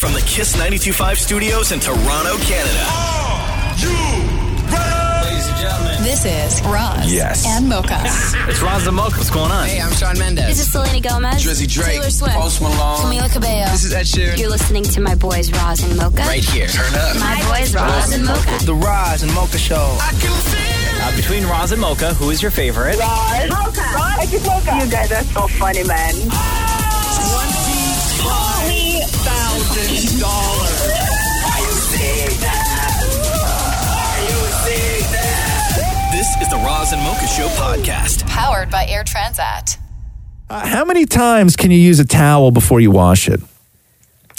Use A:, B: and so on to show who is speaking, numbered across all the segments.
A: From the Kiss 925 studios in Toronto, Canada.
B: Ladies and gentlemen.
C: This is Roz
D: Yes.
C: and Mocha.
A: It's Roz the Moke. What's going on?
B: Hey, I'm Sean
E: This
B: Mendes.
E: is Selena Gomez.
B: Drizzy Drake.
E: Taylor Swift.
B: Post Malone.
E: Camila Cabello.
B: This is Ed Sheeran.
E: You're listening to my boys Roz and Mocha.
B: Right here. Turn up.
E: My boys Roz and Mocha.
B: The Roz and Mocha Show.
A: Uh, between Roz and Mocha, who is your favorite?
F: I just woke up. You guys are so funny, man.
A: This is the Roz and Mocha Show podcast.
C: Powered by Air Transat.
D: Uh, how many times can you use a towel before you wash it?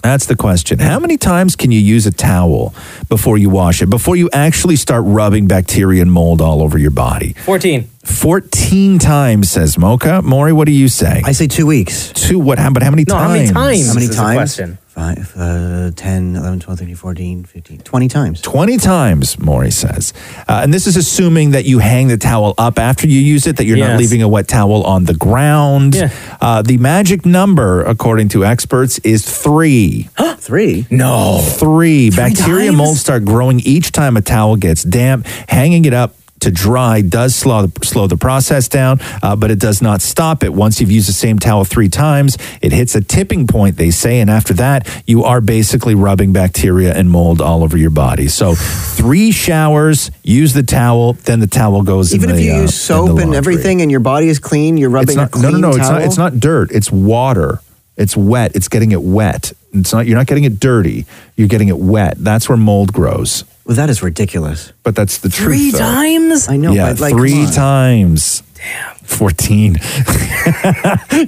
D: That's the question. How many times can you use a towel before you wash it, before you actually start rubbing bacteria and mold all over your body?
G: 14.
D: 14 times, says Mocha. Maury, what do you say?
H: I say two weeks.
D: Two, what, how, but how many
G: No, how many
D: times?
G: times?
H: How many
G: This is the
H: times?
G: question.
H: Five, uh, 10, 11, 12, 13, 14, 15, 20 times.
D: 20 times, Maury says. Uh, and this is assuming that you hang the towel up after you use it, that you're not
G: Yes.
D: leaving a wet towel on the ground.
G: Yeah.
D: Uh, the magic number, according to experts, is three.
H: Three.
D: No. Three. Bacteria
H: times?
D: molds start growing each time a towel gets damp. Hanging it up to dry does slow, slow the process down, uh, but it does not stop it. Once you've used the same towel three times, it hits a tipping point, they say. And after that, you are basically rubbing bacteria and mold all over your body. So three showers, use the towel, then the towel goes
H: Even
D: in
H: if
D: the,
H: you
D: uh, in the
H: use soap and
D: laundry.
H: everything and your body is clean, you're rubbing
D: It's not,
H: a clean
D: no, no, no. It's
H: towel.
D: not. It's not dirt. It's water. It's wet. It's getting it wet. It's not. You're not getting it dirty. You're getting it wet. That's where mold grows.
H: Well, that is ridiculous.
D: But that's the
G: Three
D: truth. though.
G: times?
H: I know,
D: yeah,
H: but like,
D: three
H: come on.
D: times. Damn. Fourteen. you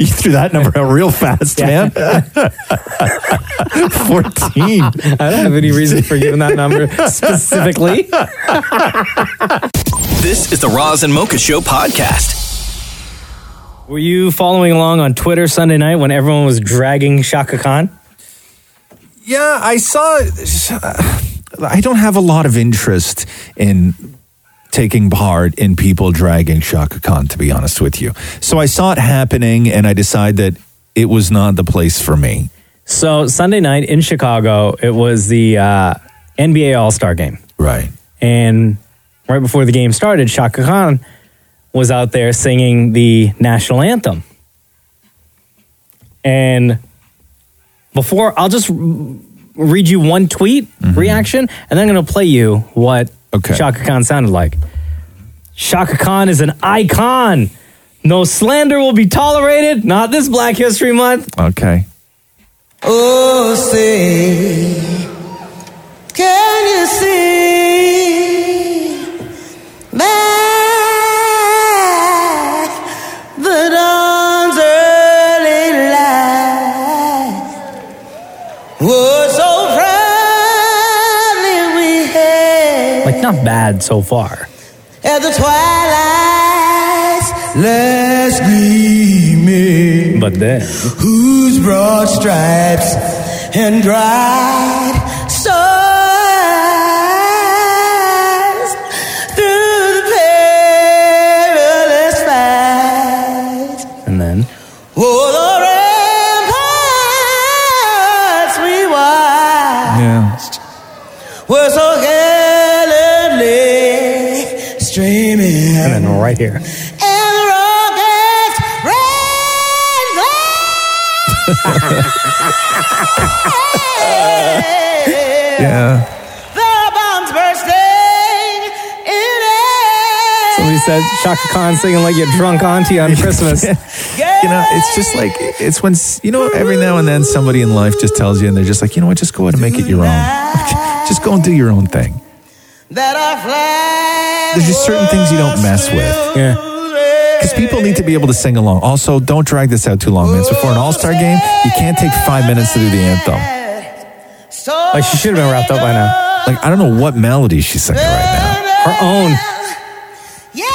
D: threw that number out real fast, man. Fourteen.
G: I don't have any reason for giving that number specifically.
A: This is the Roz and Mocha Show podcast.
G: Were you following along on Twitter Sunday night when everyone was dragging Shaka Khan?
D: Yeah, I saw. I don't have a lot of interest in taking part in people dragging Shaka Khan, to be honest with you. So I saw it happening and I decided that it was not the place for me.
G: So, Sunday night in Chicago, it was the uh, NBA All Star game.
D: Right.
G: And right before the game started, Shaka Khan was out there singing the national anthem. And before, I'll just r- read you one tweet reaction, and then I'm going to play you what
D: Mm-hmm. Okay.
G: Shaka Khan sounded like. Shaka Khan is an icon. No slander will be tolerated. Not this Black History Month.
D: Okay.
B: Oh, see. Can you see back the dawn's early light? Oh, so proudly we hailed
G: Like, not bad so far.
B: at the twilight's last gleaming.
G: But then,
B: whose broad stripes and dried stars through the perilous fight.
G: and then,
B: Oh, the ramparts we watched
D: Yeah.
B: were so gallantly streaming.
G: and then right here.
B: And the rocket's red glare.
D: Yeah.
B: The bombs bursting in air.
G: Somebody said Shaka Khan singing like your drunk auntie on Christmas.
D: You know, it's just like, it's when, you know, every now and then somebody in life just tells you and they're just like, you know what, just go out and make it your own. Just go and do your own thing.
B: That our flag
D: There's just certain things you don't mess
B: was
D: with.
G: Yeah.
D: Because people need to be able to sing along. Also, don't drag this out too long, man. So for an all-star game, you can't take five minutes to do the anthem.
B: So
G: Like she should have been wrapped up by now.
D: Like I don't know what melody she's singing right now,
G: Her own.
B: Yeah.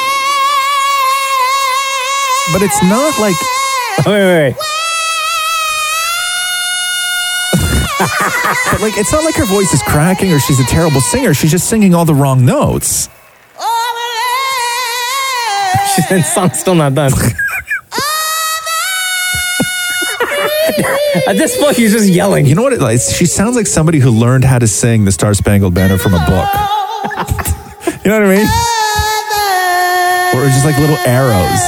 D: but it's not like
G: Wait, wait, wait.
D: but like it's not like her voice is cracking or she's a terrible singer. She's just singing all the wrong notes.
B: Over
G: She's- the song's still not done. At this point, he's just yelling.
D: You know what? It, like, she sounds like somebody who learned how to sing the Star Spangled Banner from a book. You know what I mean? Or just like little arrows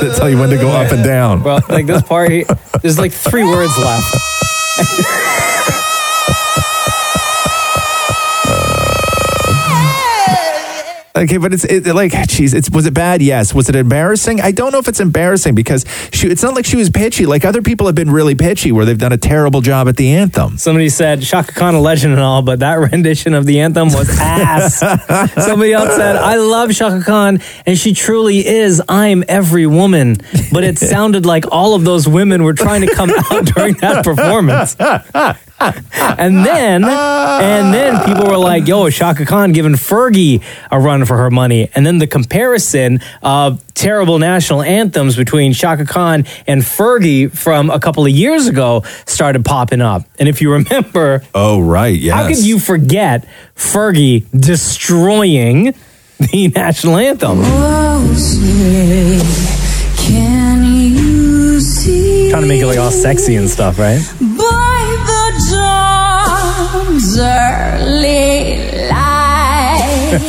D: that tell you when to go up and down.
G: Well, like this part, he- there's like three words left.
D: Okay, but it's it, like, geez, it's was it bad? Yes. Was it embarrassing? I don't know if it's embarrassing because she. It's not like she was pitchy. Like other people have been really pitchy where they've done a terrible job at the anthem.
G: Somebody said Shaka Khan a legend and all, but that rendition of the anthem was ass. Somebody else said, I love Shaka Khan and she truly is I'm every woman. But it sounded like all of those women were trying to come out during that performance. And then and then people were like, yo, Shaka Khan giving Fergie a run for her money. And then the comparison of terrible national anthems between Shaka Khan and Fergie from a couple of years ago started popping up. And if you remember,
D: Oh right, yes.
G: how could you forget Fergie destroying the national anthem?
I: Can you see
G: Trying to make it like all sexy and stuff, right?
I: by the dawn's early light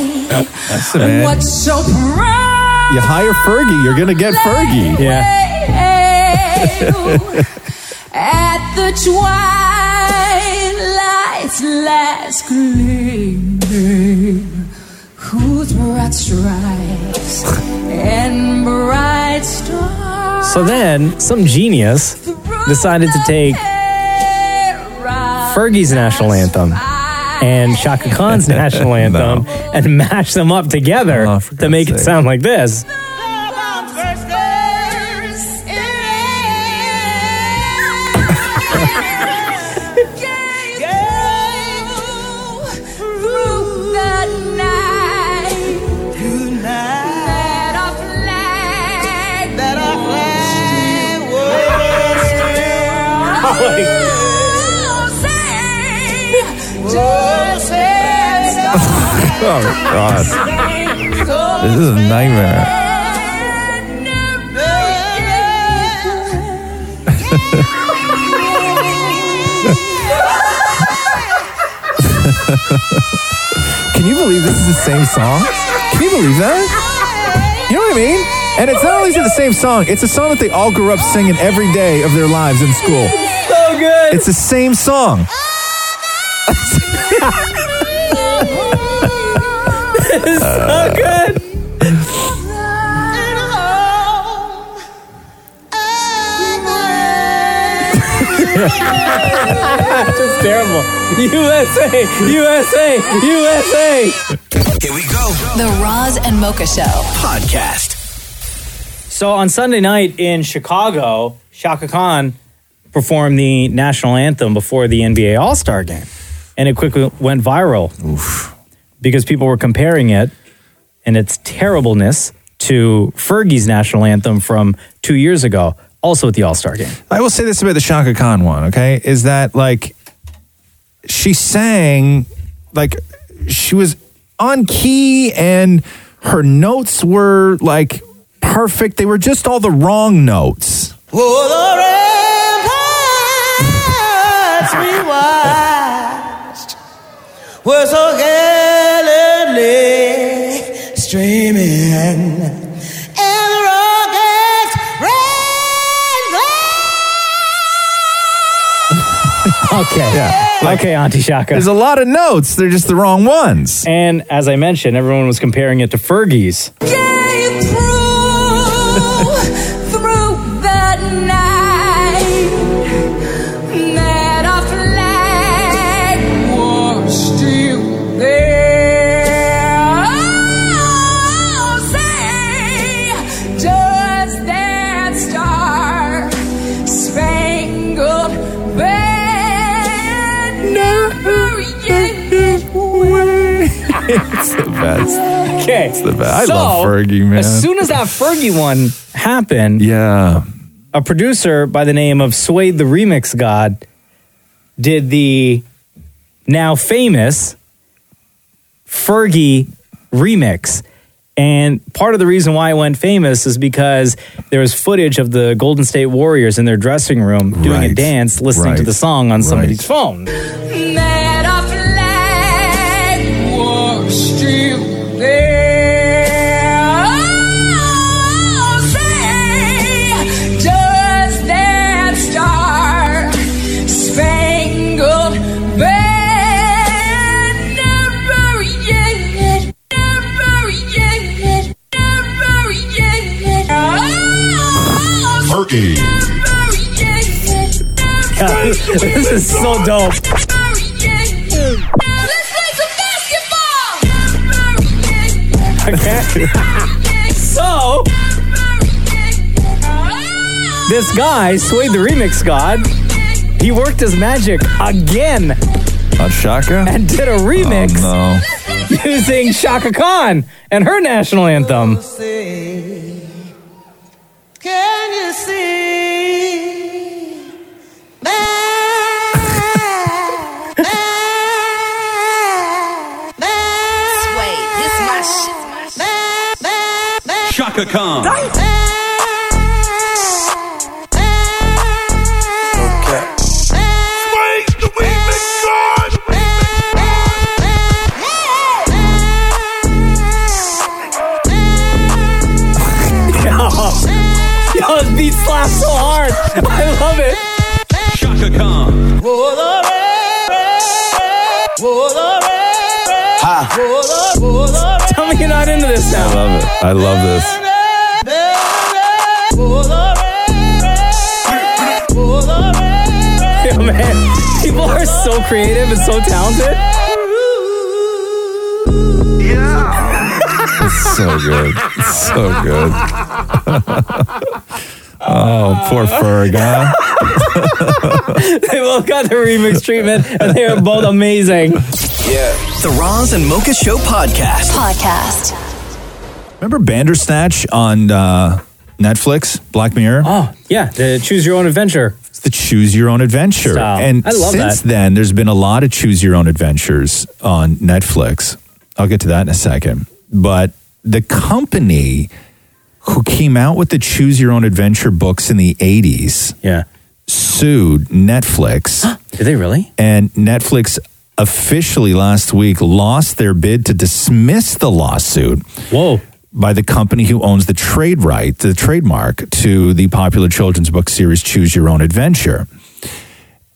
D: Man,
I: what's so proud?
D: You hire Fergie, you're gonna get Fergie.
G: Yeah.
I: At the twilight's last gleaming, whose broad stripes and bright stars
G: So then some genius decided to take Fergie's national anthem and Shaka Khan's national anthem and mash them up together
D: Oh, for
G: to make
D: God's
G: it
D: sake.
G: sound like this.
D: Oh god, this is a nightmare. Can you believe this is the same song? Can you believe that? You know what I mean? And it's not only is it the same song; it's a song that they all grew up singing every day of their lives in school.
G: So good.
D: It's the same song.
G: It's so
I: Uh,
G: good. It's terrible. USA, USA, USA.
A: Here we go.
C: The Roz and Mocha Show.
A: Podcast.
G: So on Sunday night in Chicago, Shaka Khan performed the national anthem before the NBA All Star game, and it quickly went viral because people were comparing it and its terribleness to Fergie's national anthem from two years ago, also at the All Star game.
D: I will say this about the Shaka Khan one, okay? Is that like she sang like she was on key and her notes were like perfect. They were just all the wrong notes.
B: Oh, the ramparts we watched were so gallantly streaming, and the rockets red
G: Okay, okay, Auntie Shaka.
D: There's a lot of notes, they're just the wrong ones.
G: and as I mentioned, everyone was comparing it to Fergie's.
I: gave proof through the night that our flag was still there. Oh, say, does that star spangled banner yet wave?
G: Okay,
D: the best. I love Fergie, man.
G: As soon as that Fergie one happened,
D: Yeah.
G: a producer by the name of Suede the Remix God did the now famous Fergie remix. And part of the reason why it went famous is because there was footage of the Golden State Warriors in their dressing room doing a
D: Right.
G: dance, listening to
D: Right.
G: the song on somebody's
D: Right.
G: phone.
I: That a flag was still there. Oh, say, does that star spangled banner yet, never yet, never yet? Oh,
J: Turkey.
G: this is so dope. Okay. so this guy, Sway the Remix God, he worked his magic again
D: On Shaka? Oh,
G: and did a remix
D: No.
G: using Shaka Khan and her national anthem.
B: see? Can you see that? that- that- that- that- that-
A: Shaka Khan.
B: that- that-
G: Yo, this beat slaps so hard. I love it.
A: Shaka Khan.
K: Ah.
B: Oh,
G: Tell me you're not into this now.
D: I love it. I love this.
G: Yeah, man. People are so creative and so talented.
D: So good. So good. oh, poor Ferg, huh?
G: They both got the remix treatment, and they are both amazing.
A: The Roz and Mocha Show podcast.
C: Podcast.
D: Remember Bandersnatch on uh, Netflix, Black Mirror?
G: Oh, yeah. The choose your own adventure.
D: It's the choose your own adventure.
G: Style.
D: And
G: I love
D: since
G: that.
D: then, there's been a lot of choose your own adventures on Netflix. I'll get to that in a second. But the company who came out with the choose your own adventure books in the 80s
G: Yeah.
D: sued Netflix.
G: Did they really?
D: and Netflix officially last week lost their bid to dismiss the lawsuit
G: Whoa.
D: by the company who owns the trade right, the trademark to the popular children's book series Choose Your Own Adventure.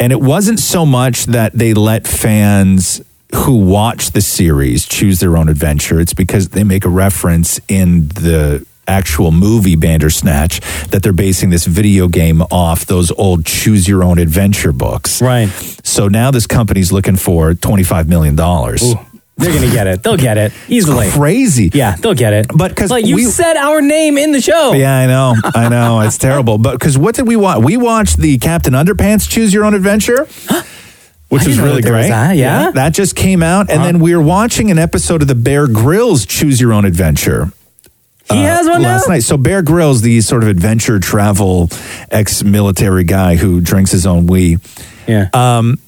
D: And it wasn't so much that they let fans who watch the series choose their own adventure, it's because they make a reference in the actual movie Bandersnatch that they're basing this video game off those old Choose Your Own Adventure books.
G: Right.
D: So now this company's looking for $25 million.
G: They're gonna get it. They'll get it easily.
D: Crazy.
G: Yeah, they'll get it.
D: But 'cause
G: like you
D: we-
G: said our name in the show.
D: Yeah, I know. I know. It's terrible. But because what did we watch? We watched the Captain Underpants Choose Your Own Adventure, which
G: I didn't
D: was
G: know
D: really
G: that there was
D: great.
G: that, yeah?
D: That just came out. And then we were watching an episode of the Bear Grylls Choose Your Own Adventure
G: He has one
D: last
G: now.
D: night. So Bear Grylls, the sort of adventure travel ex military guy who drinks his own wee.
G: Yeah. Um.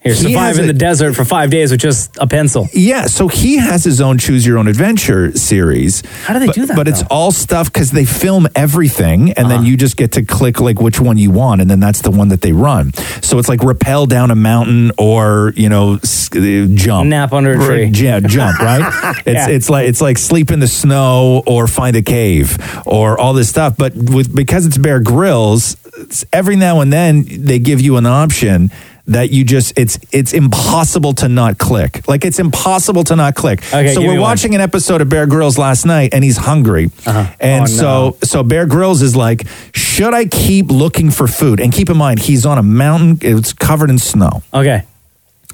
G: Here,
D: he
G: survive
D: has
G: in
D: a-
G: the desert for five days with just a pencil.
D: Yeah, so he has his own Choose Your Own Adventure series.
G: How do they
D: but,
G: do that,
D: But it's
G: though? Uh-huh.
D: all stuff because they film everything, and then you just get to click like which one you want, and then that's the one that they run. So it's like rappel down a mountain, or you know, s- uh, jump,
G: Nap under a
D: Or-
G: tree.
D: yeah, jump. Right? it's
G: Yeah.
D: it's like it's like sleep in the snow, or find a cave, or all this stuff. But with because it's Bear Grylls, it's- every now and then they give you an option that you just it's it's impossible to not click. Like it's impossible to not click.
G: Okay,
D: so
G: give
D: we're
G: me one.
D: watching an episode of Bear Grylls last night, and he's hungry, and
G: Oh,
D: so so Bear Grylls is like, should I keep looking for food? And keep in mind, he's on a mountain; it's covered in snow.
G: Okay.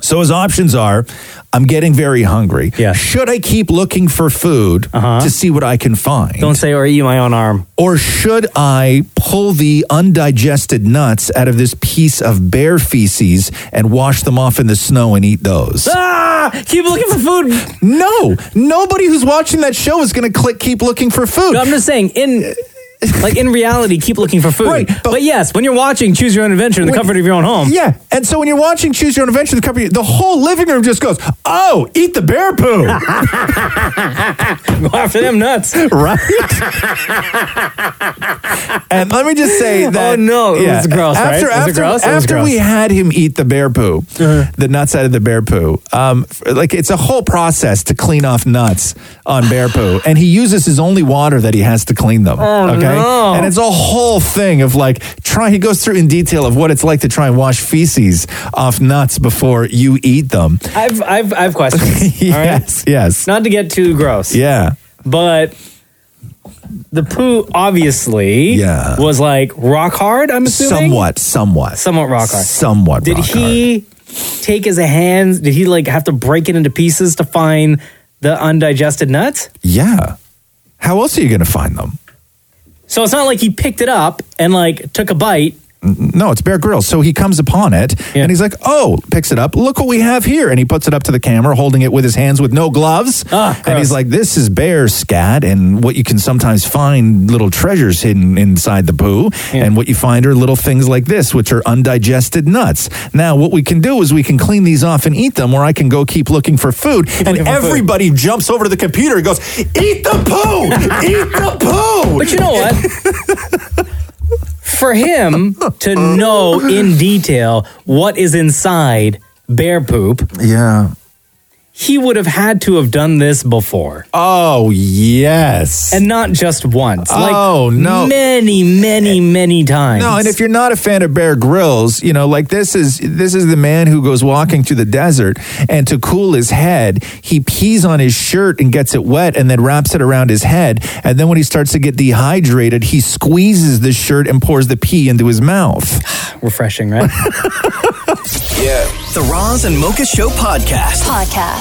D: So his options are I'm getting very hungry.
G: Yeah. Uh-huh.
D: Should I keep looking for food to see what I can find?
G: Don't say or eat my own arm.
D: or should I pull the undigested nuts out of this piece of bear feces and wash them off in the snow and eat those?
G: Ah! Keep looking for food.
D: No, nobody who's watching that show is going to click keep looking for food.
G: I'm just saying in Like in reality, keep looking for food.
D: Right,
G: but,
D: but-
G: yes, when you're watching Choose Your Own Adventure in the
D: When-
G: comfort of your own home,
D: Uh, Yeah, and so when you're watching Choose Your Own Adventure, the company, the whole living room just goes, "Oh, eat the bear poo!"
G: go after them nuts.
D: right? and let me just say that.
G: Oh, no, it was gross, right?
D: After,
G: Was it
D: after,
G: gross? It was
D: after
G: gross. Uh-huh.
D: we had him eat the bear poo, the nuts out of the bear poo, um, f- like it's a whole process to clean off nuts on bear poo, and he uses his only water that he has to clean them. okay,
G: Oh, no.
D: and it's a whole thing of like try. He goes through in detail of what it's like to try and wash feces off nuts before you eat them.
G: I've I've I've questions. All right.
D: yes, yes,
G: Not to get too gross.
D: yeah.
G: But the poo obviously
D: Yeah.
G: was like rock hard, I'm assuming.
D: Somewhat, somewhat,
G: Somewhat rock hard.
D: somewhat.
G: Did
D: rock hard.
G: he take his hands? Did he like have to break it into pieces to find the undigested nuts?
D: Yeah. How else are you going to find them?
G: So it's not like he picked it up and like took a bite.
D: No, it's Bear Grylls. So he comes upon it
G: Yeah.
D: and he's like, "Oh!" Picks it up. Look what we have here, and he puts it up to the camera, holding it with his hands with no gloves.
G: Ah,
D: and
G: gross.
D: he's like, "This is bear scat, and what you can sometimes find little treasures hidden inside the poo, and what you find are little things like this, which are undigested nuts. Now, what we can do is we can clean these off and eat them, or I can go keep looking for food." and
G: looking for food.
D: everybody jumps over to the computer and goes, "Eat the poo! Eat the poo!"
G: But you know what? For him to know in detail what is inside bear poop,
D: yeah.
G: he would have had to have done this before.
D: Oh yes.
G: And not just once. Like
D: Oh, no.
G: many, many, many times.
D: no, and if you're not a fan of Bear Grylls, you know, like this is this is the man who goes walking through the desert and to cool his head, he pees on his shirt and gets it wet and then wraps it around his head. And then when he starts to get dehydrated, he squeezes the shirt and pours the pee into his mouth.
G: refreshing, right?
A: The Roz and Mocha Show podcast.
C: Podcast.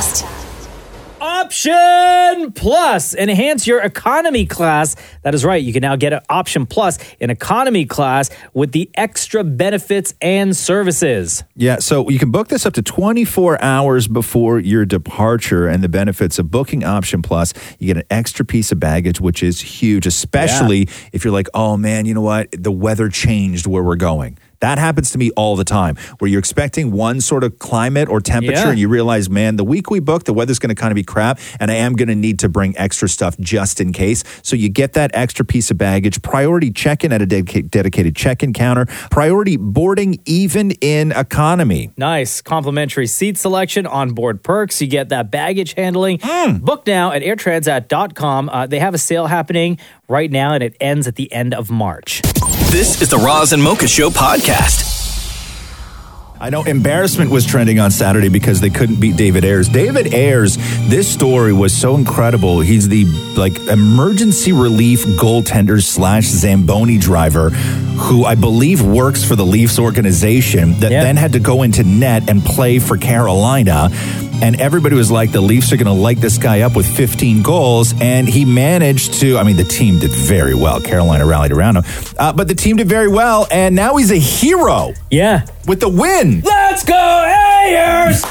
G: Option Plus. Enhance your economy class. That is right. You can now get an Option Plus in economy class with the extra benefits and services.
D: Yeah, so you can book this up to 24 hours before your departure, and the benefits of booking Option Plus, you get an extra piece of baggage, which is huge, especially if you're like, oh man, you know what? The weather changed where we're going. That happens to me all the time, where you're expecting one sort of climate or temperature,
G: Yeah.
D: and you realize, man, the week we booked, the weather's going to kind of be crap, and I am going to need to bring extra stuff just in case. So you get that extra piece of baggage, priority check in at a dedica- dedicated check in counter, priority boarding even in economy.
G: Nice. Complimentary seat selection, onboard perks. You get that baggage handling.
J: Hmm.
G: Book now at airtransat.com. Uh, they have a sale happening right now and it ends at the end of March.
A: This is the Roz and Mocha Show podcast.
D: I know embarrassment was trending on Saturday because they couldn't beat David Ayers. David Ayers, this story was so incredible. He's the like emergency relief goaltender slash Zamboni driver who I believe works for the Leafs organization that
G: Yeah.
D: then had to go into net and play for Carolina. And everybody was like, the Leafs are going to light this guy up with 15 goals. And he managed to, I mean, the team did very well. Carolina rallied around him, uh, but the team did very well. And now he's a hero
G: Yeah.
D: with the win.
G: Let's go, Ayers!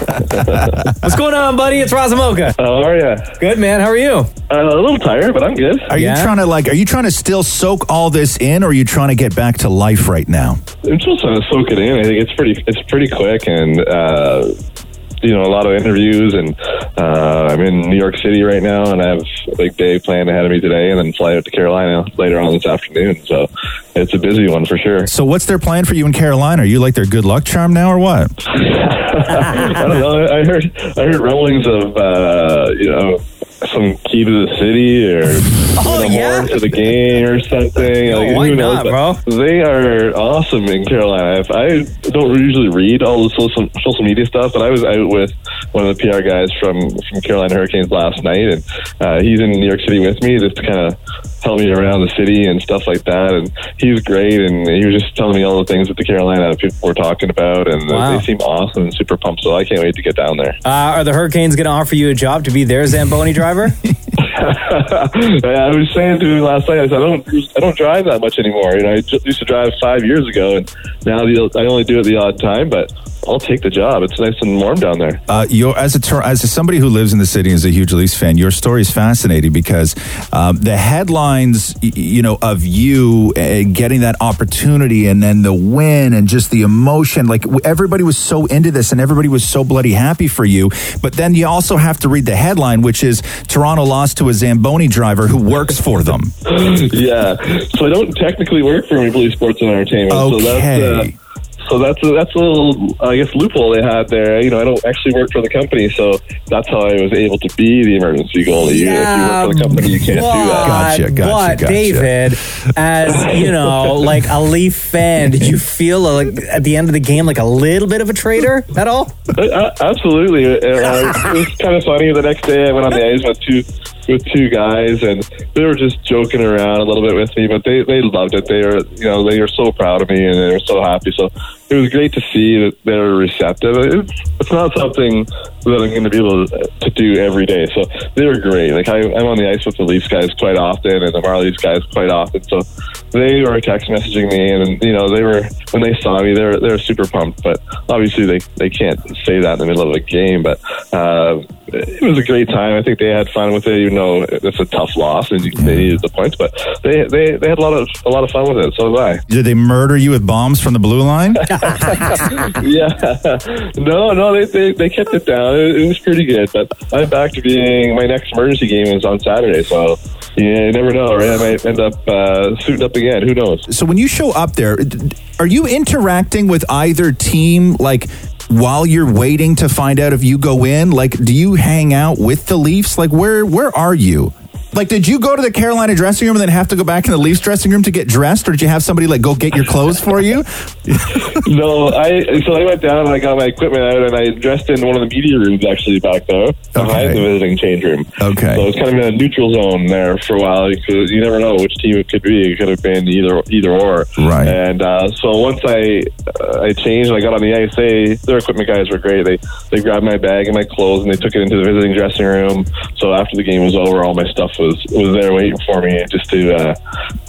G: What's going on, buddy? It's Razamoka.
J: How are you?
G: Good, man. How are you?
J: Uh, a little tired, but I'm good.
D: Are
G: Yeah.
D: you trying to like? Are you trying to still soak all this in, or are you trying to get back to life right now?
J: I'm just trying to soak it in. I think it's pretty, it's pretty quick, and uh, you know, a lot of interviews. And uh, I'm in New York City right now, and I have a big day planned ahead of me today, and then fly out to Carolina later on this afternoon. So it's a busy one for sure.
D: So, what's their plan for you in Carolina? Are you like their good luck charm now, or what?
J: I don't know. I heard, I heard rumblings of uh, you know some key to the city or
G: Oh,
J: the horn to the game or something. Like,
G: why
J: who
G: not,
J: knows? But
G: bro?
J: They are awesome in Carolina. If I don't usually read all the social, social media stuff, but I was out with one of the PR guys from, from Carolina Hurricanes last night, and uh, he's in New York City with me just to kind of help me around the city and stuff like that. And he's great, and he was just telling me all the things that the Carolina people were talking about, and
G: Wow.
J: they seem awesome and super pumped. So I can't wait to get down there.
G: Uh, are the Hurricanes going to offer you a job to be their Zamboni driver?
J: Yeah, I was saying to him last night. I said, I don't, I don't drive that much anymore. You know, I just used to drive five years ago, and now the, I only do it the odd time. But I'll take the job. It's nice and warm down there.
D: Uh, your, as a Tor- as a, somebody who lives in the city and is a huge Leafs fan, your story is fascinating because um, the headlines, y- you know, of you uh, getting that opportunity and then the win and just the emotion, like w- everybody was so into this and everybody was so bloody happy for you. But then you also have to read the headline, which is Toronto lost to a Zamboni driver who works for them.
J: yeah. So I don't technically work for Maple Sports and Entertainment. So
D: Okay.
J: that's uh, so that's a, that's a little I guess loophole they had there. You know, I don't actually work for the company, so that's how I was able to be the emergency goalie. You know, if you work for the company, you can't do that.
D: Gotcha, gotcha,
G: but
D: gotcha.
G: David, as you know, like a Leaf fan, did you feel like at the end of the game like a little bit of a traitor at all?
J: Uh, absolutely. Uh, it was kind of funny. The next day, I went on the ice with two with two guys, and they were just joking around a little bit with me. But they, they loved it. They were you know they were so proud of me, and they were so happy. So it was great to see that they were receptive. It's, it's not something that I'm going to be able to do every day. So they were great. Like I, I'm on the ice with the Leafs guys quite often, and the Marlies guys quite often. So they were text messaging me, and you know they were when they saw me, they were they were super pumped. But obviously they they can't say that in the middle of a game. But uh, it was a great time. I think they had fun with it. You know, it's a tough loss, and they needed the points, but they they, they had a lot of a lot of fun with it. So did I.
D: Did they murder you with bombs from the blue line?
J: yeah. No, no, they, they, they kept it down. It, it was pretty good. But I'm back to being my next emergency game is on Saturday. So yeah, you never know, right? I might end up uh, suiting up again. Who knows?
D: so when you show up there d- d- are you interacting with either team like while you're waiting to find out if you go in like do you hang out with the leafs like where where are you like did you go to the carolina dressing room and then have to go back in the leafs dressing room to get dressed or did you have somebody like go get your clothes for you
J: no, I so I went down and I got my equipment out and I dressed in one of the media rooms actually back there behind the visiting change room.
D: Okay.
J: so it was kind of in a neutral zone there for a while because you never know which team it could be. It could have been either either or.
D: Right.
J: And uh, so once I uh, I changed and I got on the ice, they their equipment guys were great. They they grabbed my bag and my clothes and they took it into the visiting dressing room. So after the game was over, all my stuff was was there waiting for me just to uh,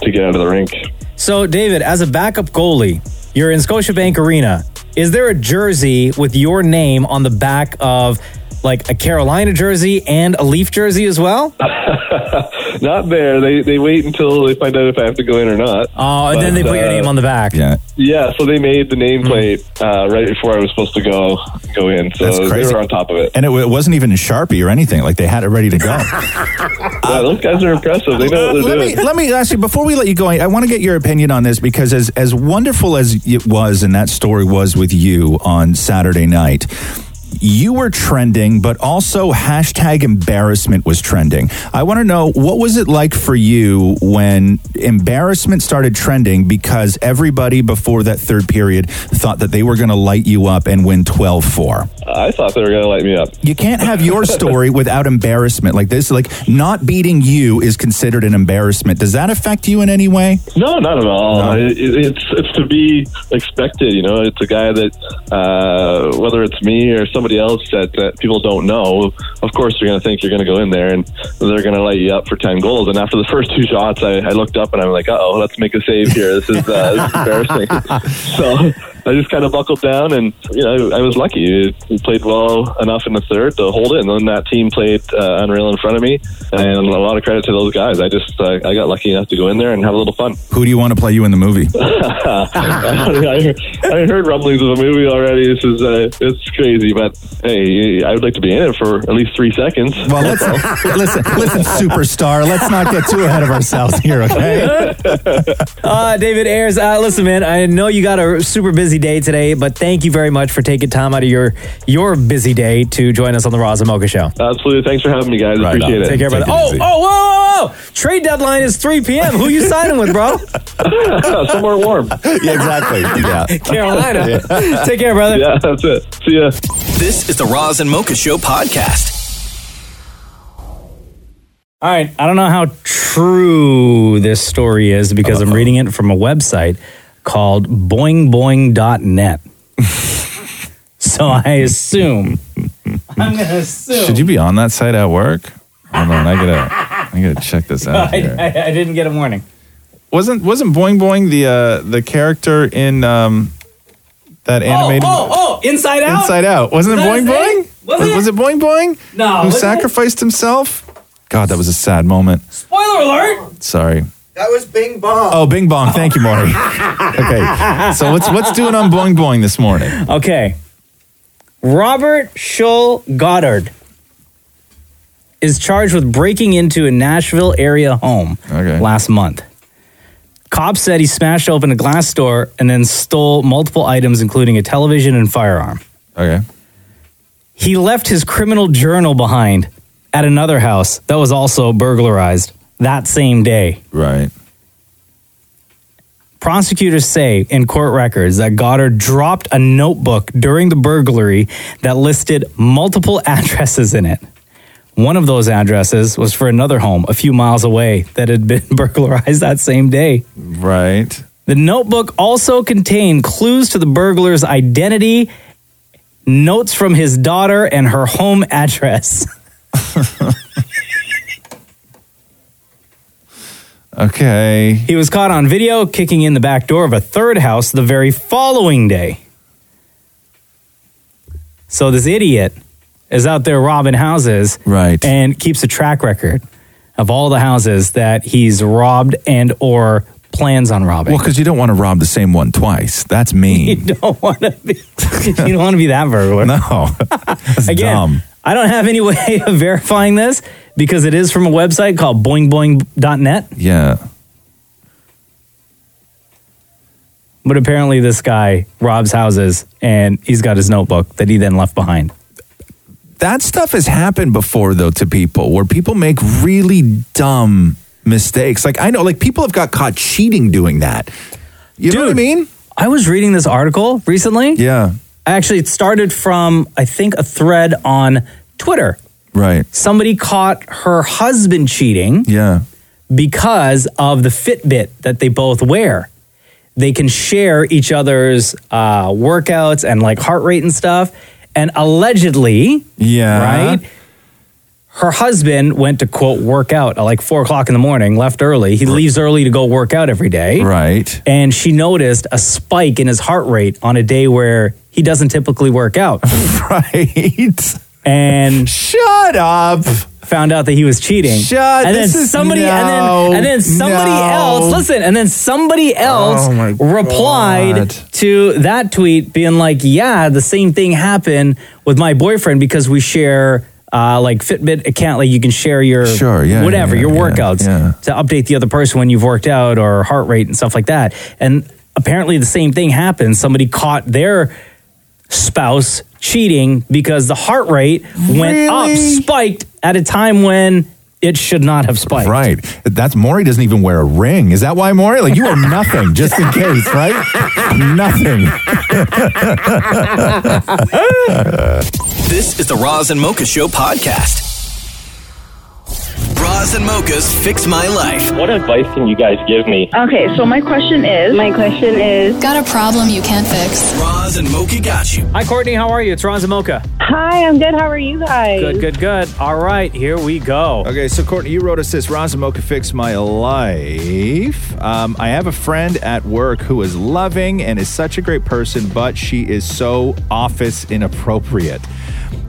J: to get out of the rink.
G: So, David, as a backup goalie, you're in Scotiabank Arena. Is there a jersey with your name on the back of like a Carolina jersey and a Leaf jersey as well?
J: Not there. They they wait until they find out if I have to go in or not. uh,
G: Oh, and then they put your name on the back. Mm.
D: yeah
J: Yeah, so they made the nameplate uh, right before I was supposed to go go in. So
D: That's
J: they
D: crazy.
J: were on top of it.
D: and it, w- it wasn't even in sharpie or anything like they had it ready to go
J: Yeah, those guys are impressive. They know what they're
D: let
J: doing.
D: me let me ask you before we let you go. I, I want to get your opinion on this because as as wonderful as it was and that story was with you on Saturday night. You were trending, but also hashtag embarrassment was trending. I want to know what was it like for you when embarrassment started trending because everybody before that third period thought that they were going to light you up and win 12 4
J: I thought they were going to light me up.
D: you can't have your story without embarrassment like this like not beating you is considered an embarrassment does that affect you in any way
J: No, not at all. It, it, it's it's to be expected. You know, it's a guy that uh, whether it's me or somebody else that, that people don't know, of course they're going to think you're going to go in there and they're going to light you up for ten goals. And after the first two shots, I, I looked up and I'm like, oh, let's make a save here. This is, uh, this is embarrassing. so I just kind of buckled down and you know I, I was lucky. We played well enough in the third to hold it, and then that team played uh, unreal in front of me. And a lot of credit to those guys. I just uh, I got lucky enough to go in there and have a little fun.
D: who do you want to play you in the movie
J: I, I heard rumblings of the movie already. This is uh, it's crazy, but hey, I would like to be in it for at least three seconds.
D: well let's listen listen superstar let's not get too ahead of ourselves here okay
G: Uh, David Ayers, uh, listen, man, I know you got a super busy day today, but thank you very much for taking time out of your your busy day to join us on the Roz and Mocha Show.
J: Absolutely, thanks for having me, guys.
D: Right on.
J: Appreciate it.
G: Take care, brother.
D: it
G: Oh, oh,
D: easy.
G: whoa, whoa, whoa! Trade deadline is 3 p.m. Who you signing with, bro?
J: Somewhere warm.
D: yeah, exactly yeah
G: Carolina. Take care, brother.
J: Yeah, that's it. See ya.
A: This is the Roz and Mocha Show podcast.
G: All right. I don't know how true this story is because I'm reading it from a website called boingboing.net. so I assume. I'm going to assume.
L: Should you be on that site at work? Hold on, I gotta, I gotta check this out
G: I,
L: here.
G: I, I didn't get a warning.
L: Wasn't wasn't Boing Boing the uh, the character in um, That animated.
G: Oh, oh, oh, Inside Out?
L: Inside Out. Wasn't it
G: Is that
L: Boing
G: his
L: Boing?
G: name? Was it?
L: was it Boing Boing?
G: No,
L: Who
G: wasn't it?
L: sacrificed himself? God, that was a sad moment.
G: Spoiler alert!
L: Sorry.
H: That was Bing Bong.
L: Oh, Bing Bong. Thank you, Maury. okay. So what's what's doing on Boing Boing this morning?
G: Okay. Robert Schull Goddard is charged with breaking into a Nashville area home last month. Cops said he smashed open a glass door and then stole multiple items, including a television and firearm.
L: Okay.
G: He left his criminal journal behind at another house that was also burglarized that same day.
L: Right.
G: Prosecutors say in court records that Goddard dropped a notebook during the burglary that listed multiple addresses in it. One of those addresses was for another home a few miles away that had been burglarized that same day.
L: Right.
G: The notebook also contained clues to the burglar's identity, notes from his daughter, and her home address.
L: Okay.
G: He was caught on video kicking in the back door of a third house the very following day. So this idiot is out there robbing houses,
L: right,
G: and keeps a track record of all the houses that he's robbed and or plans on robbing.
L: Well, because you don't want to rob the same one twice. That's mean.
G: you don't want to be you don't want to be that burglar.
L: No.
G: Again, I don't have any way of verifying this because it is from a website called boingboing.net.
L: Yeah.
G: But apparently, this guy robs houses and he's got his notebook that he then left behind.
L: That stuff has happened before though to people where people make really dumb mistakes. Like I know like people have got caught cheating doing that. You know what I mean?
G: I was reading this article recently.
L: Yeah.
G: Actually, it started from, I think, a thread on Twitter.
L: Right.
G: Somebody caught her husband cheating.
L: Yeah.
G: Because of the Fitbit that they both wear. They can share each other's uh, workouts and like heart rate and stuff. And allegedly,
L: Yeah.
G: right? Her husband went to quote work out at like four o'clock in the morning, left early. He leaves early to go work out every day.
L: Right.
G: And she noticed a spike in his heart rate on a day where he doesn't typically work out.
L: right.
G: And
L: shut up.
G: Found out that he was cheating.
L: Shut-
G: And then
L: this is-
G: somebody and
L: no,
G: then and then somebody
L: no.
G: else listen, and then somebody else
L: Oh my
G: replied
L: God.
G: to that tweet being like, "Yeah, the same thing happened with my boyfriend because we share uh, like Fitbit account. Like you can share your
L: Sure, yeah,
G: whatever
L: yeah,
G: your
L: yeah,
G: workouts
L: yeah.
G: to update the other person when you've worked out or heart rate and stuff like that. And apparently, the same thing happened. Somebody caught their spouse cheating because the heart rate went up,
L: Really?
G: spiked at a time when it should not have spiked.
L: Right. That's Maury doesn't even wear a ring. Is that why Maury? Like you are nothing, just in case, right? nothing.
A: This is the Roz and Mocha Show podcast. Roz and Mocha's Fix My Life.
M: What advice can you guys give me?
F: Okay, so my question is. My question is.
C: Got a problem you can't fix?
A: Roz and Mocha got you.
G: Hi, Courtney. How are you? It's Ron Zamoka.
F: Hi, I'm good. How are you guys?
G: Good, good, good. All right, here we go.
D: Okay, so Courtney, you wrote us this. Razumo can fix my life. Um, I have a friend at work who is loving and is such a great person, but she is so office inappropriate.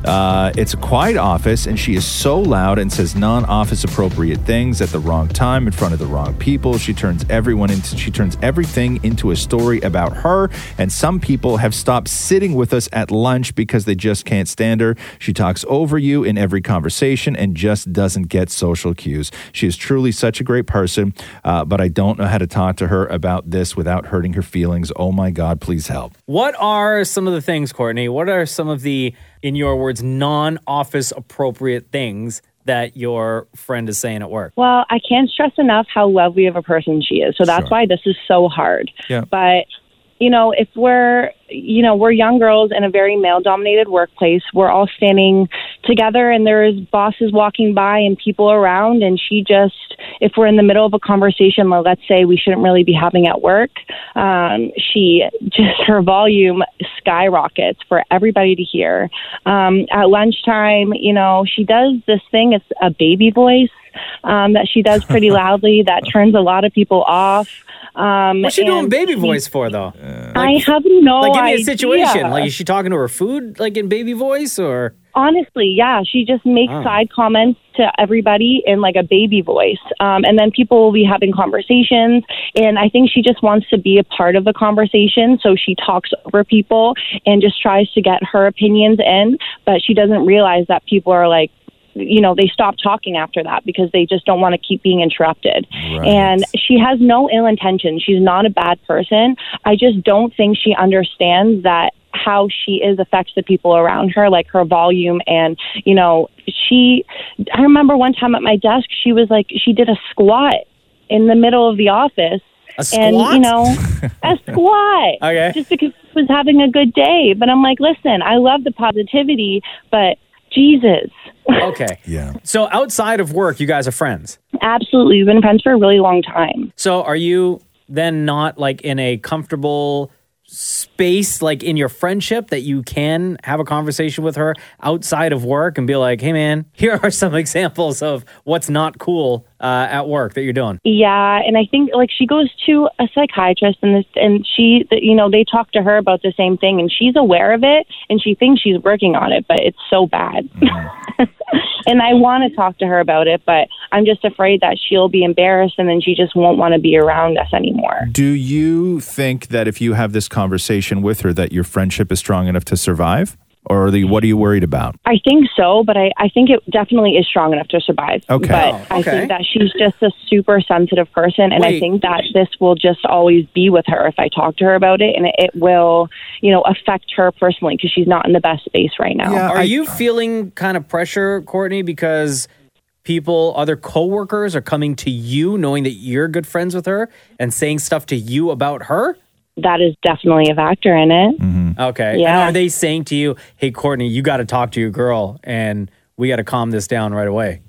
D: Uh, it's a quiet office, and she is so loud and says non-office appropriate things at the wrong time in front of the wrong people. She turns everyone into she turns everything into a story about her. And some people have stopped sitting with us at lunch because they just can't stand her. She talks over you in every conversation and just doesn't get social cues. She is truly such a great person, uh, but I don't know how to talk to her about this without hurting her feelings. Oh my God, please help.
G: What are some of the things, Courtney? What are some of the, in your words, non office appropriate things that your friend is saying at work?
F: Well, I can't stress enough how lovely of a person she is. So that's why this is so hard.
G: Yeah.
F: But you know, if we're you know, we're young girls in a very male dominated workplace, we're all standing together and there's bosses walking by and people around and she just if we're in the middle of a conversation, like, let's say we shouldn't really be having at work, um, she just her volume skyrockets for everybody to hear. Um, at lunchtime, you know, she does this thing. It's a baby voice um, that she does pretty loudly that turns a lot of people off. Um,
G: What's she doing
F: and
G: baby
F: she-
G: voice for, though?
F: I have no
G: like, you Virginia situation?
F: idea.
G: Like, is she talking to her food, like in baby voice, or
F: Honestly, yeah, she just makes
G: Oh.
F: side comments to everybody in like a baby voice, um, and then people will be having conversations. And I think she just wants to be a part of the conversation, so she talks over people and just tries to get her opinions in. But she doesn't realize that people are like, you know, they stop talking after that because they just don't want to keep being interrupted.
B: Right.
F: And she has no ill intention. She's not a bad person. I just don't think she understands that how she is affects the people around her, like her volume. And, you know, she, I remember one time at my desk, she was like, she did a squat in the middle of the office.
B: A
F: And,
B: squat?
F: you know, a squat.
B: Okay.
F: Just because she was having a good day. But I'm like, listen, I love the positivity, but Jesus.
G: okay? Yeah. So outside of work, you guys are friends.
F: Absolutely. We've been friends for a really long time.
G: So are you then not like in a comfortable space, like in your friendship, that you can have a conversation with her outside of work and be like, "Hey, man, here are some examples of what's not cool uh, at work that you're doing."
F: Yeah, and I think like she goes to a psychiatrist and this and she th- you know they talk to her about the same thing and she's aware of it and she thinks she's working on it but it's so bad. and I want to talk to her about it but I'm just afraid that she'll be embarrassed and then she just won't want to be around us anymore.
D: Do you think that if you have this conversation with her, that your friendship is strong enough to survive, or are they, what are you worried about?
F: I think so, but I, I think it definitely is strong enough to survive.
D: Okay.
F: But
D: Wow,
F: I
D: okay.
F: think that she's just a super sensitive person, and I
N: Wait.
F: think that this will just always be with her if I talk to her about it, and it, it will, you know, affect her personally because she's not in the best space right now.
G: Are you feeling kind of pressure, Courtney, because people, other coworkers are coming to you knowing that you're good friends with her and saying stuff to you about her?
F: That is definitely a factor in it.
D: Mm-hmm.
G: Okay.
F: Yeah.
G: And are they saying to you, hey, Courtney, you got to talk to your girl and we got to calm this down right away?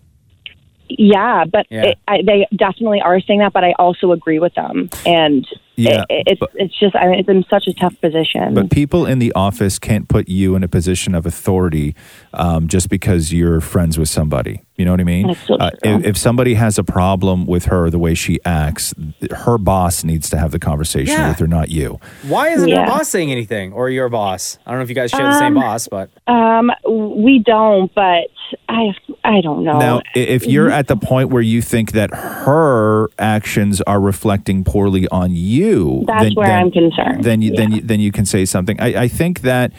F: Yeah, but
G: Yeah.
F: It, I, they definitely are saying that, but I also agree with them, and
D: Yeah,
F: it, it, it's it's just I mean, it's in such a tough position.
D: But people in the office can't put you in a position of authority um, just because you're friends with somebody. You know what I mean?
L: That's so
D: Uh,
L: true.
D: if, if somebody has a problem with her, the way she acts, th- her boss needs to have the conversation
G: Yeah.
D: with her, not you.
G: Why isn't your
F: Yeah.
G: boss saying anything or your boss? I don't know if you guys share the same
F: Um,
G: boss, but.
F: Um, we don't, but I I don't know.
D: Now, i-
F: mm-hmm.
D: if you're at the point where you think that her actions are reflecting poorly on you,
F: That's where I'm concerned.
D: Then you then you then you can say something. I, I think that,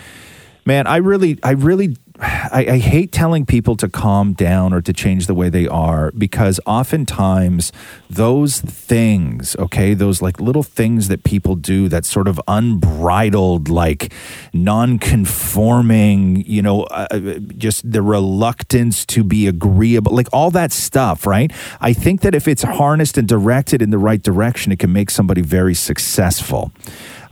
D: man, I really, I really. I, I hate telling people to calm down or to change the way they are because oftentimes those things, okay, those like little things that people do that sort of unbridled, like non-conforming, you know, uh, just the reluctance to be agreeable, like all that stuff, right? I think that if it's harnessed and directed in the right direction, it can make somebody very successful.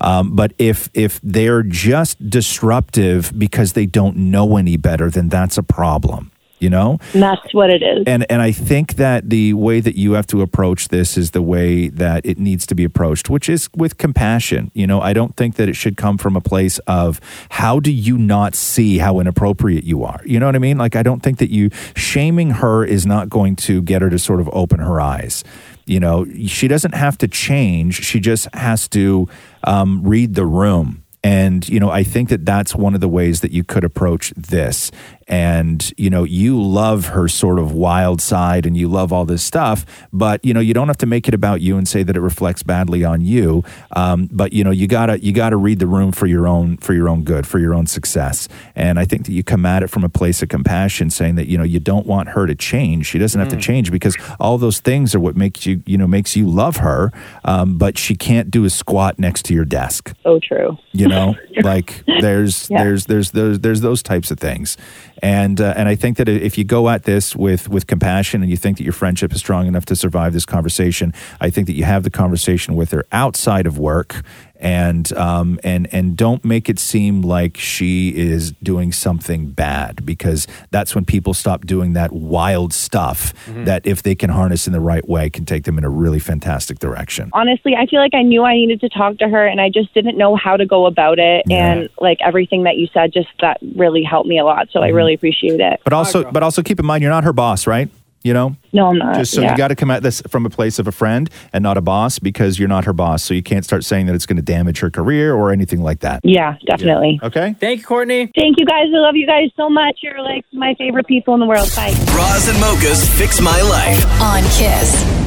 D: Um, but if if they're just disruptive because they don't know any better, then that's a problem, you know.
F: That's what it is.
D: And and I think that the way that you have to approach this is the way that it needs to be approached, which is with compassion. You know, I don't think that it should come from a place of how do you not see how inappropriate you are? You know what I mean? Like I don't think that you shaming her is not going to get her to sort of open her eyes. You know, she doesn't have to change. She just has to um, read the room. And, you know, I think that that's one of the ways that you could approach this. And, you know, you love her sort of wild side and you love all this stuff, but, you know, you don't have to make it about you and say that it reflects badly on you. Um, but, you know, you gotta, you gotta read the room for your own, for your own good, for your own success. And I think that you come at it from a place of compassion saying that, you know, you don't want her to change. She doesn't have to
L: Mm.
D: change change because all those things are what makes you you know makes you love her um, but she can't do a squat next to your desk
F: so true
D: you know like there's
F: Yeah.
D: there's there's those there's those types of things and uh, and i think that if you go at this with with compassion and you think that your friendship is strong enough to survive this conversation i think that you have the conversation with her outside of work and um and and don't make it seem like she is doing something bad because that's when people stop doing that wild stuff
F: Mhm.
D: that if they can harness in the right way can take them in a really fantastic direction
F: Honestly, I feel like I knew I needed to talk to her and I just didn't know how to go about it. And like everything that you said,
D: Mm-hmm.
F: just that really helped me a lot. So I really appreciate it.
D: But also, but also keep in mind, you're not her boss, right? You know?
F: No, I'm not.
D: Just so
F: yeah.
D: you got to come at this from a place of a friend and not a boss because you're not her boss. So you can't start saying that it's going to damage her career or anything like that.
F: Yeah, definitely.
D: Okay.
G: Thank you, Courtney.
F: Thank you guys. I love you guys so much. You're like my favorite people in the world. Bye.
A: Bras and mochas fix my life.
C: on Kiss.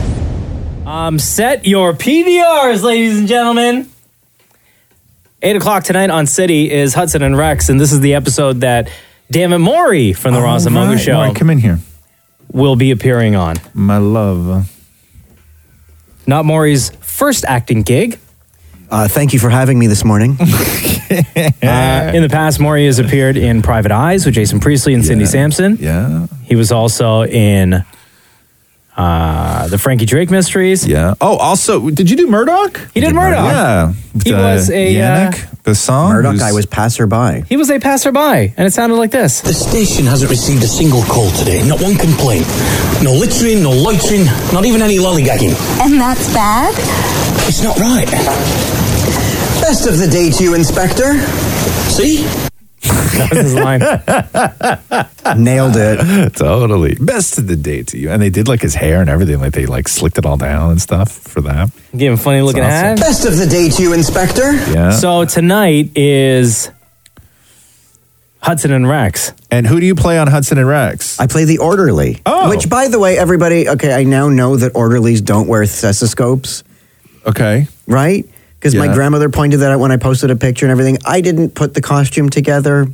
G: Um, set your PVRs, ladies and gentlemen. Eight o'clock tonight on City is Hudson and Rex, and this is the episode that Damn it, Maury from the Ross and Mocha
D: Right,
G: Show
D: Maury, come in here.
G: will be appearing on.
D: My love.
G: Not Maury's first acting gig.
H: Uh, thank you for having me this morning.
G: Uh, in the past, Maury has appeared in Private Eyes with Jason Priestley and Cindy Sampson.
D: Yeah.
G: He was also in uh, the Frankie Drake Mysteries.
D: Yeah. Oh, also, did you do Murdoch?
G: He did Murdoch.
D: Yeah.
G: He
D: With, uh,
G: was a, uh,
D: Yannick, the song.
H: Murdoch
D: who's-
H: guy was passerby.
G: He was a passerby, and it sounded like this.
N: The station hasn't received a single call today, not one complaint. No littering, no loitering, not even any lollygagging.
B: And that's bad?
N: It's not right.
H: Best of the day to you, Inspector.
N: See?
G: That was his line.
H: Nailed it.
D: Totally. Best of the day to you. And they did like his hair and everything. Like they like slicked it all down and stuff for that.
G: Gave him funny looking
D: That's
G: hat.
H: Best of the day to you, Inspector.
D: Yeah.
G: So tonight is Hudson and Rex.
D: and who do you play on Hudson and Rex?
H: I play the orderly.
D: Oh.
H: Which, by the way, everybody, okay, I now know that orderlies don't wear stethoscopes,
D: okay.
H: right? Because my
D: Yeah.
H: grandmother pointed that out when I posted a picture and everything. I didn't put the costume together.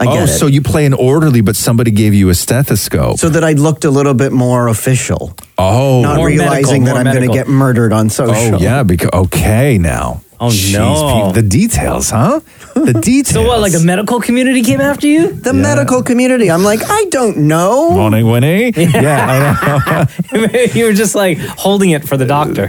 H: I
D: oh,
H: get it.
D: so you play an orderly, but somebody gave you a stethoscope.
H: so that I looked a little bit more official,
D: oh.
H: not
G: More medical,
H: realizing
G: more
H: that I'm going
G: medical.
H: to get murdered on
D: oh,
H: social.
D: yeah. Because okay now.
G: Oh, no.
D: Pete, the details, huh? The details.
G: So what? Like a medical community came after you?
H: The medical community. I'm like, I don't know.
D: morning, Winnie? Yeah, I know.
G: you were just like holding it for the doctor,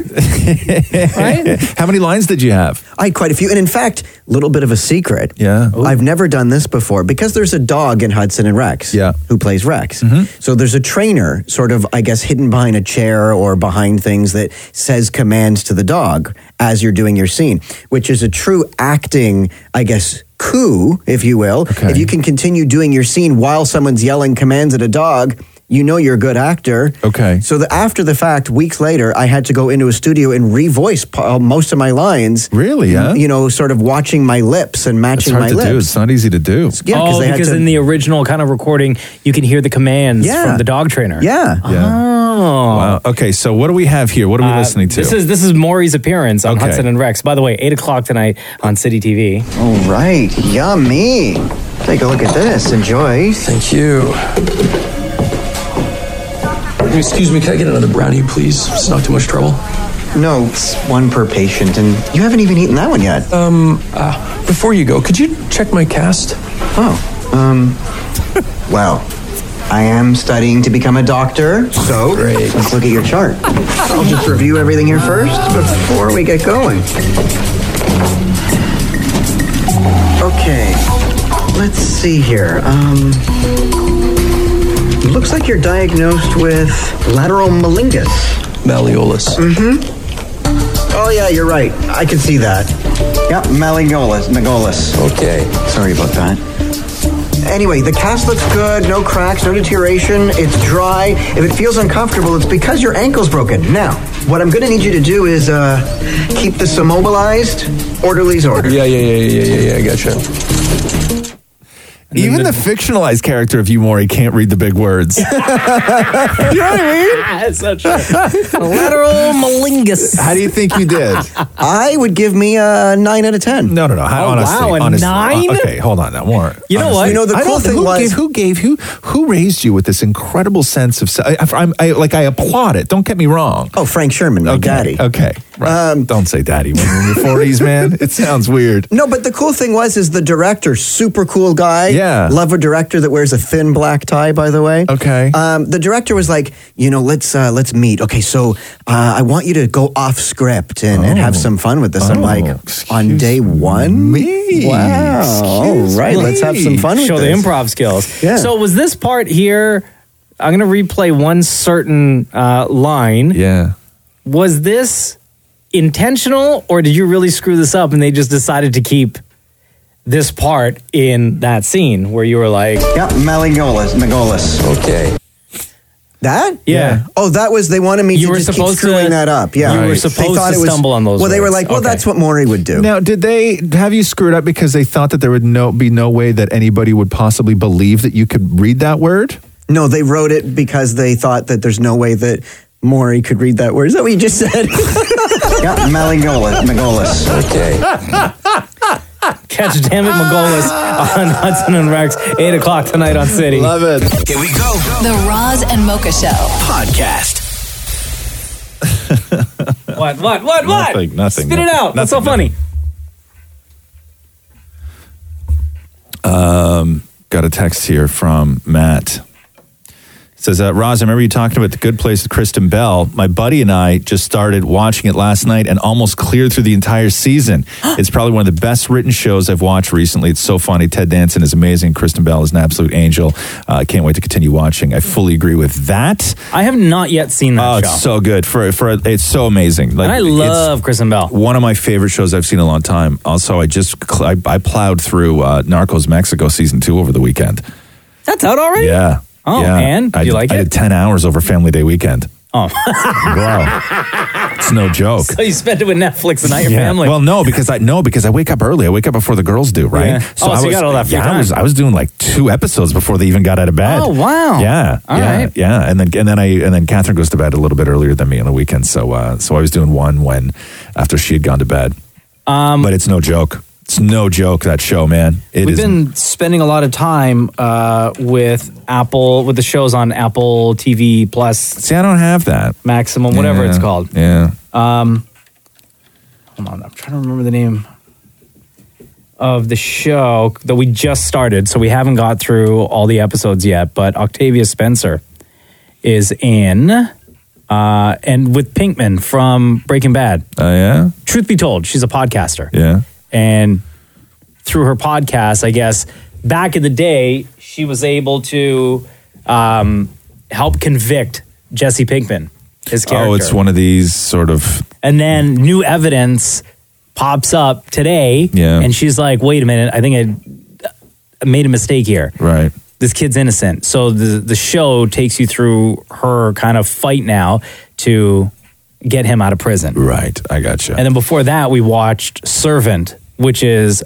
G: right?
D: How many lines did you have?
H: I had quite a few. And in fact, a little bit of a secret.
D: Yeah. Ooh.
H: I've never done this before because there's a dog in Hudson and Rex
D: Yeah. Mm-hmm.
H: who plays Rex. So there's a trainer, sort of, I guess, hidden behind a chair or behind things that says commands to the dog as you're doing your scene, which is a true acting, I guess, coup, if you will.
D: Okay.
H: If you can continue doing your scene while someone's yelling commands at a dog, you know you're a good actor.
D: Okay.
H: So the, after the fact, weeks later, I had to go into a studio and revoice p- uh, most of my lines.
D: Really, yeah?
H: You know, sort of watching my lips and
D: It's
H: matching
D: hard
H: my
D: to
H: lips.
D: do. It's not easy to do.
H: Yeah,
G: oh,
H: they had
G: because
H: to-
G: in the original kind of recording, you can hear the commands
H: Yeah.
G: from the dog trainer.
H: yeah.
D: Yeah.
G: Oh.
D: Wow. Okay, so what do we have here? What are we listening to?
G: This is this is Maury's appearance on
D: Okay.
G: Hudson and Rex. By the way, eight o'clock tonight on City TV.
H: All right, yummy. Take a look at this. Enjoy.
N: Thank you. Excuse me, can I get another brownie, please? It's not too much trouble.
H: No, it's one per patient, and you haven't even eaten that one yet.
N: Um, uh, before you go, could you check my cast?
H: Oh, um, well, I am studying to become a doctor, so let's look at your chart. I'll just review everything here first before we get going. Okay, let's see here. Um, looks like you're diagnosed with lateral malingus.
N: Malleolus.
H: Oh yeah, you're right. I can see that. Yep, Malingolus, Nagolus.
N: Okay.
H: Sorry about that. Anyway, the cast looks good. No cracks, no deterioration. It's dry. If it feels uncomfortable, it's because your ankle's broken. Now, what I'm going to need you to do is uh, keep this immobilized. Orderly's order.
N: Yeah, yeah, yeah, yeah, yeah, yeah, I gotcha.
D: Even the fictionalized character of you, Maury, can't read the big words. you know what I mean?
G: That's so true. Lateral malingus.
D: How do you think you did?
H: I would give me a nine out of ten.
D: No, no, no. I,
G: Oh,
D: honestly,
G: wow, a
D: honestly,
G: nine?
D: uh, okay, hold on. That warrant.
G: You know what?
H: You know the
D: I
H: cool
D: don't-
H: thing
D: who
H: was
D: gave, who gave who who raised you with this incredible sense of se- I, I, I'm- I- like I applaud it. Don't get me wrong.
H: oh Frank Sherman, my
D: okay,
H: daddy. Um,
D: Okay. Right. don't say daddy when you're in your forties, man. It sounds weird.
H: No, but the cool thing was is the director, super cool guy.
D: Yeah.
H: love a director that wears a thin black tie. By the way,
D: Okay.
H: Um, the director was like, you know, let's uh, let's meet. Okay, so uh, I want you to go off script and, and have some fun with this. I'm
D: Oh,
H: like, on
D: excuse
H: day one,
D: me.
H: Wow. All
D: Excuse
H: right, let's have some
D: me.
H: fun.
G: show
H: with
G: the
H: this.
G: improv skills.
H: Yeah.
G: So was this part here? I'm gonna replay one certain uh, line.
D: Yeah.
G: Was this intentional, or did you really screw this up and they just decided to keep this part in that scene where you were like,
H: Yeah, Malingolus, Nagolis.
N: Okay.
H: That?
I: Yeah.
H: Oh, that was they wanted me
I: You
H: to
I: were
H: just keep
I: supposed
H: screwing
I: to-
H: that up. Yeah.
I: you were
H: They
I: supposed
H: thought
I: to
H: it was-
I: stumble on those
H: Well, they were
I: words.
H: like, well,
I: Okay.
H: that's what Maury would do.
D: Now, did they have you screwed up because they thought that there would no be no way that anybody would possibly believe that you could read that word?
H: No, they wrote it because they thought that there's no way that Maury could read that word. Is that what you just said? yeah, Malingola, Magolis.
I: Catch Damn It Magolas on Hudson and Rex, 8 o'clock tonight on City. Love
D: it.
A: Here we go.
C: The Roz and Mocha Show.
A: Podcast.
I: What, what, what, what?
D: Nothing, nothing,
I: Spit it
D: nothing,
I: out. That's so funny.
D: Um, got a text here from Matt. It says, uh, Roz, I remember you talking about The Good Place with Kristen Bell. My buddy and I just started watching it last night and almost cleared through the entire season. it's probably one of the best written shows I've watched recently. It's so funny. Ted Danson is amazing. Kristen Bell is an absolute angel. Uh, can't wait to continue watching. I fully agree with that.
I: I have not yet seen that
D: Oh,
I: show.
D: it's so good. For, for It's so amazing. Like,
I: and I
D: it's-
I: love Kristen Bell.
D: one of my favorite shows I've seen in a long time. Also, I just cl- I, I plowed through uh, Narcos Mexico season two over the weekend.
I: That's out already?
D: Yeah.
I: Oh,
D: yeah.
I: and? Do
D: I
I: you
D: did-
I: like
D: I
I: it?
D: did ten hours over Family Day weekend.
I: Oh.
D: wow, it's no joke.
I: So you spent it with Netflix and not your
D: Yeah.
I: family.
D: Well, no, because I no because I wake up early. I wake up before the girls do, right?
I: Yeah. Oh, so
D: I
I: you
D: was,
I: got all that free
D: yeah,
I: time.
D: I was I was doing like two episodes before they even got out of bed.
I: Oh, wow.
D: Yeah,
I: All
D: yeah,
I: right.
D: yeah. And then and then I and then Catherine goes to bed a little bit earlier than me on the weekend. So uh, so I was doing one when after she had gone to bed.
G: Um,
D: but it's no joke. It's no joke that show, man. It
G: We've
D: is
G: been spending a lot of time uh, with Apple, with the shows on Apple TV Plus. See,
D: I don't have that
G: Maximum, whatever
D: Yeah,
G: it's called.
D: Yeah.
G: Um, hold on, I'm trying to remember the name of the show that we just started, so we haven't got through all the episodes yet. But Octavia Spencer is in, uh, and with Pinkman from Breaking Bad.
D: Oh yeah.
G: Truth be told, she's a podcaster
D: Yeah.
G: and through her podcast, I guess back in the day, she was able to um, help convict Jesse Pinkman, his character.
D: Oh, it's one of these sort of
G: And then new evidence pops up today,
D: Yeah.
G: and she's like, "Wait a minute, I think I made a mistake here."
D: right.
G: This kid's innocent. So the the show takes you through her kind of fight now to get him out of prison.
D: Right. I gotcha.
G: And then before that, we watched Servant, which is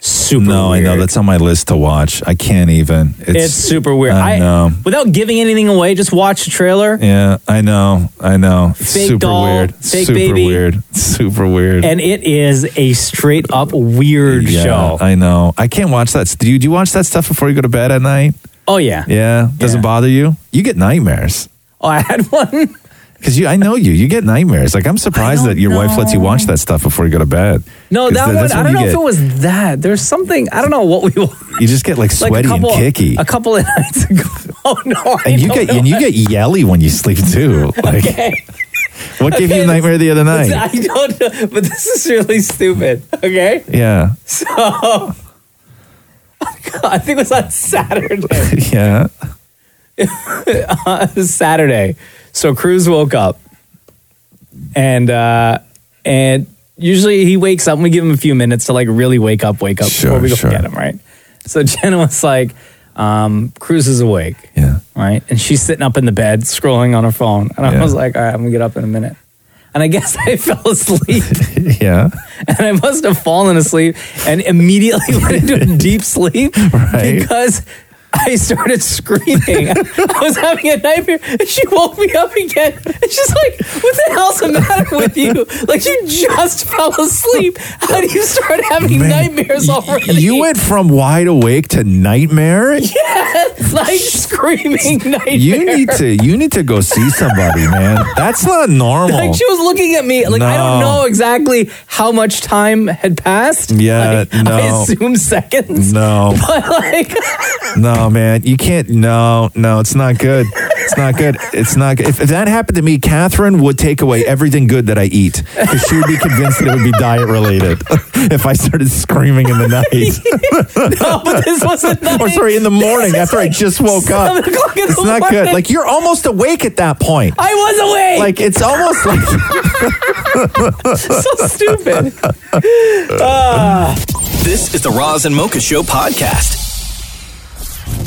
G: super.
D: No, I know that's on my list to watch. I can't even.
G: It's, super weird.
D: I know.
G: Without giving anything away, just watch the trailer.
D: yeah, I know. I know. It's
G: Fake
D: super
G: doll,
D: weird.
G: fake
D: super
G: baby.
D: weird. Super weird.
G: And it is a straight up weird
D: yeah,
G: show.
D: I know. I can't watch that. Do you, do you watch that stuff before you go to bed at night?
G: Oh, yeah.
D: Yeah. Doesn't bother you? You get nightmares.
G: Oh, I had one.
D: Because you, I know you. You get nightmares. Like I'm surprised that your wife lets you watch that stuff before you go to bed.
G: No,
D: 'Cause
G: that
D: th-
G: one,
D: that's
G: I
D: when
G: don't know
D: you
G: if it
D: get-
G: was that. There's something, I don't know what we watched.
D: You just get like sweaty
G: like a couple,
D: and kicky.
G: A couple of nights ago. Oh, no. I
D: and you
G: don't
D: get
G: know.
D: and you get yelly when you sleep too. Like,
G: Okay.
D: what gave you
G: Okay,
D: a nightmare the other night?
G: I don't know, but this is really stupid. Okay.
D: yeah,
G: So, oh, God, I think it was on Saturday.
D: yeah.
G: uh, Saturday. So Cruz woke up, and uh, and usually he wakes up. and We give him a few minutes to like really wake up, wake up before we go get him, right? So Jenna was like, um, "Cruz is awake."
D: Yeah.
G: Right, and she's sitting up in the bed scrolling on her phone, and I
D: Yeah.
G: was like, "All right, I'm gonna get up in a minute." And I guess I fell asleep,
D: Yeah.
G: and I must have fallen asleep, and immediately went into a deep sleep because I started screaming. I was having a nightmare, and she woke me up again. And she's like, "What the hell's the matter with you? Like you just fell asleep. How do you start having nightmares already?"
D: You went from wide awake to nightmare.
G: yes, like screaming nightmare.
D: You need to you need to go see somebody, man. That's not normal.
G: Like she was looking at me. Like I don't
D: No.
G: know exactly how much time had passed.
D: Yeah,
G: Like, I
D: no.
G: assume seconds.
D: No.
G: but like
D: no, man, you can't. No, no, it's not good. It's not good. It's not good. If, if that happened to me, Catherine would take away everything good that I eat because she would be convinced that it would be diet related if I started screaming in the night.
G: no, but this wasn't.
D: or sorry, in the morning after I just woke up.
G: seven o'clock in
D: It's
G: the
D: not good.
G: morning.
D: Like you're almost awake at that point.
G: I was awake.
D: Like it's almost like
G: so stupid.
A: This is the Roz and Mocha Show podcast.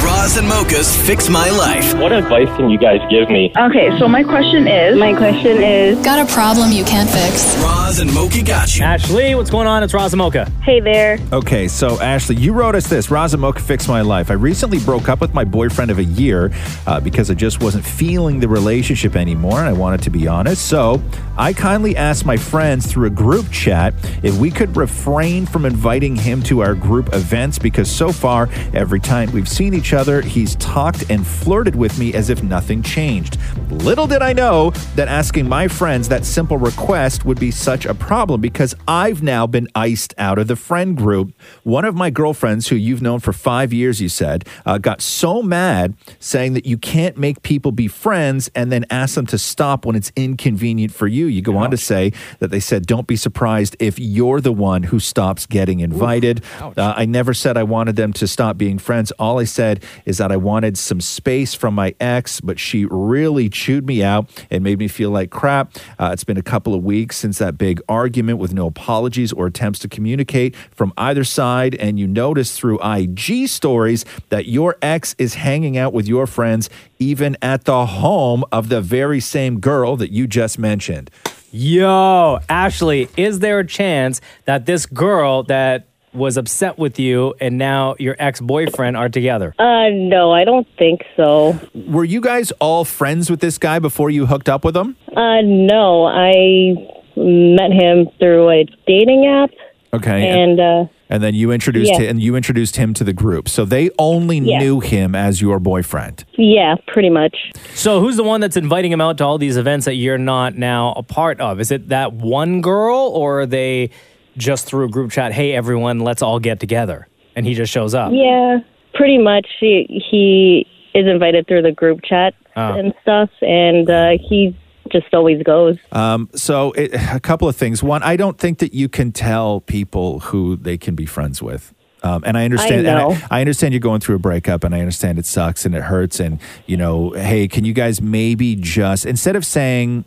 A: Roz Roz and Mocha's Fix My Life.
M: What advice can you guys give me?
O: Okay, so my question is. My question is.
C: Got a problem you can't fix?
A: Roz and Mocha got you.
G: Ashley, what's going on? It's Roz and Mocha.
O: Hey there.
D: Okay, so Ashley, you wrote us this. Razamoka fixed my life. I recently broke up with my boyfriend of a year uh, because I just wasn't feeling the relationship anymore and I wanted to be honest. So I kindly asked my friends through a group chat if we could refrain from inviting him to our group events because so far, every time we've seen each other, he's talked and flirted with me as if nothing changed. Little did I know that asking my friends that simple request would be such a problem because I've now been iced out of the friend group. One of my girlfriends, who you've known for five years, you said, uh, got so mad saying that you can't make people be friends and then ask them to stop when it's inconvenient for you. You go on to say that they said, don't be surprised if you're the one who stops getting invited. Uh, I never said I wanted them to stop being friends. All I said is that I wanted some space from my ex, but she really chewed me out and made me feel like crap. Uh, it's been a couple of weeks since that big argument with no apologies or attempts to communicate from either side. And you notice through IG stories that your ex is hanging out with your friends, even at the home of the very same girl that you just mentioned.
G: Yo, Ashley, is there a chance that this girl that was upset with you and now your ex boyfriend are together?
O: Uh, no, I don't think so.
D: Were you guys all friends with this guy before you hooked up with him?
O: Uh, no, I met him through a dating app.
D: Okay.
O: And, uh,
D: And then you introduced
O: Yeah.
D: him, and you introduced him to the group. So they only
O: Yeah.
D: knew him as your boyfriend.
O: yeah, pretty much.
G: So who's the one that's inviting him out to all these events that you're not now a part of? Is it that one girl or are they just through a group chat, hey everyone, let's all get together? And he just shows
D: Oh.
G: up.
O: Yeah, pretty much. He, he is invited through the group chat
D: Ah.
O: and stuff, and uh, he just always goes.
D: Um, so it, a couple of things. One, I don't think that you can tell people who they can be friends with. Um, and I understand. and
O: know.
D: I understand you're going through a breakup, and I understand it sucks and it hurts. And you know, hey, can you guys maybe just instead of saying,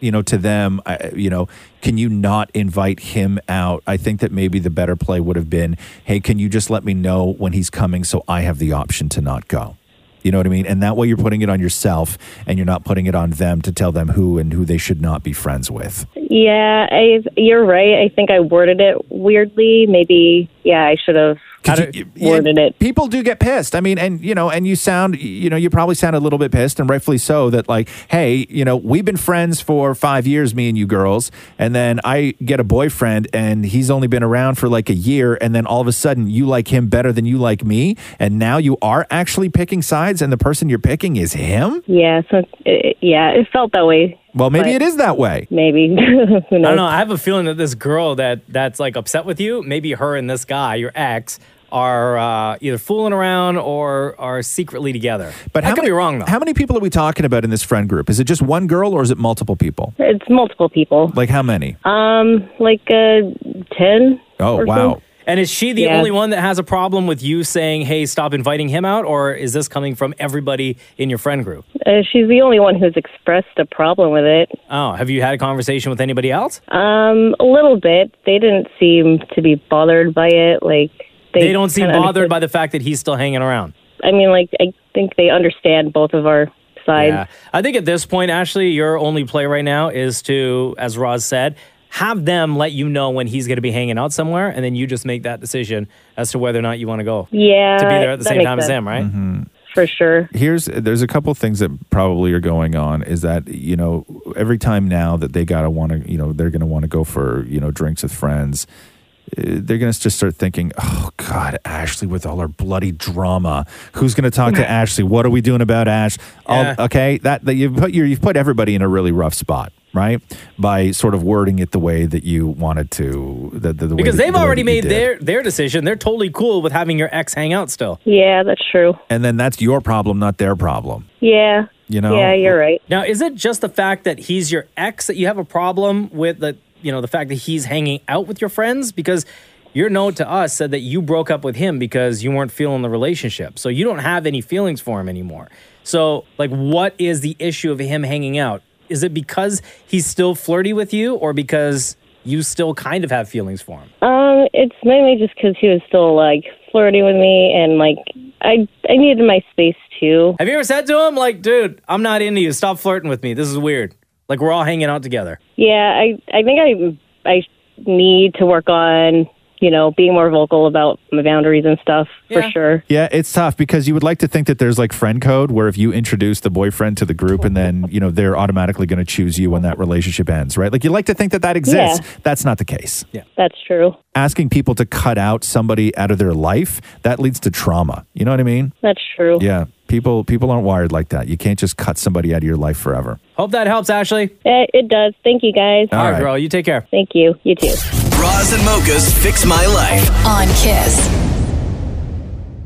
D: you know, to them, I, you know, can you not invite him out? I think that maybe the better play would have been, hey, can you just let me know when he's coming so I have the option to not go. You know what I mean? And that way you're putting it on yourself and you're not putting it on them to tell them who and who they should not be friends with.
O: Yeah, I, you're right. I think I worded it weirdly. Maybe, yeah, I should have worded it.
D: People do get pissed. I mean, and you know, and you sound, you know, you probably sound a little bit pissed and rightfully so that like, hey, you know, we've been friends for five years, me and you girls. And then I get a boyfriend and he's only been around for like a year. And then all of a sudden you like him better than you like me. And now you are actually picking sides and the person you're picking is him.
O: Yeah, so it, yeah, it felt that way.
D: Well, maybe
O: But
D: it is that way.
O: Maybe. Who
G: I
O: knows?
G: don't know. I have a feeling that this girl that that's like upset with you, maybe her and this guy, your ex, are uh, either fooling around or are secretly together.
D: But
G: I
D: how
G: could
D: many,
G: be wrong though.
D: How many people are we talking about in this friend group? Is it just one girl or is it multiple people?
O: It's multiple people.
D: Like how many?
O: Um, like uh, ten.
D: Oh,
O: or
D: wow.
O: so.
G: And is she the
O: Yeah.
G: only one that has a problem with you saying, "Hey, stop inviting him out," or is this coming from everybody in your friend group?
O: Uh, she's the only one who's expressed a problem with it.
G: Oh, have you had a conversation with anybody else?
O: Um, a little bit. They didn't seem to be bothered by it. Like they,
G: They, don't seem
O: kinda
G: bothered by the fact that he's still hanging around.
O: understand- I mean, like I think they understand both of our sides.
G: Yeah. I think at this point, Ashley, your only play right now is to, as Roz said, have them let you know when he's going to be hanging out somewhere, and then you just make that decision as to whether or not you want to go.
O: Yeah,
G: To be there at the
O: that
G: same
O: makes
G: time as
O: sense.
G: him, right?
D: Mm-hmm.
O: for sure.
D: Here's there's a couple things that probably are going on is that you know every time now that they gotta want to you know they're gonna want to go for you know drinks with friends, uh, they're gonna just start thinking, oh God, Ashley with all her bloody drama, who's gonna talk to Ashley? What are we doing about Ash? All-
G: Yeah.
D: okay, that, that you've put your, you've put everybody in a really rough spot. Right by sort of wording it the way that you wanted to, the, the, the way
G: Because
D: that-
G: they've
D: the way
G: already
D: that you
G: made
D: did.
G: their their decision. They're totally cool with having your ex hang out still.
O: Yeah, that's true.
D: and then that's your problem, not their problem.
O: Yeah.
D: You know?
O: Yeah, you're right.
G: Now, is it just the fact that he's your ex that you have a problem with the you know the fact that he's hanging out with your friends? Because your note to us said that you broke up with him because you weren't feeling the relationship, so you don't have any feelings for him anymore. So, like, what is the issue of him hanging out? Is it because he's still flirty with you, or because you still kind of have feelings for him?
O: Um, it's mainly just because he was still like flirting with me, and like I I needed my space too.
G: Have you ever said to him, like, dude, I'm not into you. Stop flirting with me. This is weird. Like, we're all hanging out together.
O: Yeah, I I think I I need to work on you know being more vocal about my boundaries and stuff for sure.
D: Yeah, it's tough because you would like to think that there's like friend code where if you introduce the boyfriend to the group and then, you know, they're automatically going to choose you when that relationship ends, right? Like you like to think that that exists.
O: Yeah.
D: That's not the case. Yeah.
O: That's true.
D: Asking people to cut out somebody out of their life, that leads to trauma. You know what I mean?
O: That's true.
D: Yeah. People people aren't wired like that. You can't just cut somebody out of your life forever.
G: Hope that helps, Ashley.
O: It, it does. Thank you guys.
G: All right, girl. You take care.
O: Thank you. You too.
A: Roz and Mocha's Fix My Life.
C: on Kiss.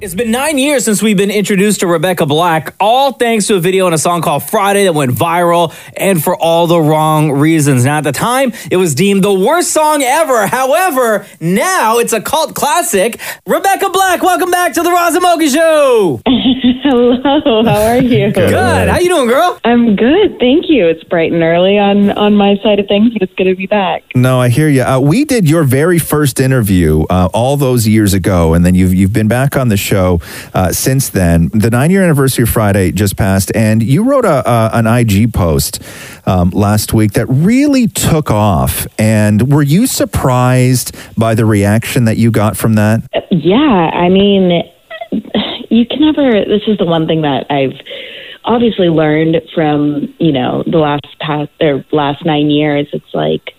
G: It's been nine years since we've been introduced to Rebecca Black, all thanks to a video and a song called Friday that went viral and for all the wrong reasons. Now, at the time, it was deemed the worst song ever. However, now it's a cult classic. Rebecca Black, welcome back to the Roz and Mocha Show.
P: Hello, how are you?
G: Good. How you doing, girl?
P: I'm good, thank you. It's bright and early on on my side of things, but it's good to be back.
D: No, I hear you. Uh, we did your very first interview uh, all those years ago, and then you've you've been back on the show uh, since then. The nine year anniversary of Friday just passed, and you wrote a, a an IG post um, last week that really took off. And were you surprised by the reaction that you got from that?
P: Yeah, I mean, you can never. This is the one thing that I've obviously learned from you know the last past or last nine years. It's like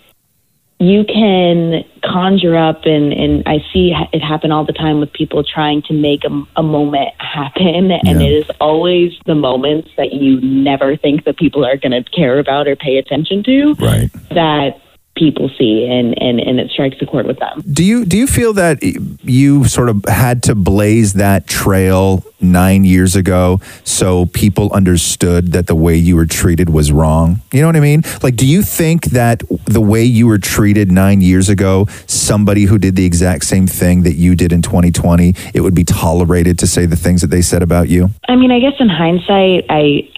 P: you can conjure up and and I see ha- it happen all the time with people trying to make a, a moment happen, and
Q: Yeah.
P: it is always the moments that you never think that people are going to care about or pay attention to
D: right.
P: that people see, and and and it strikes a chord with them.
D: Do you do you feel that you sort of had to blaze that trail nine years ago so people understood that the way you were treated was wrong? You know what I mean? Like, do you think that the way you were treated nine years ago, somebody who did the exact same thing that you did in 2020, it would be tolerated to say the things that they said about you?
P: I mean, I guess in hindsight, I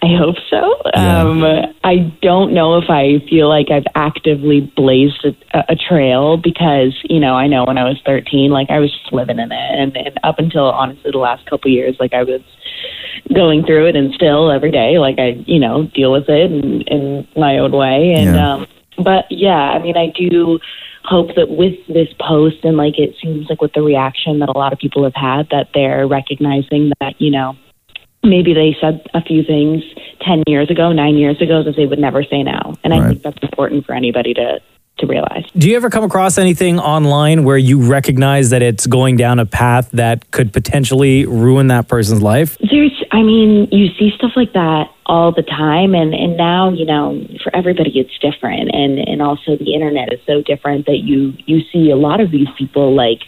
P: I hope so. Um, I don't know if I feel like I've actively blazed a, a trail because you know I know when I was thirteen, like I was just living in it, and, and up until honestly the last couple years, like I was going through it, and still every day, like I you know deal with it in, in my own way, and
R: Yeah.
P: um, but yeah, I mean I do hope that with this post and like it seems like with the reaction that a lot of people have had that they're recognizing that you know maybe they said a few things 10 years ago, nine years ago that they would never say now. And I think that's important for anybody to, to realize.
G: Do you ever come across anything online where you recognize that it's going down a path that could potentially ruin that person's life?
P: There's, I mean, you see stuff like that all the time. And, and now, you know, for everybody, it's different. And, and also the internet is so different that you, you see a lot of these people like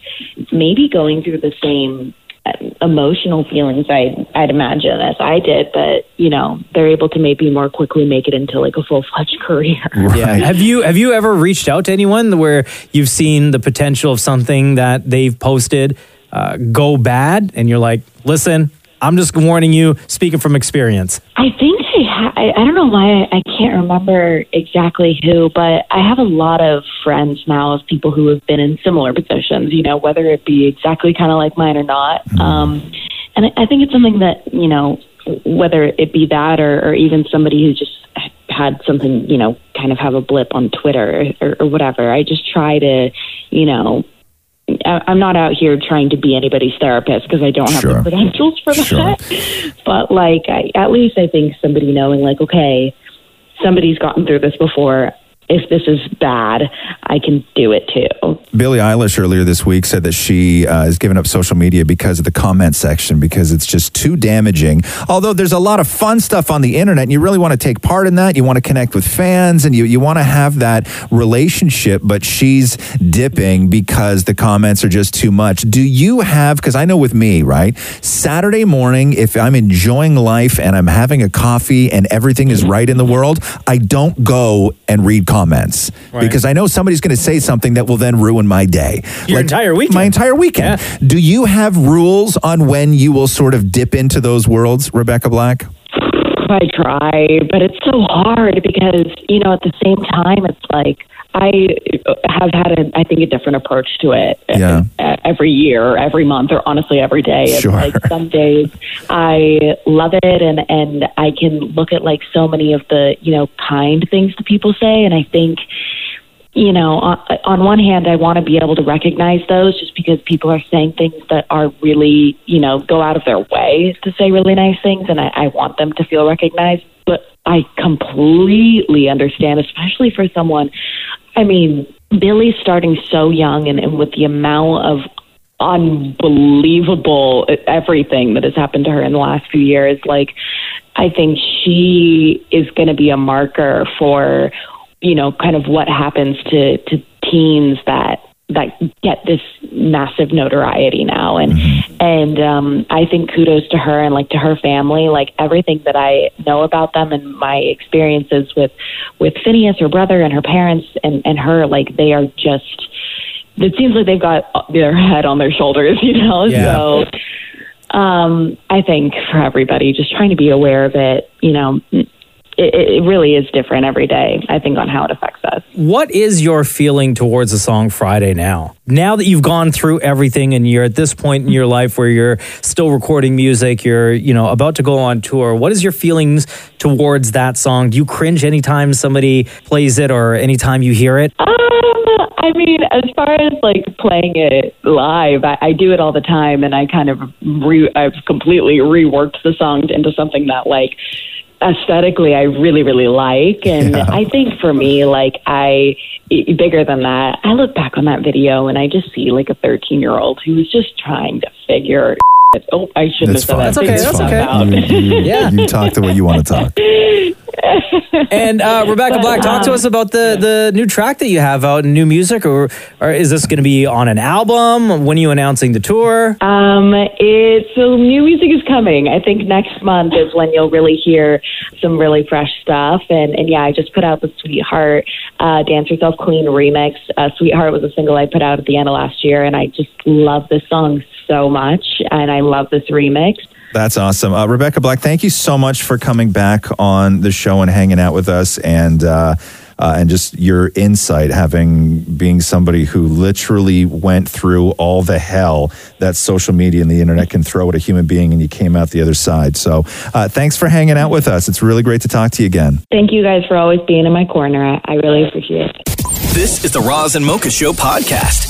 P: maybe going through the same um, emotional feelings I, I'd imagine as I did, but you know, they're able to maybe more quickly make it into like a full fledged career.
G: Yeah. Have you have you ever reached out to anyone where you've seen the potential of something that they've posted uh, go bad, and you're like, listen, I'm just warning you, speaking from experience.
P: I think I, ha- I, I don't know why I, I can't remember exactly who, but I have a lot of friends now of people who have been in similar positions, you know, whether it be exactly kind of like mine or not. Um, and I, I think it's something that, you know, whether it be that or, or even somebody who just had something, you know, kind of have a blip on Twitter or, or whatever, I just try to, you know, I- I'm not out here trying to be anybody's therapist because I don't have the credentials for that. But like, I, at least I think somebody knowing, like, okay, somebody's gotten through this before. If this is bad, I can do it too.
D: Billie Eilish earlier this week said that she uh, has given up social media because of the comment section because it's just too damaging. Although there's a lot of fun stuff on the internet, and you really want to take part in that. You want to connect with fans, and you you want to have that relationship. But she's dipping because the comments are just too much. Do you have? Because I know with me, right, Saturday morning, if I'm enjoying life and I'm having a coffee and everything is right in the world, I don't go and read comments
L: Right.
D: because I know somebody's going to say something that will then ruin my day. Your entire weekend. My entire weekend. Do you have rules on when you will sort of dip into those worlds, Rebecca Black?
P: I try, but it's so hard because, you know, at the same time, it's like I have had, a, I think, a different approach to it
D: Yeah.
P: uh, every year, every month, or honestly every day. It's
D: Sure.
P: like some days I love it, and and I can look at like so many of the you know kind things that people say, and I think you know, on, on one hand, I want to be able to recognize those just because people are saying things that are really, you know, go out of their way to say really nice things, and I, I want them to feel recognized. But I completely understand, especially for someone, I mean, Billy's starting so young and, and with the amount of unbelievable uh, everything that has happened to her in the last few years. Like, I think she is going to be a marker for, you know, kind of what happens to to teens that that get this massive notoriety now and and um I think kudos to her and like to her family like everything that I know about them and my experiences with with Phineas her brother and her parents and and her like they are just it seems like they've got their head on their shoulders, you know.
O: Yeah.
P: So, um, I think for everybody, just trying to be aware of it, you know, it, it really is different every day. I think on how it affects us.
G: What is your feeling towards the song Friday now? Now that you've gone through everything and you're at this point in your life where you're still recording music, you're, you know, about to go on tour, what is your feelings towards that song? Do you cringe anytime somebody plays it or anytime you hear it?
P: Um, I mean, as far as like playing it live, I, I do it all the time, and I kind of re- I've completely reworked the song into something that like aesthetically I really really like, and I think for me, like I i- bigger than that, I look back on that video and I just see like a thirteen year old who was just trying to figure. Oh, I shouldn't have said that. Figure stuff out.
D: yeah. you talk the way you want to talk.
G: And uh, Rebecca
P: But,
G: Black, talk to
P: um,
G: us about the, the new track that you have out and new music, or, or is this going to be on an album? When are you announcing the tour?
P: Um, it's so new music is coming. I think next month is when you'll really hear some really fresh stuff. And and yeah, I just put out the Sweetheart uh, Dance Yourself Clean remix. Uh, Sweetheart was a single I put out at the end of last year, and I just love this song so much, and I love this remix.
D: That's awesome. Uh, Rebecca Black, thank you so much for coming back on the show and hanging out with us and uh, uh, and just your insight having being somebody who literally went through all the hell that social media and the internet can throw at a human being and you came out the other side. So, uh, thanks for hanging out with us. It's really great to talk to you again.
P: Thank you guys for always being in my corner. I, I really appreciate it.
A: This is the Roz and Mocha Show podcast.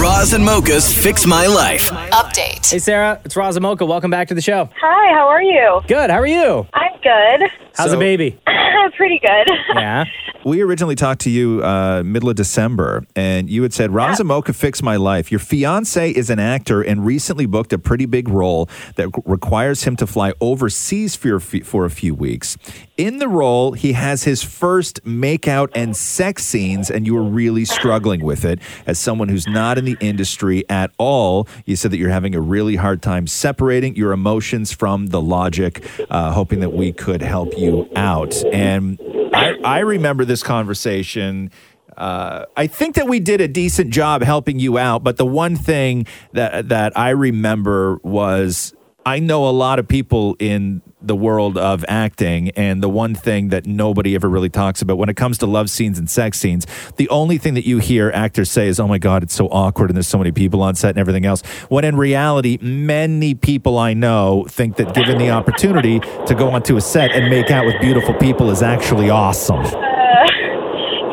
A: Roz and Mocha's Fix My Life.
G: Update. Hey, Sarah, it's Razamoka. Welcome back to the show.
Q: Hi, how are you?
G: Good. How are you?
Q: I'm good.
G: How's the baby?
Q: Pretty good.
G: Yeah.
D: We originally talked to you uh, middle of December, and you had said, Razamoka fixed my life. Your fiance is an actor and recently booked a pretty big role that requires him to fly overseas for, your fe- for a few weeks. In the role, he has his first makeout and sex scenes, and you were really struggling with it. As someone who's not in the industry at all, you said that you're having a really hard time separating your emotions from the logic, uh, hoping that we could help you out. And I, I remember this conversation. Uh, I think that we did a decent job helping you out, but the one thing that that I remember was I know a lot of people in the world of acting, and the one thing that nobody ever really talks about when it comes to love scenes and sex scenes, the only thing that you hear actors say is, "Oh my God, it's so awkward," and there's so many people on set and everything else. When in reality, many people I know think that given the opportunity to go onto a set and make out with beautiful people is actually awesome.
Q: Uh,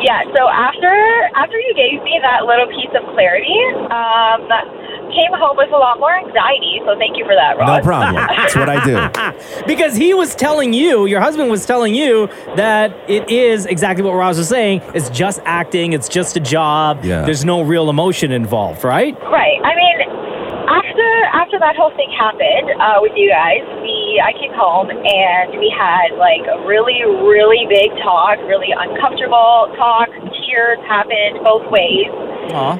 Q: yeah, so after after you gave me that little piece of clarity, um, came home with a lot more anxiety, so thank you for that, Ross.
D: That's what I
G: do. because he was telling you, your husband was telling you that it is exactly what Roz was saying. It's just acting. It's just a job.
S: Yeah.
G: There's no real emotion involved, right?
Q: Right. I mean, after after that whole thing happened uh, with you guys, we I came home and we had like a really really big talk, really uncomfortable talk. Tears happened both ways,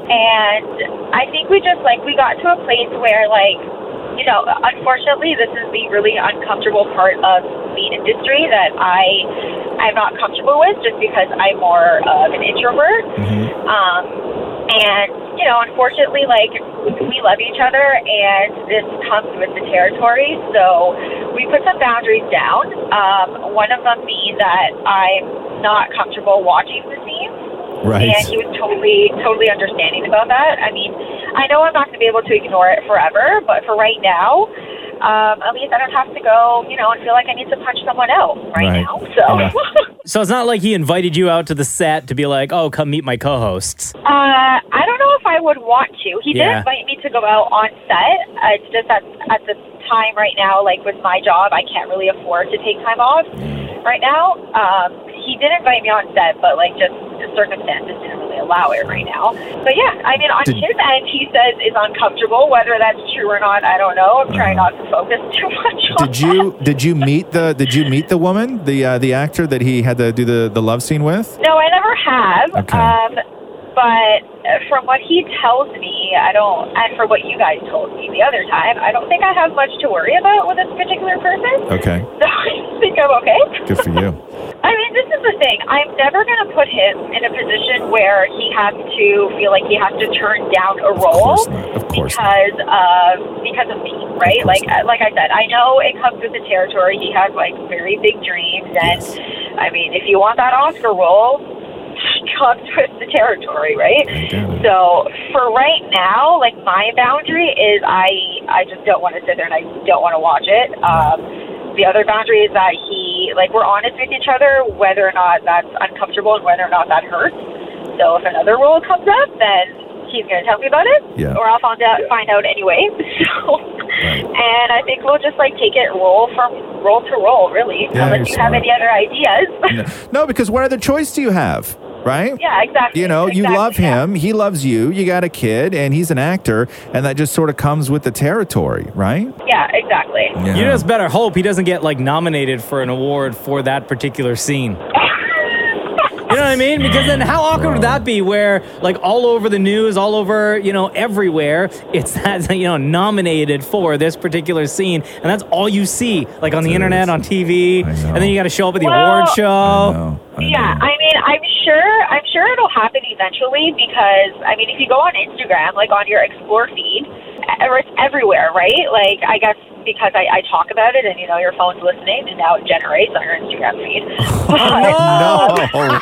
Q: and I think we just like we got to a place where like you know, unfortunately, this is the really uncomfortable part of the industry that I I'm not comfortable with, just because I'm more of an introvert. Um, and you know, unfortunately, like we love each other, and this comes with the territory. So we put some boundaries down. Um, one of them being that I'm not comfortable watching the scenes.
D: Right.
Q: And he was totally, totally understanding about that. I mean, I know I'm not going to be able to ignore it forever, but for right now, um, at least I don't have to go, you know, and feel like I need to punch someone else right, now. So,
G: So it's not like he invited you out to the set to be like, oh, come meet my co hosts.
Q: uh, I don't know if I would want to. He
G: Yeah.
Q: did invite me to go out on set. Uh, it's just at, at the time right now, like with my job, I can't really afford to take time off right now. Um, he did invite me on set, but like just the circumstances didn't really allow it right now. But yeah, I mean, on
D: Did-
Q: his end, he says is uncomfortable. Whether that's true or not, I don't know. I'm trying not to focus too much on
D: Did you did you meet the did you meet the woman the uh, the actor that he had to do the, the love scene with?
Q: No, I never have.
D: Okay.
Q: Um, but from what he tells me, I don't, and from what you guys told me the other time, I don't think I have much to worry about with this particular person.
D: Okay,
Q: So I think I'm okay.
D: good for you.
Q: I mean, this is the thing. I'm never going to put him in a position where he has to feel like he has to turn down a role
D: course not. Of course not.
Q: because of because of me, right? Like like I said, I know it comes with the territory. He has like very big dreams, and I mean, if you want that Oscar role, it comes with the territory, right? So for right now, like my boundary is I I just don't want to sit there and I don't want to watch it. Um, the other boundary is that he like we're honest with each other whether or not that's uncomfortable and whether or not that hurts. So if another role comes up, then he's going to tell me about it,
B: Yeah.
Q: or I'll find out find out anyway. So, and I think we'll just like take it roll from roll to roll, really.
D: Yeah,
Q: unless you
D: you're
Q: have
D: smart.
Q: any other ideas.
D: No, because what other choice do you have? Right?
Q: Yeah, exactly,
D: You know, you
Q: exactly,
D: love him, he loves you, you got a kid, and he's an actor, and that just sort of comes with the territory, right?
Q: yeah, exactly.
G: You just better hope he doesn't get like nominated for an award for that particular scene. You know what I mean? Because then how awkward would that be where like all over the news, all over, you know, everywhere, it's that you know, nominated for this particular scene and that's all you see like on the internet, on TV, and then you got to show up at the
Q: Well-
G: award show.
Q: yeah, I mean, I'm sure, I'm sure it'll happen eventually because I mean, if you go on Instagram, like on your explore feed, e- it's everywhere, right? Like, I guess because I, I talk about it, and you know, your phone's listening, and now it generates on your Instagram feed.
G: Oh,
Q: um,
G: Yo,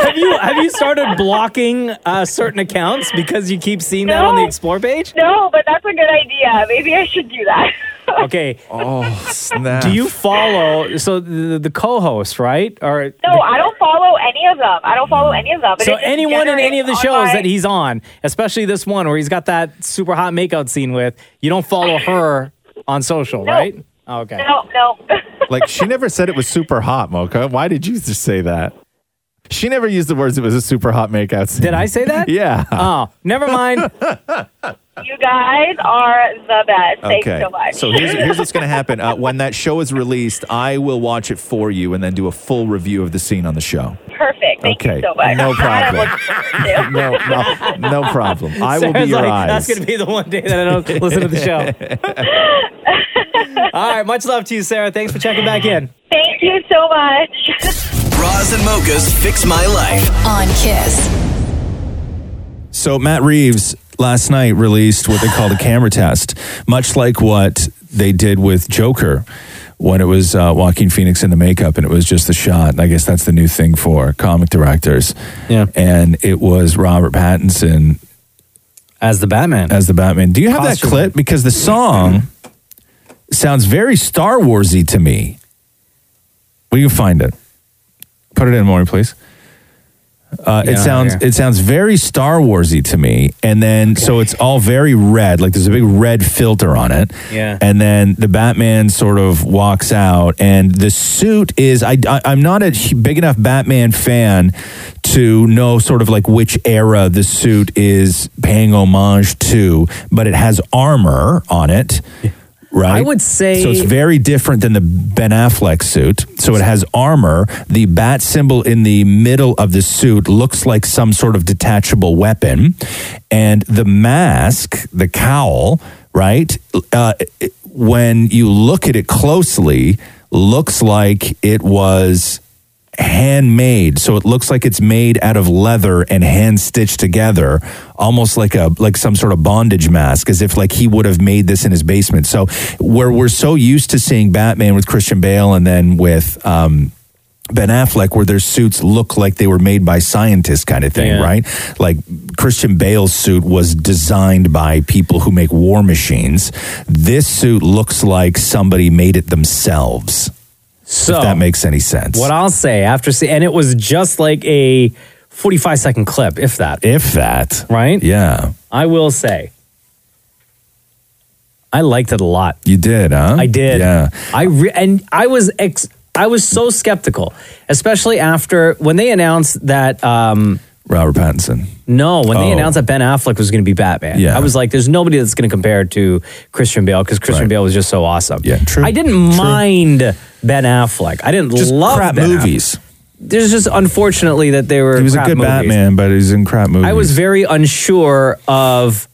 G: have you have you started blocking uh, certain accounts because you keep seeing that on the explore page?
Q: No, but that's a good idea. Maybe I should do that.
G: Okay.
D: Oh snap!
G: Do you follow? So the, the co-host, right? Or
Q: No, I don't follow any of them. I don't follow any of them. But
G: so
Q: it just
G: anyone in any of the
Q: generates
G: shows
Q: on
G: that
Q: my-
G: he's on, especially this one where he's got that super hot makeout scene with, you don't follow her on social,
Q: No.
G: right? Oh, Okay.
Q: No, no.
D: Like she never said it was super hot, Mocha. Why did you just say that? She never used the words it was a super hot makeout scene.
G: Did I say that?
D: yeah.
Q: Uh,
G: Oh, never mind.
Q: You guys are the best. Thanks so much.
D: here's, here's what's going to happen. Uh, when that show is released, I will watch it for you and then do a full review of the scene on the show.
Q: Perfect. Thank
D: okay.
Q: you so much.
D: No
Q: That
D: problem.
Q: I'm
D: no, no, no problem. I will be
G: Sarah's
D: your
G: like,
D: eyes.
G: That's going to be the one day that I don't listen to the show. All right. Much love to you, Sarah. Thanks for checking back in.
Q: Thank you so much.
A: Roz and Mocha's Fix My Life.
C: on Kiss.
D: So Matt Reeves last night released what they called a camera test, much like what they did with Joker when it was uh, Joaquin Phoenix in the makeup and it was just the shot. And I guess that's the new thing for comic directors. Yeah. And it was Robert Pattinson
G: as the Batman.
D: As the Batman. Do you have that
G: Costume.
D: clip? Because the song sounds very Star Warsy to me. We can find it. Put it in, Maury, please. Uh,
R: Yeah,
D: it sounds
R: yeah.
D: it sounds very Star Warsy to me, and then so it's all very red. Like there's a big red filter on it.
R: Yeah.
D: And then the Batman sort of walks out, and the suit is I, I am not a hu- big enough Batman fan to know sort of like which era the suit is paying homage to, but it has armor on it. Right.
G: I would say-
D: so. It's very different than the Ben Affleck suit. So it has armor. The bat symbol in the middle of the suit looks like some sort of detachable weapon, and the mask, the cowl, right? Uh, it- when you look at it closely, looks like it was handmade, so it looks like it's made out of leather and hand stitched together, almost like a like some sort of bondage mask, as if like he would have made this in his basement. So where we're so used to seeing Batman with Christian Bale and then with um, Ben Affleck, where their suits look like they were made by scientists, kind of thing,
G: Yeah.
D: right? Like Christian Bale's suit was designed by people who make war machines. This suit looks like somebody made it themselves.
G: So-
D: if that makes any sense.
G: What I'll say after see, and it was just like a 45 second clip, if that.
D: If that.
G: Right?
D: Yeah.
G: I will say, I liked it a lot.
D: You did, huh?
G: I did.
D: Yeah.
G: I re- and I was ex- I was so skeptical, especially after when they announced that um
D: Robert Pattinson.
G: No, when they
D: Oh.
G: announced that Ben Affleck was going to be Batman,
D: Yeah.
G: I was like, "There's nobody that's going to compare to Christian Bale because Christian Bale was just so awesome." Yeah, true. I didn't mind Ben Affleck. I didn't
D: Just
G: love
D: crap
G: Ben Aff-
D: movies.
G: There's just unfortunately that they were.
D: He was a
G: crap
D: good
G: movies.
D: Batman, but he's in crap movies.
G: I was very unsure of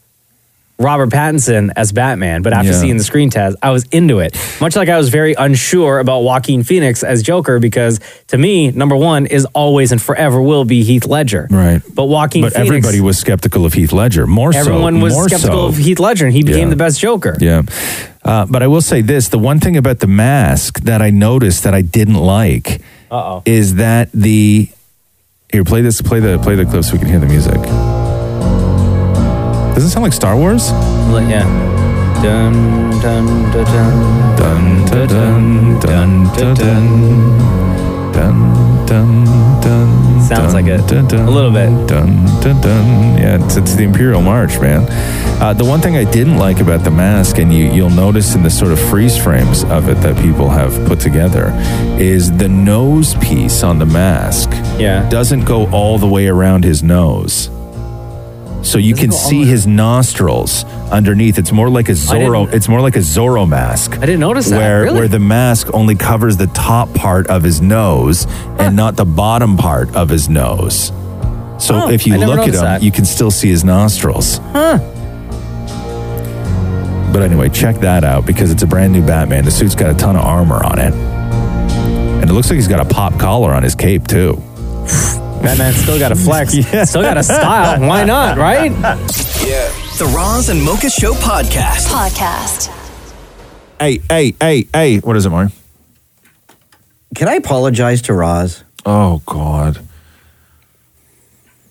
G: Robert Pattinson as Batman, but after
D: Yeah.
G: seeing the screen test, I was into it. Much like I was very unsure about Joaquin Phoenix as Joker, because to me, number one is always and forever will be Heath Ledger.
D: right.
G: But Joaquin
D: But
G: Phoenix,
D: everybody was skeptical of Heath Ledger. More so,
G: everyone was
D: more
G: skeptical
D: so.
G: of Heath Ledger, and he became
D: Yeah.
G: the best Joker.
D: Yeah. Uh, but I will say this the one thing about the mask that I noticed that I didn't like
G: Uh oh.
D: is that the. Here, play this, play the, play the clip so we can hear the music. Doesn't it sound like Star Wars?
G: Yeah. Dun, dun, dun, dun.
D: Dun, dun, dun, dun, dun, dun. Dun, dun, dun, dun,
G: Sounds like it.
D: dun, dun,
G: A little bit.
D: Dun, dun, dun. Yeah, it's, it's the Imperial March, man. Uh, the one thing I didn't like about the mask, and you, you'll notice in the sort of freeze frames of it that people have put together, is the nose piece on the mask
G: yeah.
D: doesn't go all the way around his nose. So you can see his nostrils underneath. It's more like a Zorro. It's more like a Zorro mask. I
G: didn't notice that.
D: Where
G: Really?
D: where the mask only covers the top part of his nose and not the bottom part of his nose. So
G: Huh,
D: if
G: Oh, I
D: you
G: never
D: look at him,
G: noticed that.
D: you can still see his nostrils.
G: Huh.
D: But anyway, check that out because it's a brand new Batman. The suit's got a ton of armor on it, and it looks like he's got a pop collar on his cape too.
G: Batman still got a flex. Still got a style. Why not, right?
A: Yeah. The Roz and Mocha Show podcast.
C: Podcast.
D: Hey, hey, hey, hey. What is it, Mario?
H: Can I apologize to Roz?
D: Oh God.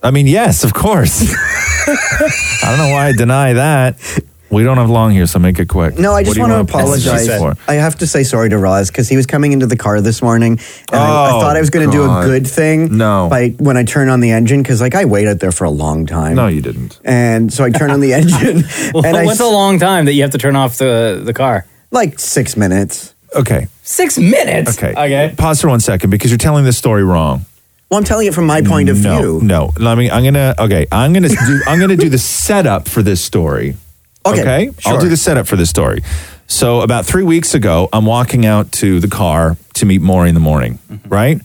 D: I mean, yes, of course. I don't know why I deny that. We don't have long here, so make it quick.
H: No, I
D: What
H: just
D: do you
H: want to
D: wanna
H: apologize.
D: for?
H: I have to say sorry to Roz because he was coming into the car this morning, and I, I
D: Oh,
H: thought I was going to do a
D: God.
H: good thing.
D: No.
H: by when I turn on the engine because like I waited there for a long time.
D: No, you didn't.
H: And so I turn on the engine, and I
G: What's a
H: s-
G: long time that you have to turn off the, the car?
H: like six minutes.
D: Okay.
G: Six minutes.
D: Okay. Okay. Pause for one second because you're telling this story wrong.
H: Well, I'm telling it from my point of
D: no,
H: view.
D: No. Let me. I'm gonna. Okay. I'm gonna do. I'm gonna do the setup for this story.
H: Okay,
D: I'll do
H: sure.
D: the setup for this story. So about three weeks ago, I'm walking out to the car to meet Maury in the morning,
H: Mm-hmm.
D: right?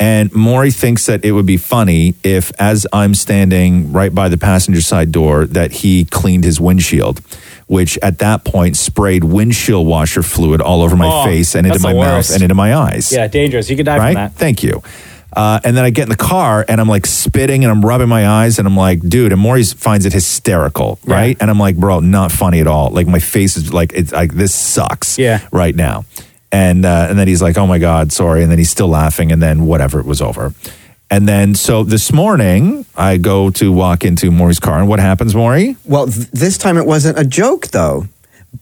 D: And Maury thinks that it would be funny if, as I'm standing right by the passenger side door, that he cleaned his windshield, which at that point sprayed windshield washer fluid all over my
G: Oh,
D: face and into
G: that's
D: my
G: the
D: mouth
G: worst.
D: and into my eyes
G: Yeah, dangerous. You could die
D: right?
G: from that.
D: Thank you. Uh, and then I get in the car and I'm like spitting and I'm rubbing my eyes and I'm like, dude. And Maury finds it hysterical, right? And I'm like, bro, not funny at all. Like my face is like, it's like this sucks,
G: Yeah.
D: right now. And uh, and then he's like, oh my god, sorry. And then he's still laughing. And then whatever, it was over. And then so this morning I go to walk into Maury's car and what happens, Maury?
H: Well, th- this time it wasn't a joke though,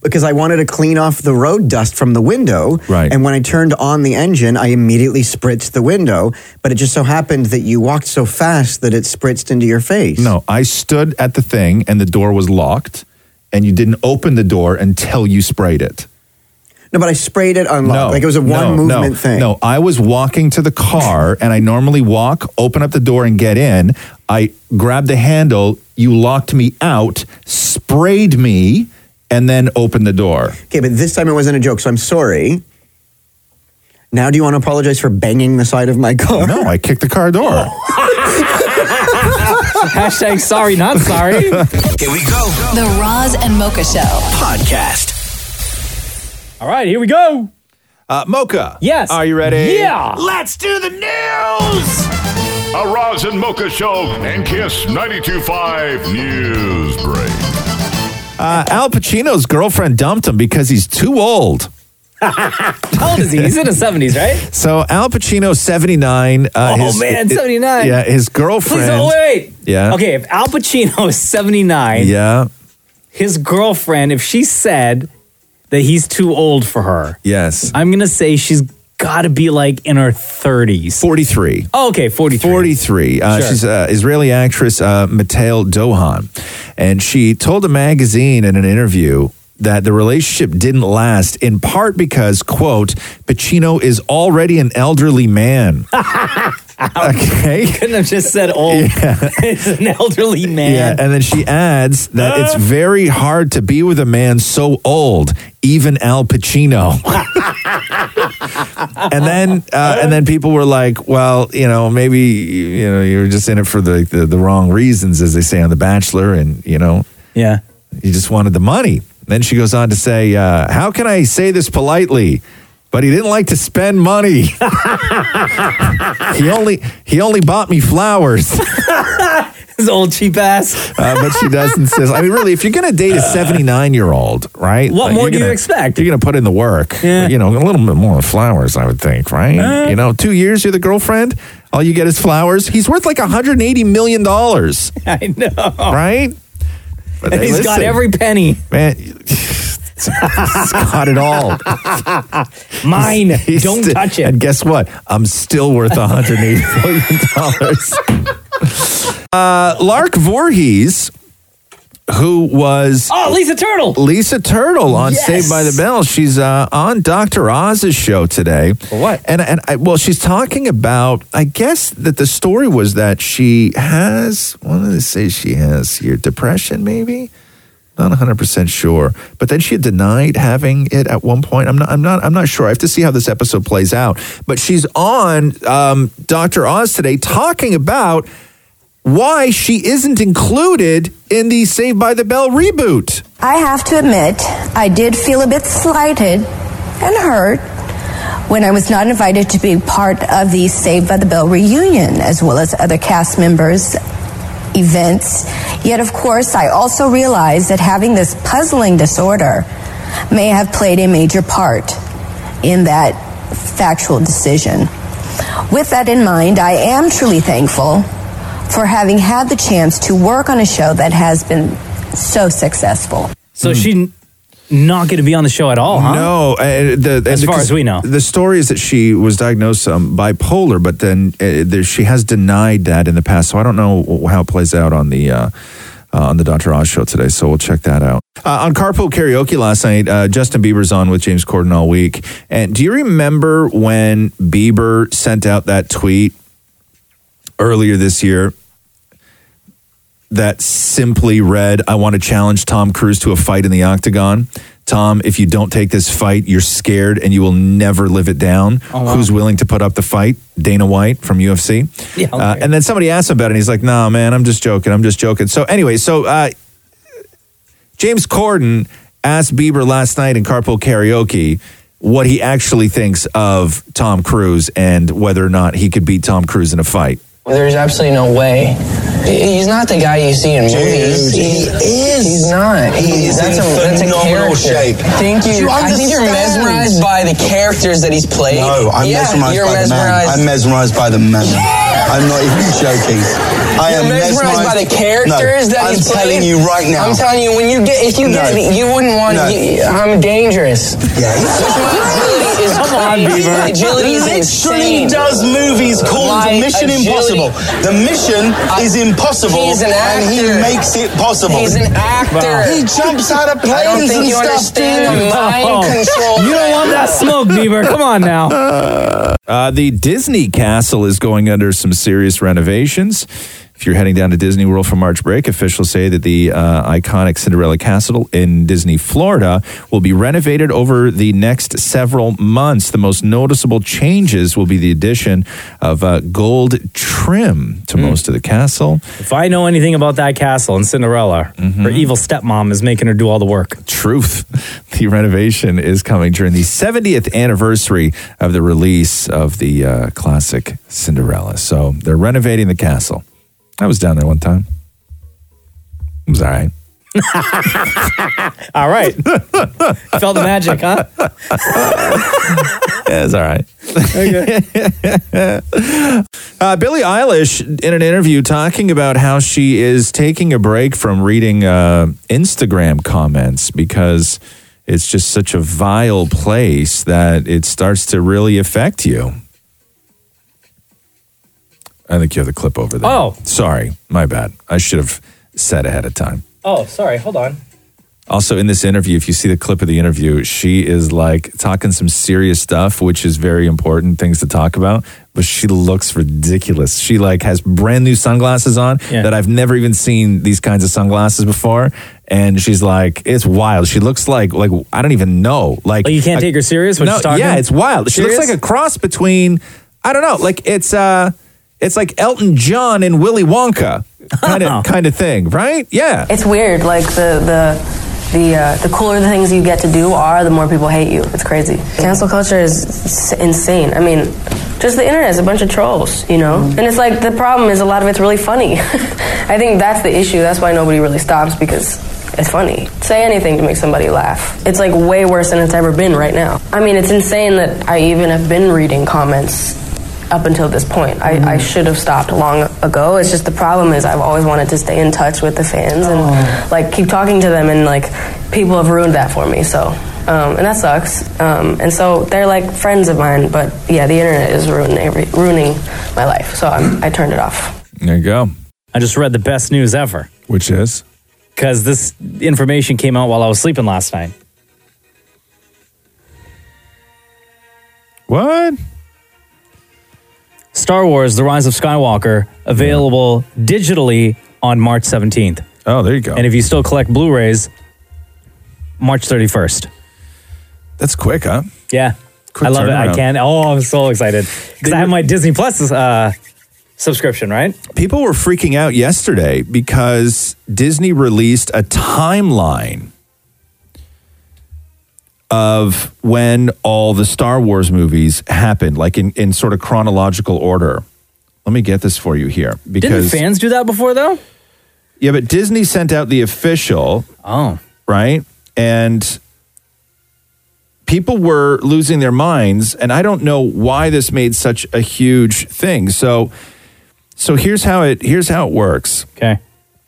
H: because I wanted to clean off the road dust from the window.
D: Right.
H: And when I turned on the engine, I immediately spritzed the window, but it just so happened that you walked so fast that it spritzed into your face.
D: No, I stood at the thing and the door was locked, and you didn't open the door until you sprayed it.
H: No, but I sprayed it unlocked. like it was a
D: no,
H: one movement
D: no,
H: thing.
D: No, I was walking to the car and I normally walk, open up the door and get in. I grabbed the handle, you locked me out, sprayed me, and then opened the door.
H: Okay, but this time it wasn't a joke, so I'm sorry. Now, do you want to apologize for banging the side of my car?
D: No, I kicked the car door.
G: Hashtag sorry, not sorry.
A: Here we go.
C: The Roz and Mocha Show.
A: Podcast.
G: All right, here we go.
L: Uh, Mocha.
R: Yes.
L: Are you ready?
R: Yeah.
L: Let's do the news.
R: A Roz and Mocha Show and Kiss 92.5 News Break.
D: Uh, Al Pacino's girlfriend dumped him because he's too old.
G: How old is he? He's in his 70s, right?
D: So Al Pacino, uh, seventy nine.
G: Oh, man, 79.
D: Yeah, his girlfriend.
G: Please don't wait.
D: Yeah.
G: Okay, if Al Pacino is 79,
D: yeah.
G: his girlfriend, if she said that he's too old for her,
D: yes,
G: I'm going to say she's got to be like in her 30s.
D: 43.
G: Oh, okay, 43.
D: 43. Uh,
G: Sure.
D: She's uh, Israeli actress uh, Mattel Dohan. And she told a magazine in an interview that the relationship didn't last in part because, quote, Pacino is already an elderly man. okay.
G: Couldn't have just said old. He's an elderly man. Ah.
D: Yeah, and then she adds that it's very hard to be with a man so old, even Al Pacino. and then uh, and then people were like, well, you know, maybe you know you were just in it for the, the the wrong reasons, as they say on The Bachelor, and you know,
G: yeah,
D: you just wanted the money. Then she goes on to say, uh, how can I say this politely? But he didn't like to spend money. he only he only bought me flowers.
G: His old cheap ass.
D: Uh, but she does insist. I mean, really, if you're going to date a 79 year old, right?
G: What more
D: you're
G: do you
D: gonna-
G: expect?
D: You're going to put in the work. You know, a little bit more than flowers, I would think, right?
G: Uh.
D: you know, two years you're the girlfriend, all you get is flowers. He's worth like 180 million dollars,
G: I know.
D: right? But
G: And
D: hey,
G: he's got
D: listen,
G: every penny.
D: man. He's got it all.
G: Mine.
D: He's
G: Don't
D: sti-
G: touch it.
D: And guess what? I'm still worth 180 million dollars. Uh, Lark Voorhees, who was
G: oh Lisa Turtle,
D: Lisa Turtle on
G: Yes.
D: Saved by the Bell. She's uh, on Dr. Oz's show today. What? And and I, well, she's talking about. I guess that the story was that she has. What did they say she has here? Depression, maybe. Not 100% sure, but then she had denied having it at one point. I'm not. I'm not. I'm not sure. I have to see how this episode plays out. But she's on um, Dr. Oz today talking about why she isn't included in the Saved by the Bell reboot.
T: I have to admit, I did feel a bit slighted and hurt when I was not invited to be part of the Saved by the Bell reunion, as well as other cast members' events. Yet, of course, I also realized that having this puzzling disorder may have played a major part in that factual decision. With that in mind, I am truly thankful for having had the chance to work on a show that has been so successful.
G: So she n- not going to be on the show at all, huh?
D: Hmm. No, uh, the,
G: As
D: and
G: far
D: because
G: as we know.
D: the story is that she was diagnosed um, bipolar, but then uh, there, she has denied that in the past. So I don't know how it plays out on the uh, uh, on the Dr. Oz show today. So we'll check that out. Uh, on Carpool Karaoke last night, uh, Justin Bieber's on with James Corden all week. And do you remember when Bieber sent out that tweet earlier this year that simply read, I want to challenge Tom Cruise to a fight in the octagon. Tom, if you don't take this fight, you're scared and you will never live it down.
L: Oh, wow.
D: Who's willing to put up the fight? Dana White from UFC.
L: Yeah,
D: Uh, and then somebody asked him about it and he's like, nah, man, I'm just joking. I'm just joking. So, anyway, so uh, James Corden asked Bieber last night in Carpool Karaoke what he actually thinks of Tom Cruise and whether or not he could beat Tom Cruise in a fight.
U: There's absolutely no way. He's not the guy you see in movies. He's, is. He's not. He,
K: is
U: that's
K: in
U: a, that's a
K: phenomenal
U: character.
K: shape.
U: Thank
K: Do
U: you.
K: you
U: I think you're
K: understand?
U: mesmerized by the characters that he's played.
K: No, I'm
U: yeah,
K: mesmerized
U: you're
K: by
U: mesmerized.
K: the man. I'm mesmerized by the man. I'm not even joking. I
U: You're
K: am
U: mesmerized, by the characters
K: no,
U: that
K: I'm
U: he's
K: telling
U: played.
K: you right now.
U: I'm telling you, when you get, if you get
K: No.
U: it, you wouldn't want.
K: No.
U: You, I'm dangerous.
K: Yeah.
U: Agility is
K: Come on,
U: crazy.
K: Bieber.
U: Agility is
K: Literally
U: insane.
K: does movies called
U: Like
K: Mission
U: agility-
K: Impossible. The mission is impossible,
U: He's an
K: and he
U: actor.
K: makes it possible.
U: He's an actor.
K: He jumps out of planes
U: I don't think
K: and
U: you
K: stuff,
U: understand
K: dude.
U: the
G: Oh.
U: mind
K: No.
U: control.
G: You don't want that smoke, Bieber. Come on now.
D: Uh, the Disney castle is going under some serious renovations. If you're heading down to Disney World for March break, officials say that the uh, iconic Cinderella Castle in Disney, Florida, will be renovated over the next several months. The most noticeable changes will be the addition of uh, gold trim
G: Hmm.
D: to most of the castle.
G: If I know anything about that castle and Cinderella,
D: Mm-hmm.
G: her evil stepmom is making her do all the work.
D: Truth. The renovation is coming during the 70th anniversary of the release of the uh, classic Cinderella. So they're renovating the castle. I was down there one time. It was all right.
G: all right. Felt the magic, huh?
D: Yeah, it's all right. uh, Billie Eilish, in an interview, talking about how she is taking a break from reading uh, Instagram comments because it's just such a vile place that it starts to really affect you. I think you have the clip over there.
G: Oh.
D: Sorry. My bad. I should have said ahead of time.
G: Oh, sorry. Hold on.
D: Also, in this interview, if you see the clip of the interview, she is like talking some serious stuff, which is very important things to talk about. But she looks ridiculous. She like has brand new sunglasses on
G: Yeah.
D: that I've never even seen these kinds of sunglasses before, and she's like, it's wild. She looks like like I don't even know. Like
G: Like, Oh, you can't
D: I-
G: take her serious when
D: no,
G: she's talking?
D: yeah, it's wild. She looks
G: Serious?
D: like a cross between I don't know. Like it's uh, it's like Elton John and Willy Wonka kind of kind of thing, right? Yeah.
E: It's weird. Like the the the uh, the cooler the things you get to do are, the more people hate you. It's crazy. Cancel culture is s- insane. I mean, just the internet is a bunch of trolls, you know.
D: Mm-hmm.
E: And it's like the problem is a lot of it's really funny. I think that's the issue. That's why nobody really stops because it's funny. Say anything to make somebody laugh. It's like way worse than it's ever been right now. I mean, it's insane that I even have been reading comments up until this point. I, I should have stopped long ago. It's just the problem is I've always wanted to stay in touch with the fans and like keep talking to them, and like people have ruined that for me. So. Um, and that sucks. Um, and so they're like friends of mine, but yeah, the internet is ruining every, ruining my life. So I'm, I turned it off.
D: There you go.
G: I just read the best news ever.
D: Which is?
G: Because this information came out while I was sleeping last night.
D: What?
G: Star Wars The Rise of Skywalker available digitally on March 17th.
D: Oh, there you go.
G: And if you still collect Blu rays, March 31st.
D: That's quick, huh?
G: Yeah.
D: Quick
G: I love it. I
D: turnaround.
G: can't. Oh, I'm so excited. Because I have my Disney Plus uh, subscription, right?
D: People were freaking out yesterday because Disney released a timeline of when all the Star Wars movies happened, like in, in sort of chronological order. Let me get this for you here.
G: Didn't
D: Because
G: fans do that before, though?
D: Yeah, but Disney sent out the official.
G: Oh.
D: Right? And people were losing their minds, and I don't know why this made such a huge thing. So so here's how it here's how it works.
G: Okay.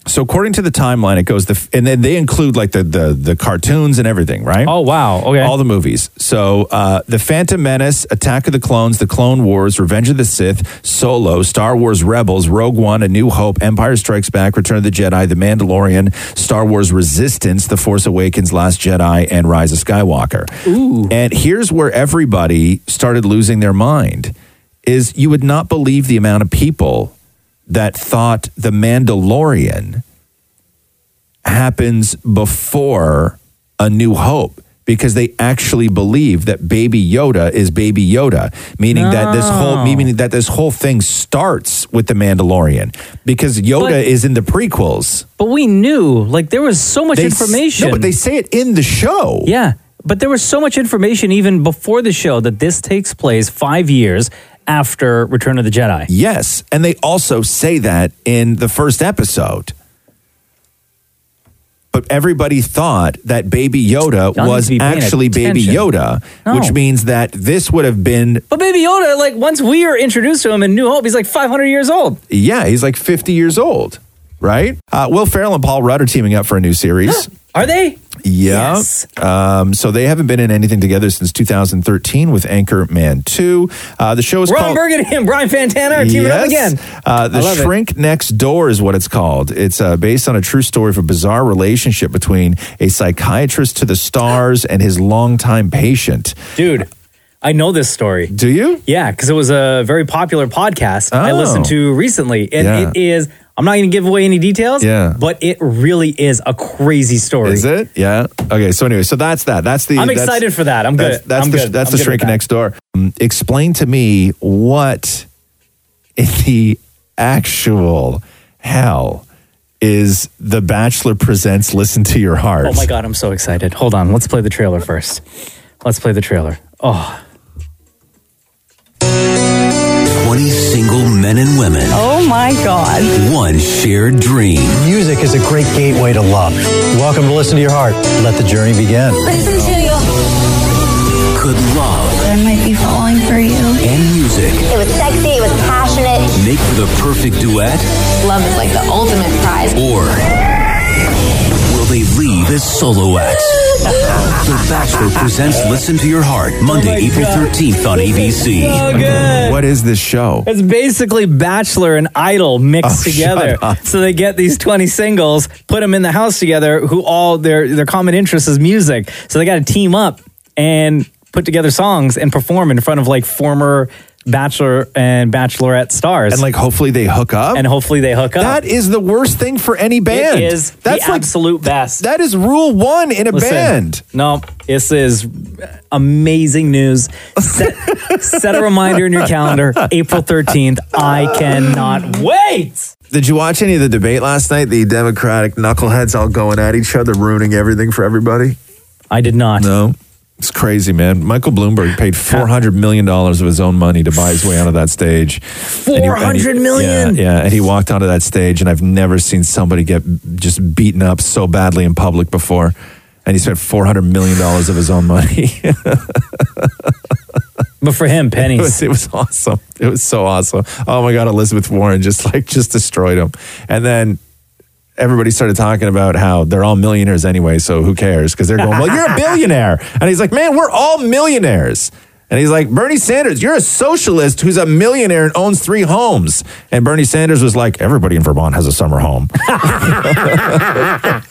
D: So according to the timeline, it goes the f- and then they include like the the the cartoons and everything, right? Oh
G: wow, okay.
D: All the movies. So uh, the Phantom Menace, Attack of the Clones, The Clone Wars, Revenge of the Sith, Solo, Star Wars Rebels, Rogue One, A New Hope, Empire Strikes Back, Return of the Jedi, The Mandalorian, Star Wars Resistance, The Force Awakens, Last Jedi, and Rise of Skywalker. Ooh. And here's where everybody started losing their mind: is you would not believe the amount of people that thought The Mandalorian happens before A New Hope because they actually believe that Baby Yoda is Baby Yoda, meaning that this whole meaning that this whole thing starts with the Mandalorian because Yoda is in the prequels.
G: But we knew, like, there was so much
D: They s-
G: information.
D: no, but they say it in the show.
G: Yeah, but there was so much information even before the show that this takes place five years after Return of the Jedi.
D: Yes, and they also say that in the first episode. But everybody thought that Baby Yoda
G: Y'all need
D: was
G: to be paying
D: actually Baby
G: attention.
D: Yoda,
G: No.
D: which means that this would have been
G: But Baby Yoda, like, once we are introduced to him in New Hope, he's like 500 years old.
D: Yeah, he's like 50 years old, right? Uh, Will Ferrell and Paul Rudd are teaming up for a new series.
G: Are they?
D: Yeah. Um, so they haven't been in anything together since 2013 with Anchor Man 2. Uh, the show is
G: Ron
D: called.
G: Burgundy and Brian Fantana are teaming up again.
D: Uh, the
G: I love it.
D: Shrink Next Door is what it's called. It's uh, based on a true story of a bizarre relationship between a psychiatrist to the stars and his longtime patient.
G: Dude, I know this story.
D: Do you?
G: Yeah, because it was a very popular podcast I
D: Oh.
G: listened to recently. And
D: Yeah.
G: it is I'm not going to give away any details.
D: Yeah.
G: But it really is a crazy story.
D: Is it? Yeah. Okay. So anyway, so that's that. That's the.
G: I'm
D: that's-
G: excited for that. I'm good.
D: That's, that's
G: I'm
D: the
G: good.
D: that's
G: I'm
D: the
G: good with
D: shrink
G: that.
D: next door. Um, explain to me what in the actual hell is the Bachelor presents Listen to Your Heart.
G: Oh my God, I'm so excited. Hold on. Let's play the trailer first. Let's play the trailer. Oh,
I: 20 single men and women.
C: Oh my God.
I: One shared dream.
H: Music is a great gateway to love. Welcome to Listen to Your Heart. Let the journey begin.
C: Listen to you.
I: Could love
C: I might be falling for you.
I: and music
C: It was sexy. It was passionate.
I: make for the perfect duet?
C: Love is like the ultimate prize.
I: Or will they leave as solo acts? the Bachelor presents Listen to Your Heart,
G: Oh
I: Monday, April 13th on ABC.
D: What is this show?
G: it's basically Bachelor and Idol mixed
I: Oh, shut
G: together. So they get these 20 singles, put them in the house together, who all their, their common interest is music. So they got to team up and put together songs and perform in front of like former Bachelor and Bachelorette stars.
D: And like, hopefully they hook up.
G: And hopefully they hook up.
D: That is the worst thing for any band.
G: It is
D: That's
G: the
D: like
G: absolute best.
D: that is rule one in a
G: Listen,
D: band.
G: No, this is amazing news. Set, set a reminder in your calendar, April 13th. I cannot wait.
V: Did you watch any of the debate last night? The Democratic knuckleheads all going at each other, ruining everything for everybody?
G: I did not.
D: No. It's crazy, man. Michael Bloomberg paid four hundred million dollars of his own money to buy his way onto that stage. Four hundred
G: $400
D: million.
G: million?
D: Yeah, yeah, and he walked onto that stage, and I've never seen somebody get just beaten up so badly in public before. And he spent four hundred million dollars of his own money.
G: But for him, pennies.
D: It was, it was awesome. It was so awesome. Oh my god, Elizabeth Warren just like just destroyed him. And then everybody started talking about how they're all millionaires anyway, so who cares? Because they're going, well, you're a billionaire, and he's like, man, we're all millionaires. And he's like, Bernie Sanders, you're a socialist who's a millionaire and owns three homes. And Bernie Sanders was like, everybody in Vermont has a summer home.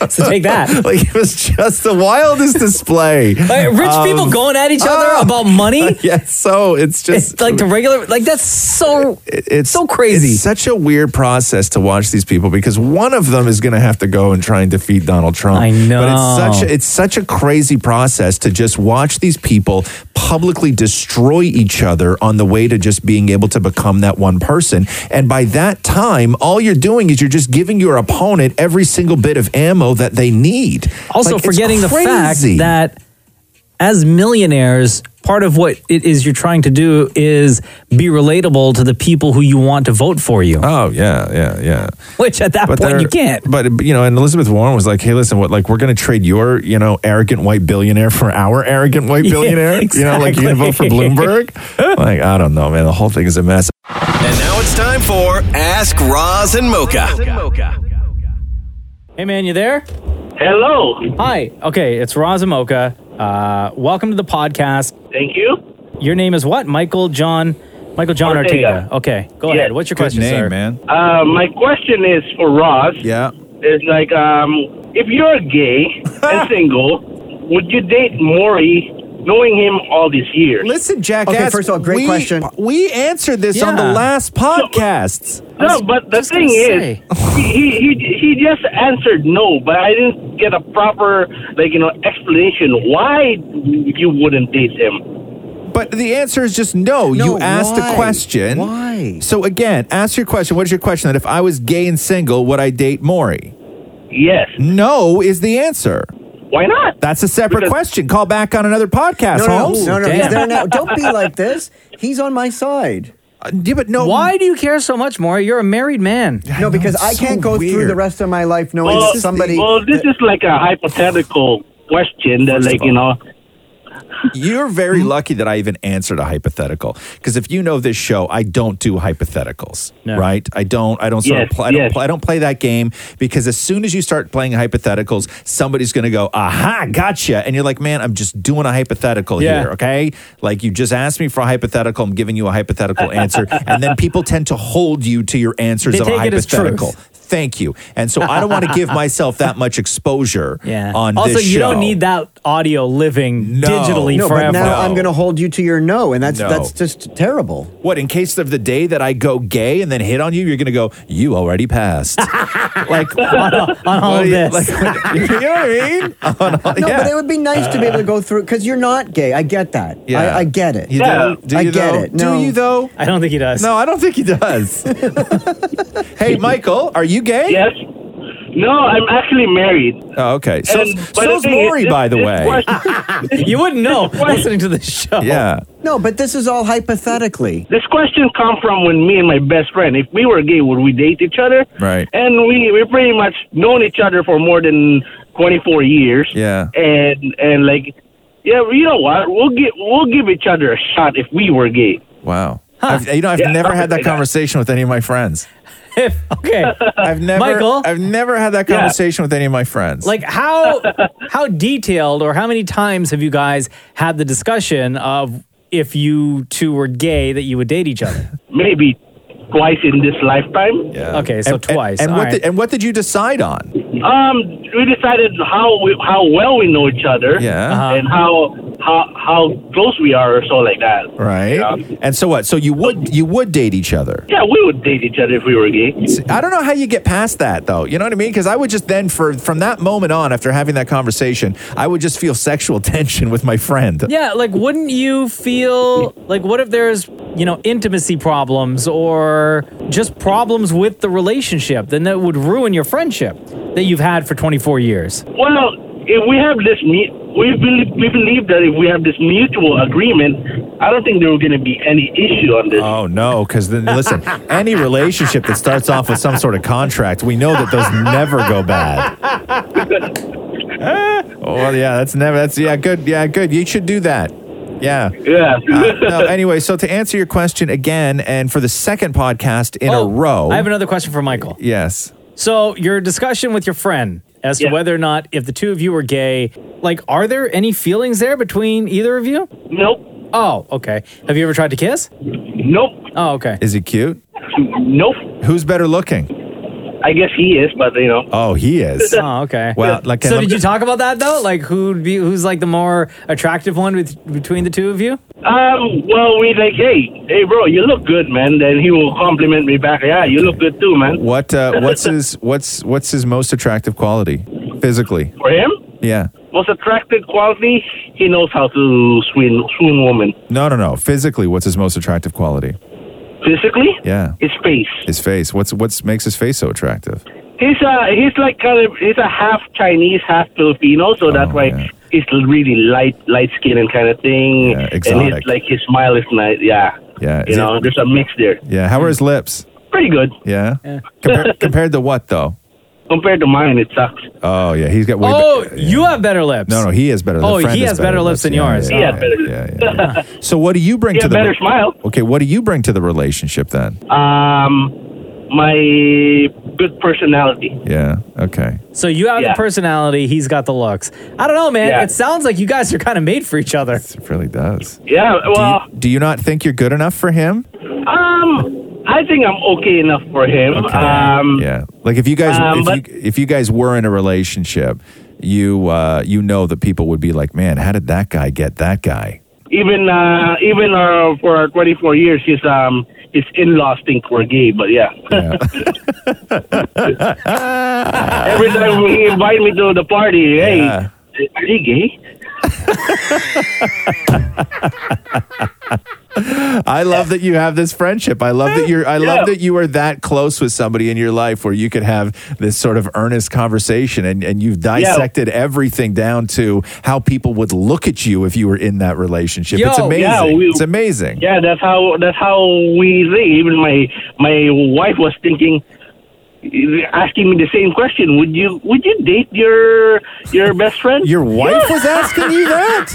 G: so take that.
D: like it was just the wildest display.
G: Like, rich
D: of-
G: people going at each other
D: um, Oh.
G: about money.
D: Yeah, so it's just
G: It's like the regular, like that's so.
D: it's so
G: crazy.
D: It's such a weird process to watch these people because one of them is going to have to go and try and defeat Donald Trump.
G: I know.
D: but it's such a, it's such a crazy process to just watch these people publicly destroy each other on the way to just being able to become that one person. And by that time, all you're doing is you're just giving your opponent every single bit of ammo that they need.
G: Also,
D: Like, it's
G: forgetting the fact
D: crazy.
G: that as millionaires, part of what it is you're trying to do is be relatable to the people who you want to vote for you.
D: Oh yeah, yeah, yeah.
G: Which at that point you
D: they're-
G: can't.
D: But you know, and Elizabeth Warren was like, "Hey, listen, what? Like, we're going to trade your, you know, arrogant white billionaire for our arrogant white
A: Yeah,
D: billionaire. You know, like you're going to vote for
A: exactly.
D: Bloomberg. like, I don't know, man. The whole thing is a mess.
A: And now it's time for Ask Roz and Mocha.
G: Hey man, you there?
M: Hello.
G: Hi. Okay, it's Roz and Mocha. Uh, welcome to the podcast.
M: Thank you.
G: Your name is what? Michael John. Michael John Ortega.
M: Ortega.
G: Okay, go
M: Yes.
G: ahead. What's your
M: Good
G: question,
M: name,
G: sir?
D: man.
M: Uh, my question is for Ross.
D: Yeah.
M: It's like, um, if you're gay and single, would you date Maury, knowing him all these years?
D: Listen, Jackass.
M: Okay, first of all, great
D: we-
M: question.
D: We answered this on the
M: Yeah.
D: last podcasts.
M: No, but the thing is, he, he he he just answered no, but I didn't get a proper like you know explanation why you wouldn't date him.
D: But the answer is just no. you asked a question. Why? So again, ask your question. What is your question? That if I was gay and single, would I date Maury?
M: Yes.
D: No is the answer.
M: Why not?
D: That's a separate
M: Because-
D: question. Call back on another podcast,
H: No, no, no,
D: Holmes.
H: no, no, he's there now. Don't be like this. He's on my side.
D: Uh, yeah, but no.
G: Why do you care so much, Maury? You're a married man.
H: No, because I can't go through the rest of my life knowing
M: well,
H: somebody.
M: Well, this is like a hypothetical question that like you know.
D: You're very
A: Hmm.
D: lucky that I even answered a hypothetical because if you know this show, I don't do hypotheticals,
A: No.
D: right? I don't. I don't. Sort
A: Yes,
D: of play, I, don't
A: yes.
D: play, I don't play that game because as soon as you start playing hypotheticals, somebody's going to go, "Aha, gotcha!" And you're like, "Man, I'm just doing a hypothetical
A: Yeah.
D: here, okay? Like you just asked me for a hypothetical. I'm giving you a hypothetical answer, and then people tend to hold you to your answers
A: They
D: of a
A: take it as truth.
D: hypothetical." Thank you. And so I don't want to give myself that much exposure
G: Yeah.
D: on
G: also,
D: this
G: you
D: show.
G: don't need that audio living digitally
D: No, but
G: forever.
D: now No. I'm
H: I'm going to hold you to your no, and that's
D: No.
H: that's just terrible.
D: What, in case of the day that I go gay and then hit on you, you're going to go, you already passed. like,
H: On- on all
D: what do
H: this.
D: like, you know what I mean? On all-
H: No,
D: Uh, yeah.
H: but it would be nice to be able to go through because you're not gay. I get that.
D: Yeah.
H: I, I get it.
D: You Yeah. do? Do
H: I
D: you
H: get
D: though?
H: it.
D: Do
H: No.
D: you though?
G: I don't think he does.
D: No, I don't think he does. hey, Michael, are you gay?
M: Yes. No, I'm actually married.
D: Oh, okay. So,
M: And- but the
D: so's
M: thing is,
D: Maury,
M: this-
D: by the
M: this
D: way.
M: question-
G: you wouldn't know
M: This question-
G: listening to the show.
D: Yeah.
H: No, but this is all hypothetically.
M: This question come from when me and my best friend, if we were gay, would we date each other?
D: Right.
M: And we we pretty much known each other for more than 24 years.
D: Yeah.
M: And and like, yeah, you know what? We'll get we'll give each other a shot if we were gay.
D: Wow. I've, you know, I've
M: Yeah,
D: never
M: something
D: had
M: like
D: that
M: that.
D: conversation with any of my friends.
G: Okay.
D: I've never,
G: Michael?
D: I've never had that
G: Yeah.
D: conversation with any of my friends.
G: Like how how detailed or how many times have you guys had the discussion of if you two were gay that you would date each other?
M: Maybe twice in this lifetime.
D: Yeah.
G: Okay, so
D: And- and-
G: twice.
D: And,
G: All
D: what
G: right.
D: did, and what did you decide on?
M: Um, we decided how we, how well we know each other.
D: Yeah. Uh-huh.
M: And how how how close we are or so like that.
D: Right. And so what? So you would you would date each other?
M: Yeah, we would date each other if we were gay.
D: I don't know how you get past that though. You know what I mean? Because I would just then for from that moment on, after having that conversation, I would just feel sexual tension with my friend.
G: Yeah, like wouldn't you feel like what if there's, you know, intimacy problems or just problems with the relationship? Then that would ruin your friendship that you've had for 24 years.
M: Well, if we have this, mu- we believe, we believe that if we have this mutual agreement, I don't think there were going to be any issue on this.
D: Oh no, because then listen, any relationship that starts off with some sort of contract, we know that those never go bad. Oh well, yeah, that's never that's yeah, good, yeah, good. You should do that. Yeah.
M: Yeah.
D: Uh, no, anyway, so to answer your question again, and for the second podcast in a row.
G: Oh, I have another question for Michael.
D: yes.
G: So your discussion with your friend as to whether or not if the two of you were gay, like, are there any feelings there between either of you?
M: Nope.
G: Oh, okay. Have you ever tried to kiss?
M: Nope.
G: Oh, okay.
D: Is he cute?
M: Nope.
D: Who's better looking?
M: I guess he is, but you know.
D: Oh, he is.
G: Oh, okay.
D: Well, like,
G: so
D: I'm-
G: did you talk about that though? Like, who'd be who's like the more attractive one with between the two of you?
M: Um. Well, we like, hey, hey, bro, you look good, man. Then he will compliment me back. Yeah, you look good too, man.
D: What uh, what's his what's what's his most attractive quality physically?
M: for him?
D: Yeah.
M: Most attractive quality, he knows how to swoon swoon woman.
D: No, no, no. Physically, what's his most attractive quality?
M: Physically,
D: Yeah.
M: his face.
D: His face. What's what's makes his face so attractive?
M: He's a he's like kind of he's a half Chinese, half Filipino,
D: Oh,
M: so that's why he's really light light skin and kind of thing. And
D: exotic.
M: his, like his smile is nice. Yeah.
D: Yeah,
M: You
D: is
M: know, there's a mix there.
D: Yeah. How are his lips?
M: Pretty good
D: Yeah. Compar- compared to what though?
M: compared to mine. It sucks.
D: Oh yeah, he's got way.
G: oh, you have better lips.
D: no, no, he is better. The
G: Oh,
D: friend
G: he
D: is
G: has better lips than
D: Yeah,
G: yours.
D: yeah,
G: He
D: yeah,
G: has
M: better
D: yeah, yeah, yeah. So what do you bring
M: He
D: to
M: had
D: the
M: better smile.
D: Okay, what do you bring to the relationship then?
M: Um, my good personality.
D: Yeah. Okay.
G: So you have
M: Yeah.
G: the personality, he's got the looks. I don't know, man.
M: Yeah.
G: It sounds like you guys are kind of made for each other.
D: It really does.
M: Yeah. Well,
D: Do you not think you're good enough for him?
M: um, I think I'm okay enough for him. Um,
D: yeah. Like if you guys
M: um,
D: if
M: but-
D: you if you guys were in a relationship, you uh you know that people would be like, "Man, how did that guy get that guy?"
M: even uh, even uh, for 24 years, his um his in-laws think we're gay, but yeah. Every time he invite me to the party, hey, are you gay?
D: I love that you have this friendship. I love that you're I
M: Yeah.
D: love that you are that close with somebody in your life where you could have this sort of earnest conversation and and you've dissected everything down to how people would look at you if you were in that relationship. it's
M: Yo.
D: amazing.
M: Yeah, we-
D: it's amazing.
M: Yeah, that's how that's how we think. Even my my wife was thinking, asking me the same question. Would you would you date your your best friend?
D: Your wife was asking you that?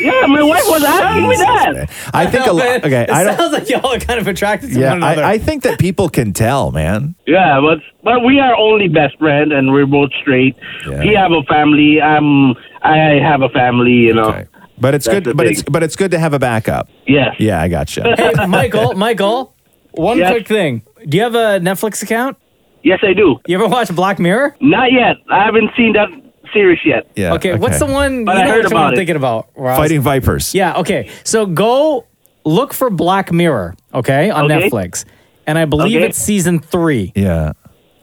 M: Yeah, my wife was asking me
D: Jesus,
M: that.
D: man. I think a lot. Okay,
G: it
D: I don't
G: sounds like y'all are kind of attracted to
D: Yeah,
G: one another.
D: I, I think that people can tell, man.
M: Yeah, but but we are only best friend, and we're both straight. He have a family. I'm I have a family. You know.
D: But it's
M: That's the
D: good. But
M: thing.
D: it's but it's good to have a backup.
M: Yes.
D: Yeah, I gotcha.
G: hey, Michael, Michael, one
M: Yes.
G: quick thing. Do you have a Netflix account?
M: Yes, I do.
G: You ever watch Black Mirror?
M: Not yet. I haven't seen that series yet.
D: Yeah.
G: Okay, what's the
D: okay.
G: one?
M: But
G: you
M: I
G: know
M: heard
G: which one
M: about
G: I'm
M: it.
G: thinking about. Roz?
D: Fighting Vipers.
G: Yeah. Okay. So go look for Black Mirror. Okay, on
D: Okay.
G: Netflix, and I believe
D: Okay.
G: it's season three.
D: Yeah.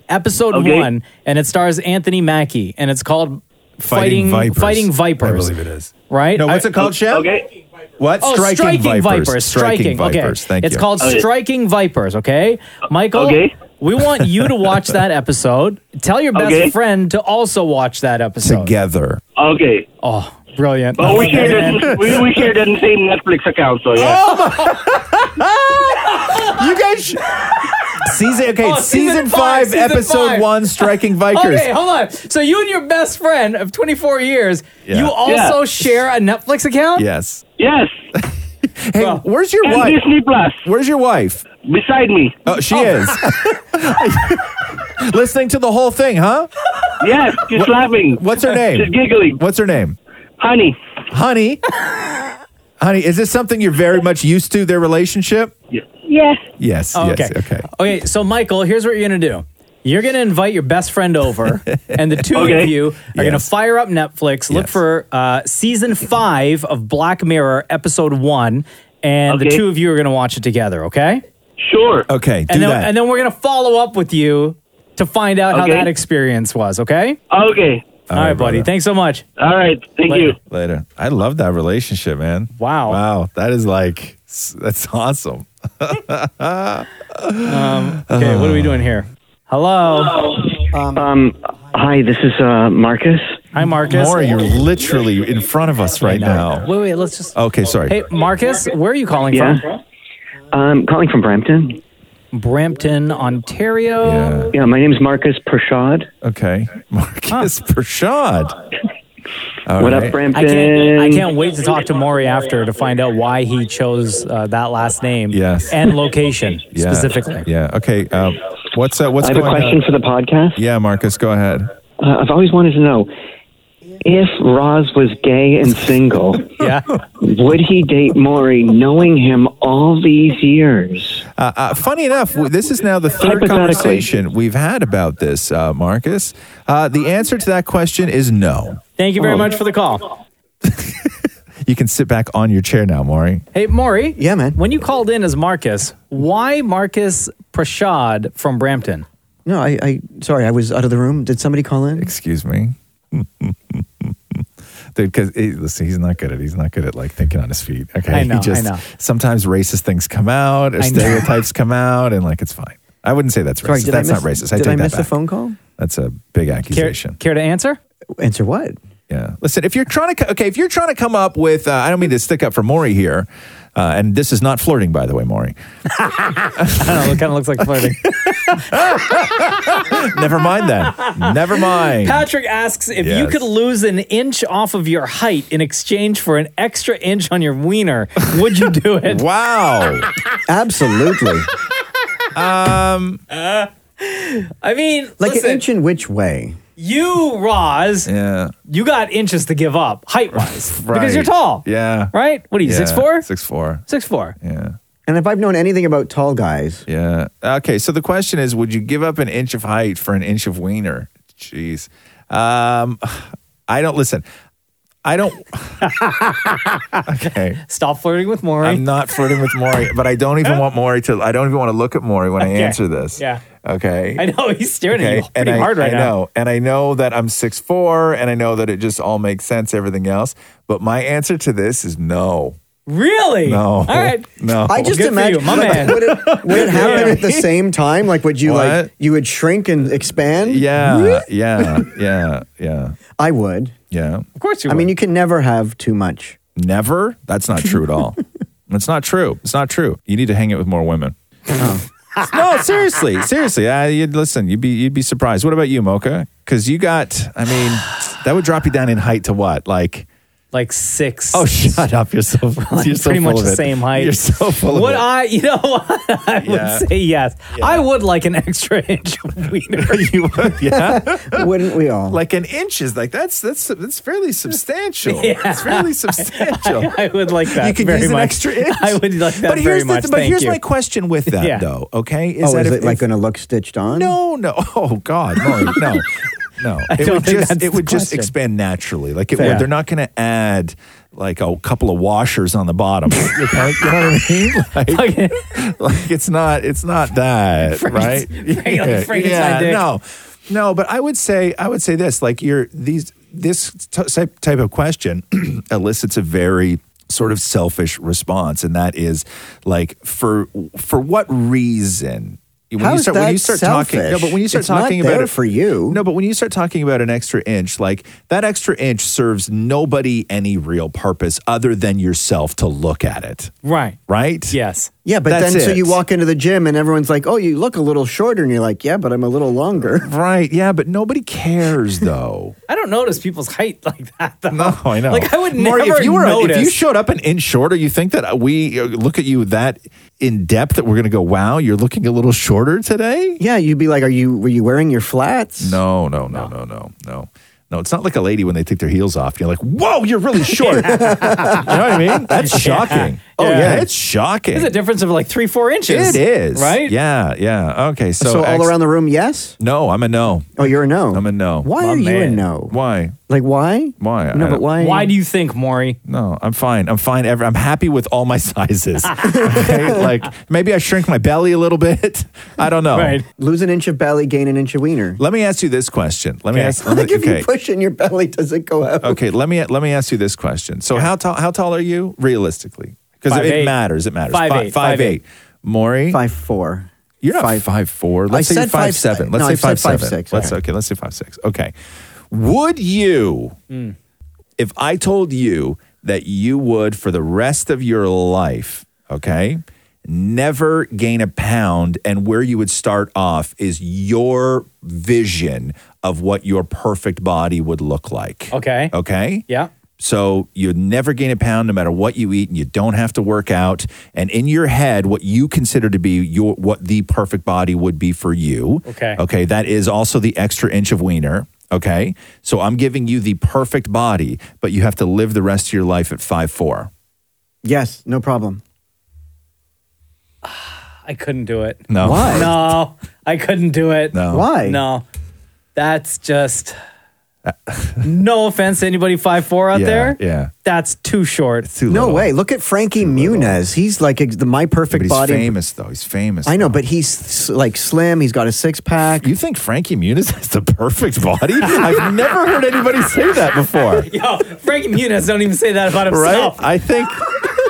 G: episode
D: Okay.
G: one, and it stars Anthony Mackie, and it's called
D: Fighting
G: Fighting
D: Vipers.
G: Fighting Vipers.
D: I believe it
G: is. Right?
D: No, what's it called, Shep?
M: Okay.
D: What?
G: Oh,
D: Striking
G: Striking,
D: Vipers.
G: Vipers.
D: Striking
G: Striking,
D: Vipers.
G: Okay.
D: Thank
G: it's
D: you.
G: called
D: Okay.
G: Striking Vipers, okay? Michael,
D: Okay.
G: we want you to watch that episode. Tell your best
D: Okay.
G: friend to also watch that episode.
D: Together.
M: Okay.
G: Oh, brilliant.
M: But we
G: Okay,
M: share
G: man.
M: that we, we share that same Netflix account, so
G: Oh,
M: yeah.
D: you guys. sh- Season okay,
G: Oh,
D: it's season,
G: season
D: five,
G: five, season
D: episode
G: five.
D: one, Striking Vipers.
G: Okay, hold on. So you and your best friend of 24 years,
D: Yeah.
G: you also
D: Yeah.
G: share a Netflix account?
D: Yes.
M: Yes.
D: hey, where's your
G: and
D: wife?
G: Disney
M: Plus.
D: Where's your wife?
M: Beside me.
D: Oh, she is. Listening to the whole thing, huh?
M: Yes, she's laughing.
D: What's her name?
M: She's giggling.
D: What's her name?
M: Honey.
D: Honey. Honey, is this something you're very much used to, their relationship?
W: Yeah.
D: Yes.
G: Oh,
D: yes,
G: okay.
D: okay.
G: Okay, so Michael, here's what you're gonna do. You're gonna invite your best friend over, and the two
D: Okay.
G: of you are gonna fire up Netflix, look for uh, season five of Black Mirror, episode one, and the
D: Okay.
G: two of you are gonna watch it together. Okay.
M: Sure.
D: Okay. Do
G: and then,
D: that.
G: and then we're gonna follow up with you to find out how
D: Okay.
G: that experience was. Okay.
M: Okay.
G: All right, buddy.
D: brother.
G: Thanks so much.
M: All right. Thank
G: Later. you.
D: Later. I love that relationship, man.
G: Wow.
D: Wow. That is like, s- that's awesome.
G: Um, okay. What are we doing here? Hello.
I: Um, hi, this is uh, Marcus.
G: Hi, Marcus.
D: Maura, you're literally in front of us right now.
G: Wait, wait. Let's just.
D: Okay, sorry.
G: Hey, Marcus, where are you calling
I: Yeah.
G: from?
I: I'm calling from Brampton.
G: Brampton, Ontario.
I: Yeah, my name's Marcus Prashad.
D: Okay. Marcus Prashad.
I: What up, Brampton?
G: I can't, I can't wait to talk to Maury after to find out why he chose uh, that last name.
D: Yes.
G: And location
D: Yeah.
G: specifically.
D: Yeah. Okay. Um, what's uh, what's
I: I have a
D: going
I: question
D: on?
I: for the podcast.
D: Yeah, Marcus, go ahead.
I: Uh, I've always wanted to know if Roz was gay and single,
G: yeah.
I: would he date Maury knowing him all these years?
D: Uh, uh, funny enough, w- this is now the third
I: Hypothetically.
D: conversation we've had about this, uh, Marcus. Uh, the answer to that question is no.
G: Thank you very
D: Oh.
G: much for the call.
D: You can sit back on your chair now, Maury.
G: Hey, Maury.
I: Yeah, man.
G: When you called in as Marcus, why Marcus Prashad from Brampton?
H: No, I, I. Sorry, I was out of the room. Did somebody call in?
D: Excuse me. Dude, because listen, he's not good at he's not good at like thinking on his feet. Okay,
G: I know, I
D: he just
G: know.
D: sometimes racist things come out or
H: I know.
D: stereotypes come out, and like it's fine. I wouldn't say that's racist.
H: Sorry, did
D: that's
H: I miss,
D: not racist. I
H: did
D: take
H: I miss
D: that
H: the
D: back.
H: phone call?
D: That's a big
H: Care,
D: accusation.
G: care to answer?
H: Answer what?
D: Yeah. Listen, if you're trying to, co- okay, if you're trying to come up with, uh, I don't mean to stick up for Maury here, uh, and this is not flirting, by the way, Maury.
G: I don't know. It kind of looks like flirting.
D: Never mind that. Never mind.
G: Patrick asks if you
D: Yes.
G: could lose an inch off of your height in exchange for an extra inch on your wiener, would you do it?
D: wow.
H: Absolutely.
D: um,
G: I mean,
H: Like
G: listen,
H: an inch in which way?
G: you, Roz,
D: yeah.
G: you got inches to give up height wise
H: Right.
G: because you're tall.
D: Yeah.
G: Right? What are you,
H: Yeah,
G: 6'4?
D: 6'4.
G: 6'4.
D: Yeah.
H: And if I've known anything about tall guys,
D: Yeah. Okay. So the question is, would you give up an inch of height for an inch of wiener? Jeez. Um, I don't listen. I don't. okay.
G: Stop flirting with Maury.
D: I'm not flirting with Maury, but I don't even want Maury to. I don't even want to look at Maury when I
G: Okay.
D: answer this.
G: Yeah.
D: Okay.
G: I know he's staring at you
D: and
G: pretty
D: I,
G: hard right
D: I
G: now.
D: know, and I know that I'm six four, and I know that it just all makes sense, everything else. But my answer to this is no.
G: Really?
D: No.
H: All
G: right.
D: Oh, No.
H: I just imagine like, Would it, would it happen at the same time? Like, would you like you would shrink and expand?
D: Yeah. Yeah. Yeah. Yeah.
H: I would.
D: Yeah. Of
G: course you.
H: I mean, you can never have too much.
D: Never. That's not true at all. That's not true. It's not true. You need to hang it with more women.
G: Oh.
D: no, seriously, seriously. I, you'd listen. You'd be you'd be surprised. What about you, Mocha? Because you got. I mean, that would drop you down in height to what? Like
G: like six.
D: Oh, shut up! You're so
G: like
D: you're so
G: pretty
D: full
G: much
D: of
G: the
D: it.
G: same height.
D: You're so full of
G: Would
D: it.
G: I? You know what? I
D: Yeah.
G: would say yes. I would like an extra inch of wiener.
D: you would, yeah.
J: Wouldn't we all?
D: Like an inch is like that's that's that's fairly substantial. It's fairly substantial.
G: I, I would like that.
D: you could
G: very
D: use an
G: much.
D: extra inch.
G: I would like that
D: But
G: very
D: here's
G: much.
D: The, but
G: Thank
D: here's
G: you.
D: my question with that
G: Yeah.
D: though. Okay,
J: oh,
D: that
J: is
D: if-
J: it like
D: if-
J: going to look stitched on?
D: No, no. Oh God, no, no, no.
J: I
D: It
J: don't
D: would
J: think
D: just
J: that's
D: it would
J: the
D: just
J: question.
D: expand naturally. Like it
J: Fair.
D: would, they're not going to add like a couple of washers on the bottom. okay, you know what I mean? Like, like it's not it's not that right?
G: like Frankenstein dick.
D: no, no. But I would say I would say this. Like you're these this t- type type of question elicits a very sort of selfish response, and that is like for for what reason? When
J: How's
D: you start, when
J: that
D: you start talking, no,
J: selfish?
D: but when you start
J: It's not
D: talking about
J: there
D: it
J: for you,
D: no, but when you start talking about an extra inch, like that extra inch serves nobody any real purpose other than yourself to look at it,
G: Right.
D: right?
G: Yes.
J: Yeah, but
D: That's
J: then so
D: it.
J: you walk into the gym and everyone's like, "Oh, you look a little shorter," and you're like, "Yeah, but I'm a little longer."
D: Right? Yeah, but nobody cares though.
G: I don't notice people's height like that. Though.
D: No, Oh, I know.
G: Like I would
D: Maury,
G: never
D: if you were
G: notice.
D: if you showed up an inch shorter, you think that we uh, look at you that in depth that we're going to go, "Wow, you're looking a little shorter today."
J: Yeah, you'd be like, "Are you were you wearing your flats?"
D: No, no, no, no, no, no. No, it's not like a lady when they take their heels off. You're like, whoa, you're really short. you know what I mean? That's
G: Yeah.
D: shocking. Oh,
G: Yeah.
D: yeah, it's shocking.
G: There's a difference of like three, four inches.
D: It is.
G: Right?
D: Yeah, yeah. Okay, so.
J: So, all
D: ex-
J: around the room, yes.
D: No, I'm a no.
J: Oh, you're a no.
D: I'm a no.
J: Why are you a no?
D: Why?
J: Like why?
D: Why?
J: No,
D: I-
J: but why?
G: Why do you think, Maury?
D: No, I'm fine. I'm fine. Every, I'm happy with all my sizes. Okay? Like maybe I shrink my belly a little bit. I don't know.
J: Lose an inch of belly, gain an inch of wiener.
D: Let me ask you this question. Let me ask. let me-
J: like if you push in your belly, does it go out?
D: Okay, let me let me ask you this question. So how tall how tall are you realistically? Because
J: Five
D: it
J: eight.
D: matters. It matters.
J: Five
D: Fi-
J: eight, five eight.
D: Maury,
J: five four.
D: You're not five
J: Five-
D: five four.
J: I
D: Let's say you're
J: said five
D: five
J: si-
D: seven. Let's
J: no,
D: say
J: I said
D: five
J: five
D: seven.
J: six,
D: Let's
J: all
D: okay. Let's say five six. Okay. Would you,
J: Mm.
D: if I told you that you would for the rest of your life, okay, never gain a pound, and where you would start off is your vision of what your perfect body would look like.
G: Okay.
D: Okay.
G: Yeah.
D: So you never gain a pound no matter what you eat and you don't have to work out and in your head what you consider to be your what the perfect body would be for you.
G: Okay.
D: Okay, that is also the extra inch of wiener, okay? So I'm giving you the perfect body, but you have to live the rest of your life at five four.
J: Yes, no problem.
G: I couldn't do it.
D: No. Why?
G: No, I couldn't do it.
D: No. Why?
G: No. That's just. no offense to anybody five four out
J: Yeah,
G: there.
D: Uh, Yeah.
G: That's too short.
J: no way. Look at Frankie Muniz. He's like ex- the my perfect
D: But he's
J: body.
D: famous though. He's famous.
J: I know, but he's s- like slim. He's got a six pack.
D: You think Frankie Muniz has the perfect body? I've never heard anybody say that before.
G: Yo, Frankie Muniz don't even say that about himself.
D: Right? I think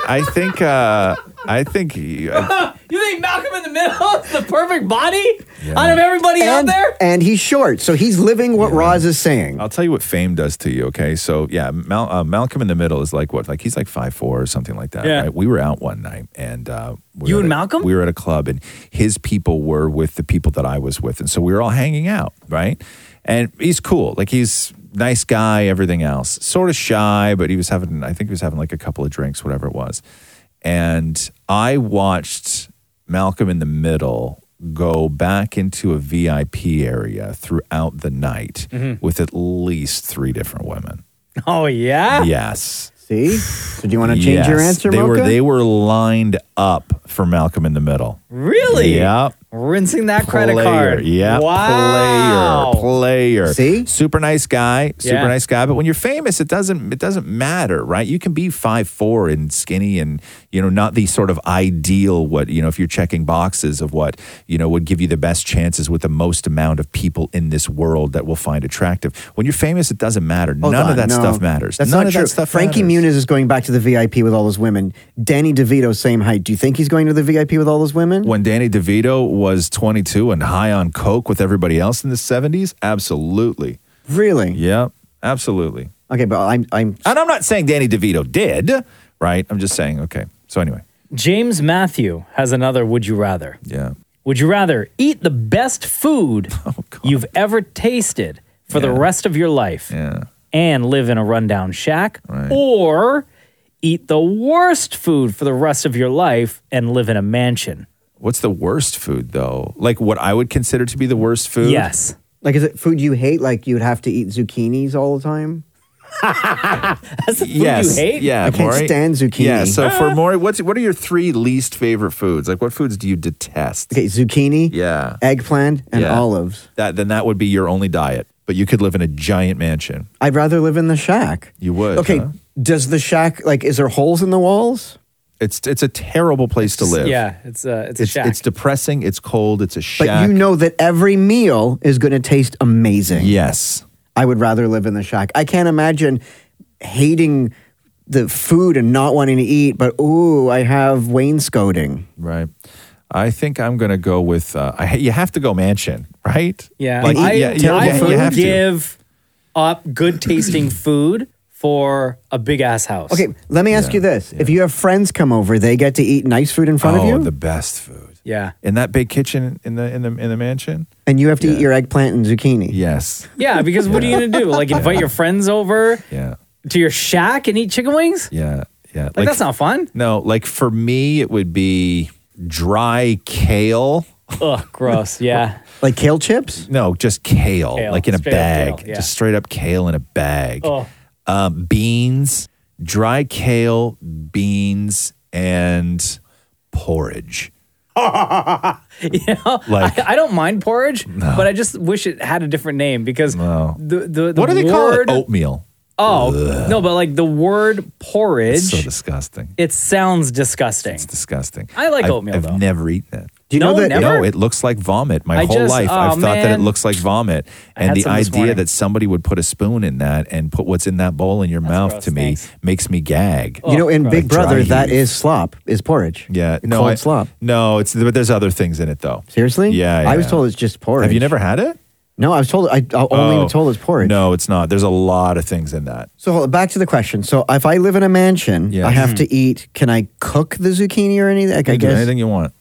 D: I think uh I think he- I-
G: you think Malcolm in the Middle is the perfect body out of everybody out
J: and,
G: there?
J: and he's short, so he's living what Roz is saying.
D: I'll tell you what fame does to you. Okay, so yeah, Mal- uh, Malcolm in the Middle is like what? Like he's like five four or something like that.
G: Yeah.
D: Right? We were out one night and uh, we
G: You
D: were
G: and
D: at a-
G: Malcolm?
D: We were at a club and his people were with the people that I was with, and so we were all hanging out, right? And he's cool, like he's nice guy, everything else. Sort of shy, but he was having, I think he was having like a couple of drinks, whatever it was. And I watched Malcolm in the Middle go back into a VIP area throughout the night
G: Mhm.
J: Mm-hmm.
D: with at least three different women.
G: Oh yeah.
D: Yes.
J: See? So do Ah. you want to change your answer,
D: They were
J: Mocha?
D: they were lined up for Malcolm in the Middle.
G: Really?
D: Yep.
G: Rinsing that credit
D: player.
G: card.
D: Yeah.
G: Wow.
D: Player. Player. See? Super nice guy. Super
G: Yeah.
D: nice guy. But when you're famous, it doesn't it doesn't matter, right? You can be five four and skinny and, you know, not the sort of ideal what, you know, if you're checking boxes of what, you know, would give you the best chances with the most amount of people in this world that will find attractive. When you're famous, it doesn't matter.
J: Hold
D: None
J: on,
D: of that
J: no.
D: stuff matters.
J: That's
D: None
J: not
D: of
J: true.
D: that stuff
J: Frankie Muniz is going back to the VIP with all those women. Danny DeVito, same height. Do you think he's going to the VIP with all those women?
D: When Danny DeVito was 22 and high on coke with everybody else in the 70s, absolutely.
J: Really?
D: Yeah, absolutely.
J: Okay, but I'm, I'm,
D: and I'm not saying Danny DeVito did, right? I'm just saying, okay. So anyway,
G: James Matthew has another would you rather.
D: Yeah. Oh,
G: Would you rather eat the best food you've ever tasted for the rest of your life?
D: Yeah.
G: and live in a rundown shack, or eat the worst food for the rest of your life and live in a mansion.
D: What's the worst food though? Like what I would consider to be the worst food?
H: Like, is it food you hate? Like, you'd have to eat zucchinis all the time?
G: That's the
D: Yes. Yeah.
H: I can't
D: Maury.
H: stand zucchini.
D: Yeah. So
G: Ah.
H: Ah.
D: for Maury, what's what are your three least favorite foods? Like what foods do you detest?
H: Okay, zucchini.
D: Yeah.
H: Eggplant and
D: Yeah.
H: olives.
D: That then that would be your only diet. But you could live in a giant mansion.
H: I'd rather live in the shack.
D: You would.
H: okay,
D: huh?
H: does the shack like is there holes in the walls?
D: It's it's a terrible place to live.
G: Yeah, it's a it's, a
D: It's,
G: shack.
D: it's depressing. It's cold. It's a shack.
H: But you know that every meal is going to taste amazing.
D: Yes.
H: I would rather live in the shack. I can't imagine hating the food and not wanting to eat, but ooh, I have wainscoting.
D: Right. I think I'm going to go with. Uh, I, you have to go mansion, right?
G: Yeah,
D: Like,
G: I,
D: yeah, yeah,
G: I
D: yeah, you
G: would
D: have to.
G: give up good tasting food for a big ass house.
H: Okay, let me ask you this. If you have friends come over, they get to eat nice food in front
D: oh,
H: of you
D: the best food
G: Yeah.
D: in that big kitchen in the in the in the mansion.
H: and you have to eat your eggplant and zucchini.
D: Yes.
G: Yeah, because what are you gonna do? Like invite your friends over
D: Yeah.
G: to your shack and eat chicken wings?
D: Yeah. Yeah.
G: Like, that's not fun.
D: No, like for me, it would be dry kale.
G: Ugh, gross. Yeah.
H: Like kale chips?
D: No, just kale,
G: Kale,
D: like in a
G: straight up
D: bag.
G: kale, yeah.
D: Just straight up kale in a bag.
G: Oh.
D: Um, beans, dry kale, beans, and porridge.
G: you know,
D: Like-
G: I, I don't mind porridge, but I just wish it had a different name because the, the, the
D: what do they call
G: word,
D: it? Oatmeal.
G: Oh, no, but like the word porridge,
D: It's so disgusting.
G: it sounds disgusting. It's
D: disgusting.
G: I like
D: I've-
G: oatmeal
D: I've
G: though.
D: never eaten that.
G: Do you know No, that- never?
D: No, it looks like vomit. My
G: I
D: whole
G: just-
D: life,
G: oh,
D: I've thought that it
G: man.
D: looks like vomit.
G: I
D: and
G: had
D: the
G: some this
D: idea
G: morning.
D: that somebody would put a spoon in that and put what's in that bowl in your mouth to me makes me gag.
H: you know, in
G: Oh,
H: Big
D: Like
H: Brother,
D: Oh, dry
H: that
D: heave.
H: is slop, is porridge.
D: yeah, no,
H: cold
D: I-
H: slop.
D: No, it's but there's other things in it though.
H: Seriously?
D: Yeah,
H: I was
D: yeah.
H: told it's just porridge.
D: Have you never had it?
H: No, I was told I, I only
D: Oh.
H: was told it's porridge.
D: No, it's not. There's a lot of things in that.
H: So hold- back to the question. So if I live in a mansion,
D: Yeah.
H: I have to eat. Can I cook the zucchini or anything? Like,
D: Mm-hmm.
H: I
D: You can do
H: guess
D: anything you want.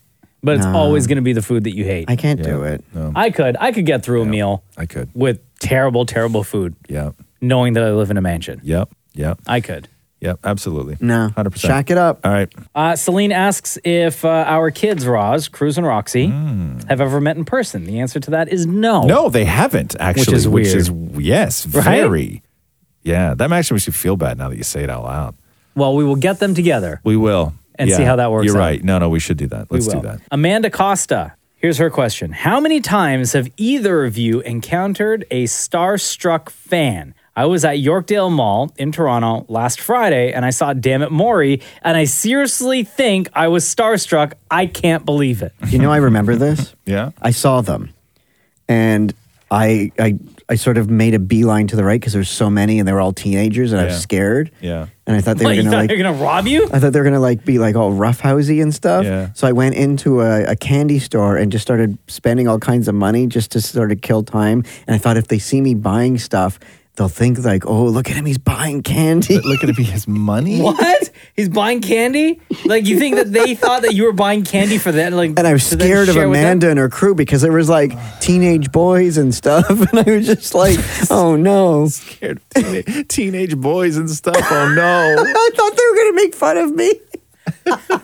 G: but it's
H: No.
G: always going to be the food that you hate.
H: I can't do it.
G: I could, I could get through a meal.
D: I could.
G: with terrible, terrible food.
D: Yeah.
G: knowing that I live in a mansion,
D: Yep. Yep.
G: I could.
D: Yep. Absolutely.
H: No.
D: Hundred percent.
H: Shack it up.
D: All right.
G: Uh, Celine asks if uh, our kids, Roz, Cruz, and Roxy, have ever met in person. The answer to that is no.
D: Hmm. No, they haven't actually.
G: Oh. is
D: Which
G: weird.
D: is yes,
G: Right?
D: very. Yeah, that actually makes you feel bad now that you say it out loud.
G: Well, we will get them together.
D: We will
G: And
D: Yeah,
G: see how that works
D: You're
G: out.
D: right. No, no, we should do that.
G: We
D: Let's do
G: will.
D: that.
G: Amanda Costa. Here's her question. How many times have either of you encountered a starstruck fan? I was at Yorkdale Mall in Toronto last Friday and I saw Damn It Maury, and I seriously think I was starstruck. I can't believe it.
H: You know, I remember this.
D: Yeah.
H: I saw them, and I I I sort of made a beeline to the right because there's so many and they were all teenagers and I
D: Yeah.
H: was scared.
D: Yeah.
H: And I thought they
G: What,
H: were
G: you
H: gonna
G: thought
H: like
G: they were gonna rob you?
H: I thought they were gonna like be like all roughhousey and stuff.
D: Yeah.
H: So I went into a, a candy store and just started spending all kinds of money just to sort of kill time. And I thought if they see me buying stuff, they'll think like, oh, look at him, he's buying candy.
D: Look at him, he has money.
G: What? He's buying candy? Like you think that they thought that you were buying candy for that? Like,
H: And I was
G: to then
H: scared of
G: share with them?
H: Amanda and her crew because there was like teenage boys and stuff, and I was just like, "Oh no!"
D: Scared of teena- teenage boys and stuff. Oh no.
H: I thought they were gonna make fun of me.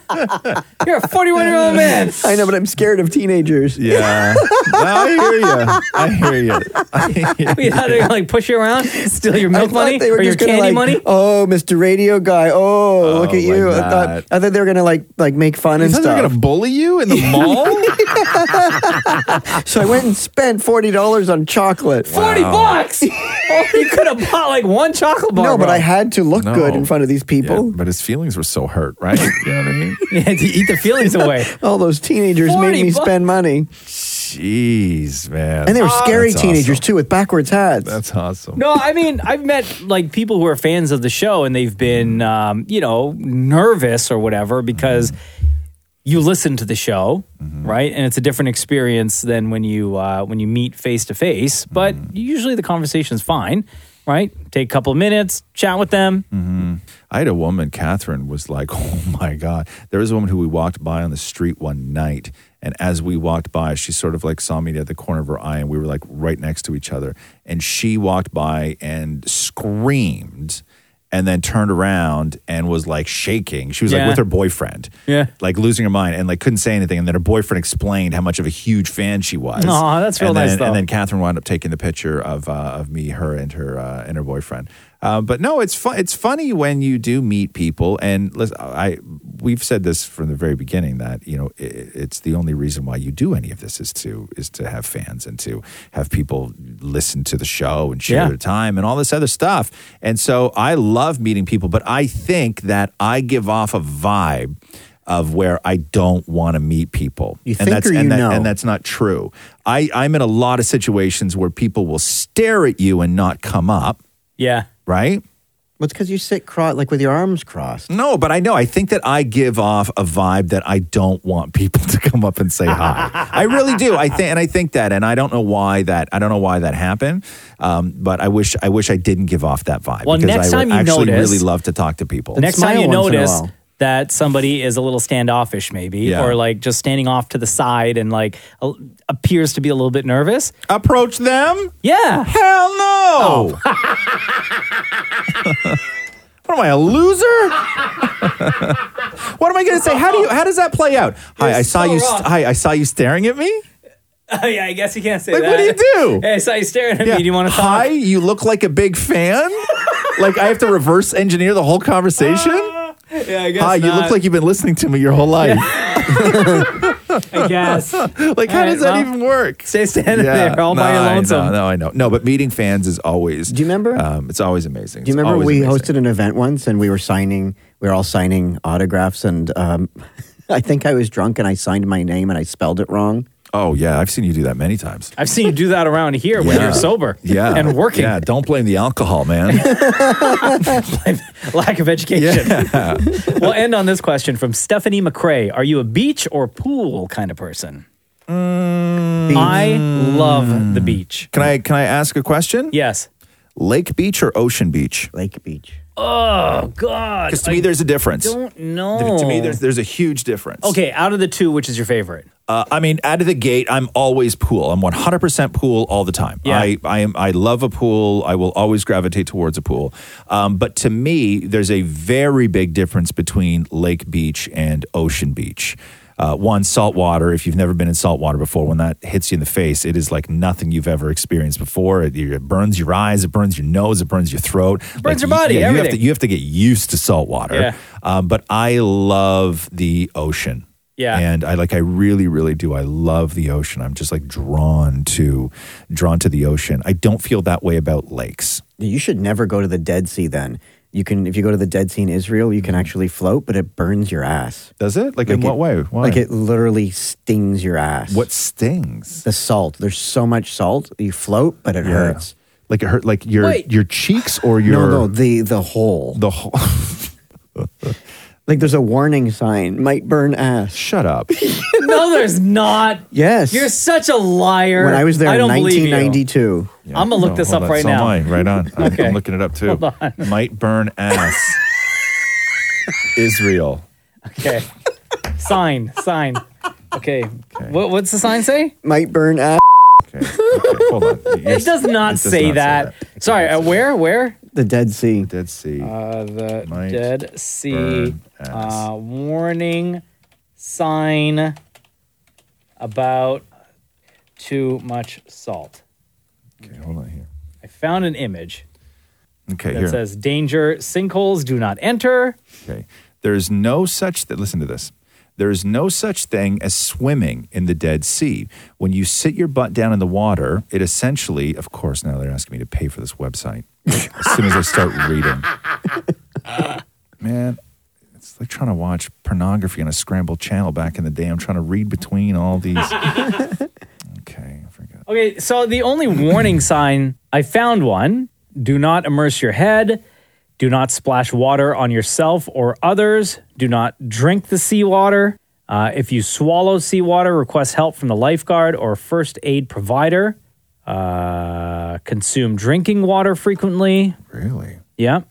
G: You're a 41 year old man.
H: I know, but I'm scared of teenagers.
D: Yeah. No, I hear you. I hear you. I hear
G: We thought they were gonna, like push you around, steal your
H: I
G: milk
H: thought
G: money
H: they were
G: or your
H: just gonna,
G: candy
H: like,
G: money.
H: Oh, Mr. Radio Guy. Oh, look
D: Oh,
H: at you.
D: like
H: I thought
D: that.
H: I thought they were gonna like like make fun
D: You
H: and
D: thought they were
H: stuff.
D: gonna bully you in the mall?
H: So I went and spent forty dollars on chocolate.
G: 40 bucks? oh, you could have bought like one chocolate bar.
H: No, but
G: bro.
H: I had to look
D: No.
H: good in front of these people.
D: Yeah, but his feelings were so hurt, right? You know what I mean?
G: You had to eat the feelings away.
H: All those teenagers
G: 40
H: made me
G: bucks.
H: spend money,
D: Jeez, man.
H: and they were scary
D: That's
H: teenagers
D: awesome.
H: too, with backwards hats.
D: That's awesome.
G: No, I mean, I've met like people who are fans of the show and they've been, um, you know, nervous or whatever because you listen to the show,
D: Mm-hmm.
G: right? And it's a different
D: Mm-hmm.
G: experience than when you uh, when you meet face to face. But usually the conversation's fine. right? Take a couple minutes, chat with them.
D: Mhm. I had a woman, Catherine, was like, oh my God. There was a woman who we walked by on the street one night. And as we walked by, she sort of like saw me at the corner of her eye and we were like right next to each other. And she walked by and screamed and then turned around and was like shaking. She was
G: Yeah.
D: like with her boyfriend,
G: Yeah.
D: like losing her mind and like couldn't say anything. And then her boyfriend explained how much of a huge fan she was.
G: Aw, that's real
D: and then,
G: nice, though.
D: And then Catherine wound up taking the picture of uh, of me, her, and her uh, and her boyfriend. Uh, but no, it's fun. It's funny when you do meet people, and listen, I we've said this from the very beginning that you know i it's the only reason why you do any of this is to is to have fans and to have people listen to the show and share
I: Yeah.
D: their time and all this other stuff. And so I love meeting people, but I think that I give off a vibe of where I don't want to meet people.
H: You think or you
D: and
H: know?
D: and that's not true. I, I'm in a lot of situations where people will stare at you and not come up,
G: Yeah.
D: right?
H: Well, it's because you sit cross, like with your arms crossed.
D: No, but I know. I think that I give off a vibe that I don't want people to come up and say hi. I really do. I think, and I think that, and I don't know why that. I don't know why that happened. Um, but I wish, I wish I didn't give off that vibe.
G: Well,
D: because
G: next
D: I
G: time
D: would
G: you
D: actually
G: notice-
D: really love to talk to people.
G: The next time you
D: notice.
G: notice that somebody is a little standoffish, maybe,
D: Yeah.
G: or like just standing off to the side and like a- appears to be a little bit nervous,
D: approach them.
G: Yeah. Oh.
D: Hell no. What am I, a loser? what am I going to say? How do you? How does that play out? Hi, I saw
G: so
D: you.
G: wrong.
D: St- hi, I saw you staring at me.
G: Oh yeah, I guess you can't say
D: Like,
G: that.
D: what do you do?
G: Hey, I saw you staring at
D: Yeah.
G: me. Do you want to talk?
D: Hi, you look like a big fan. like I have to reverse engineer the whole conversation.
G: Yeah, Uh, I guess.
D: Hi, you look like you've been listening to me your whole life.
G: I guess.
D: like, how does that even work?
G: Stay standing there all by your
D: I
G: lonesome.
D: know, no, I know. No, but meeting fans is always. Do you remember? Um, it's always amazing.
H: Do you
D: It's
H: remember
D: always
H: we
D: amazing.
H: hosted an event once and we were signing, we were all signing autographs and um, I think I was drunk and I signed my name and I spelled it wrong.
D: Oh yeah, I've seen you do that many times.
G: I've seen you do that around here when
D: Yeah.
G: you're sober.
D: Yeah,
G: And working.
D: Yeah, don't blame the alcohol, man.
G: Lack of education. we'll end on this question from Stephanie McCrae. Are you a beach or pool kind of person? I love the beach.
D: Mm. Can I can I ask a question?
G: Yes.
D: Lake Beach or Ocean Beach?
H: Lake Beach.
G: Oh God.
D: Because to me, there's a difference.
G: I don't know.
D: To me, there's there's a huge difference.
G: Okay, out of the two, which is your favorite?
D: Uh, I mean, out of the gate, I'm always pool. I'm 100% pool all the time.
G: Yeah.
D: I, I am. I love a pool. I will always gravitate towards a pool. Um, but to me, there's a very big difference between Lake Beach and Ocean Beach. Uh, one, salt water. If you've never been in salt water before, when that hits you in the face, it is like nothing you've ever experienced before. It, it burns your eyes, it burns your nose, it burns your throat, it
G: burns your body,
D: you have
G: everything.
D: to you have to get used to salt water.
G: Yeah.
D: Um, but I love the ocean.
G: Yeah.
D: And I like I really really do. I love the ocean. I'm just like drawn to drawn to the ocean. I don't feel that way about lakes.
H: You should never go to the Dead Sea then. You can, if you go to the Dead Sea in Israel, you can actually float, but it burns your ass.
D: Mm. Does it? Like, in what way? Why?
H: Like it literally stings your ass. What
D: stings?
H: The salt. There's so much salt. You float, but it hurts.
D: Like it hurt, like your your cheeks or your
H: no, no, the the hole.
D: The hole.
H: like there's a warning sign. Might burn ass.
D: Shut up.
G: no, there's not.
H: Yes.
G: You're such a liar.
H: When I was there
G: I
H: in
G: don't believe you.
H: 1992.
G: I'm gonna look
D: No,
G: this
D: hold
G: up
D: Oh, on.
G: right
D: So
G: now.
D: am I. Right on. I'm-
G: Okay.
D: I'm looking it up too.
G: Hold on.
D: Might burn ass. Israel.
G: Okay. sign, sign. Okay. What, what's the sign say?
H: Might burn ass.
D: Hold on.
G: It
H: does
G: does not say
H: not say
G: that. Sorry. Uh, where? Where?
H: The Dead Sea.
D: Dead Sea.
G: Uh, the Dead Sea
H: burn
G: uh, warning sign about too much salt.
D: Okay, hold on here.
G: I found an image
D: Okay,
G: that
D: here.
G: says danger sinkholes do not enter.
D: Okay. There's no such that listen to this. There is no such thing as swimming in the Dead Sea. When you sit your butt down in the water, it essentially, of course, now they're asking me to pay for this website as soon as I start reading. Man, it's like trying to watch pornography on a scrambled channel back in the day. I'm trying to read between all these.
G: Okay, so the only warning sign I found one do not immerse your head, do not splash water on yourself or others, do not drink the seawater. Uh, if you swallow seawater, request help from the lifeguard or first aid provider. uh, consume drinking water frequently.
X: Really?
G: Yeah.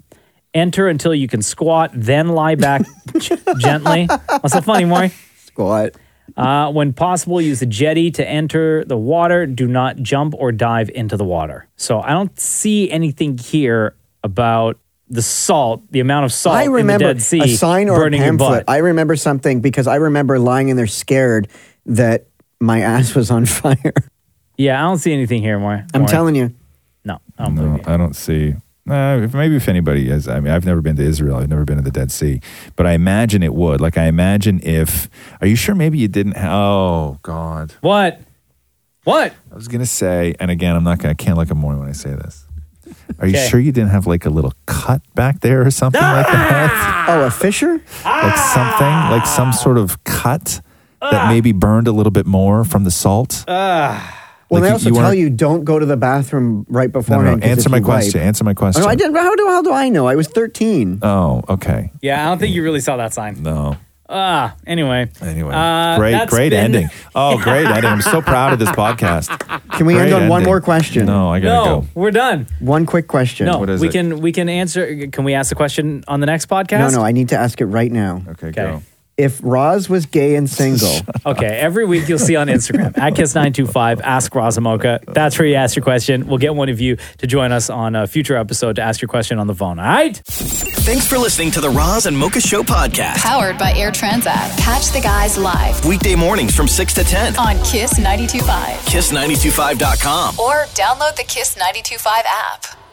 G: Enter until you can squat, then lie back g- gently. What's so funny, Maury?
H: Squat.
G: Uh, when possible, use a jetty to enter the water. Do not jump or dive into the water. So I don't see anything here about the salt, the amount of salt
H: I remember
G: in the Dead Sea
H: a sign or a
G: burning your
H: pamphlet.
G: butt.
H: I remember something because I remember lying in there scared that my ass was on fire.
G: Yeah, I don't see anything here, Maury.
H: I'm
G: Maury.
H: telling you.
G: No,
D: I don't, I don't see. Uh, if- maybe if anybody is, I mean, I've never been to Israel. I've never been to the Dead Sea, but I imagine it would. Like, I imagine if. Are you sure? Maybe you didn't. Ha- oh God.
G: What? What?
D: I was gonna say, and again, I'm not gonna. I can't look at Maury when I say this. Are you
H: Okay.
D: sure you didn't have like a little cut back there or something like that?
H: Oh, a fissure?
D: Like something, like some sort of cut that maybe burned a little bit more from the salt.
H: Well,
G: Ah.
D: Like
H: they
D: you-
H: also
D: you
H: tell
D: weren't-
H: you don't go to the bathroom right
D: No, no,
H: beforehand.
D: no. Answer my question. Answer my question.
H: Oh, No, I didn't. How the hell do I know? I was 13.
D: Oh, okay.
G: Yeah, I don't think you really saw that sign.
D: No.
G: Ah, anyway.
D: Anyway,
G: Uh,
D: great,
G: that's
D: great
G: been-
D: ending. Oh, great ending. I'm so proud of this podcast.
H: Can we
D: Great
H: end on one
D: ending.
H: more question?
D: No, I gotta
G: no,
D: go.
G: we're done.
H: One quick question.
G: No, we can we can answer. Can we ask the question on the next
H: No,
G: podcast?
H: no, I need to ask it right now. Okay,
G: go.
H: If Roz was gay and single,
G: Okay, every week you'll see on Instagram at Kiss925, ask Razamoka. That's where you ask your question. We'll get one of you to join us on a future episode to ask your question on the phone. All right?
A: Thanks for listening to the Roz and Mocha Show podcast.
C: Powered by Air Transat. Catch the guys live
A: Weekday mornings from 6 to 10.
C: on Kiss 92.5
A: Kiss925.com.
C: or download the Kiss 92.5 app.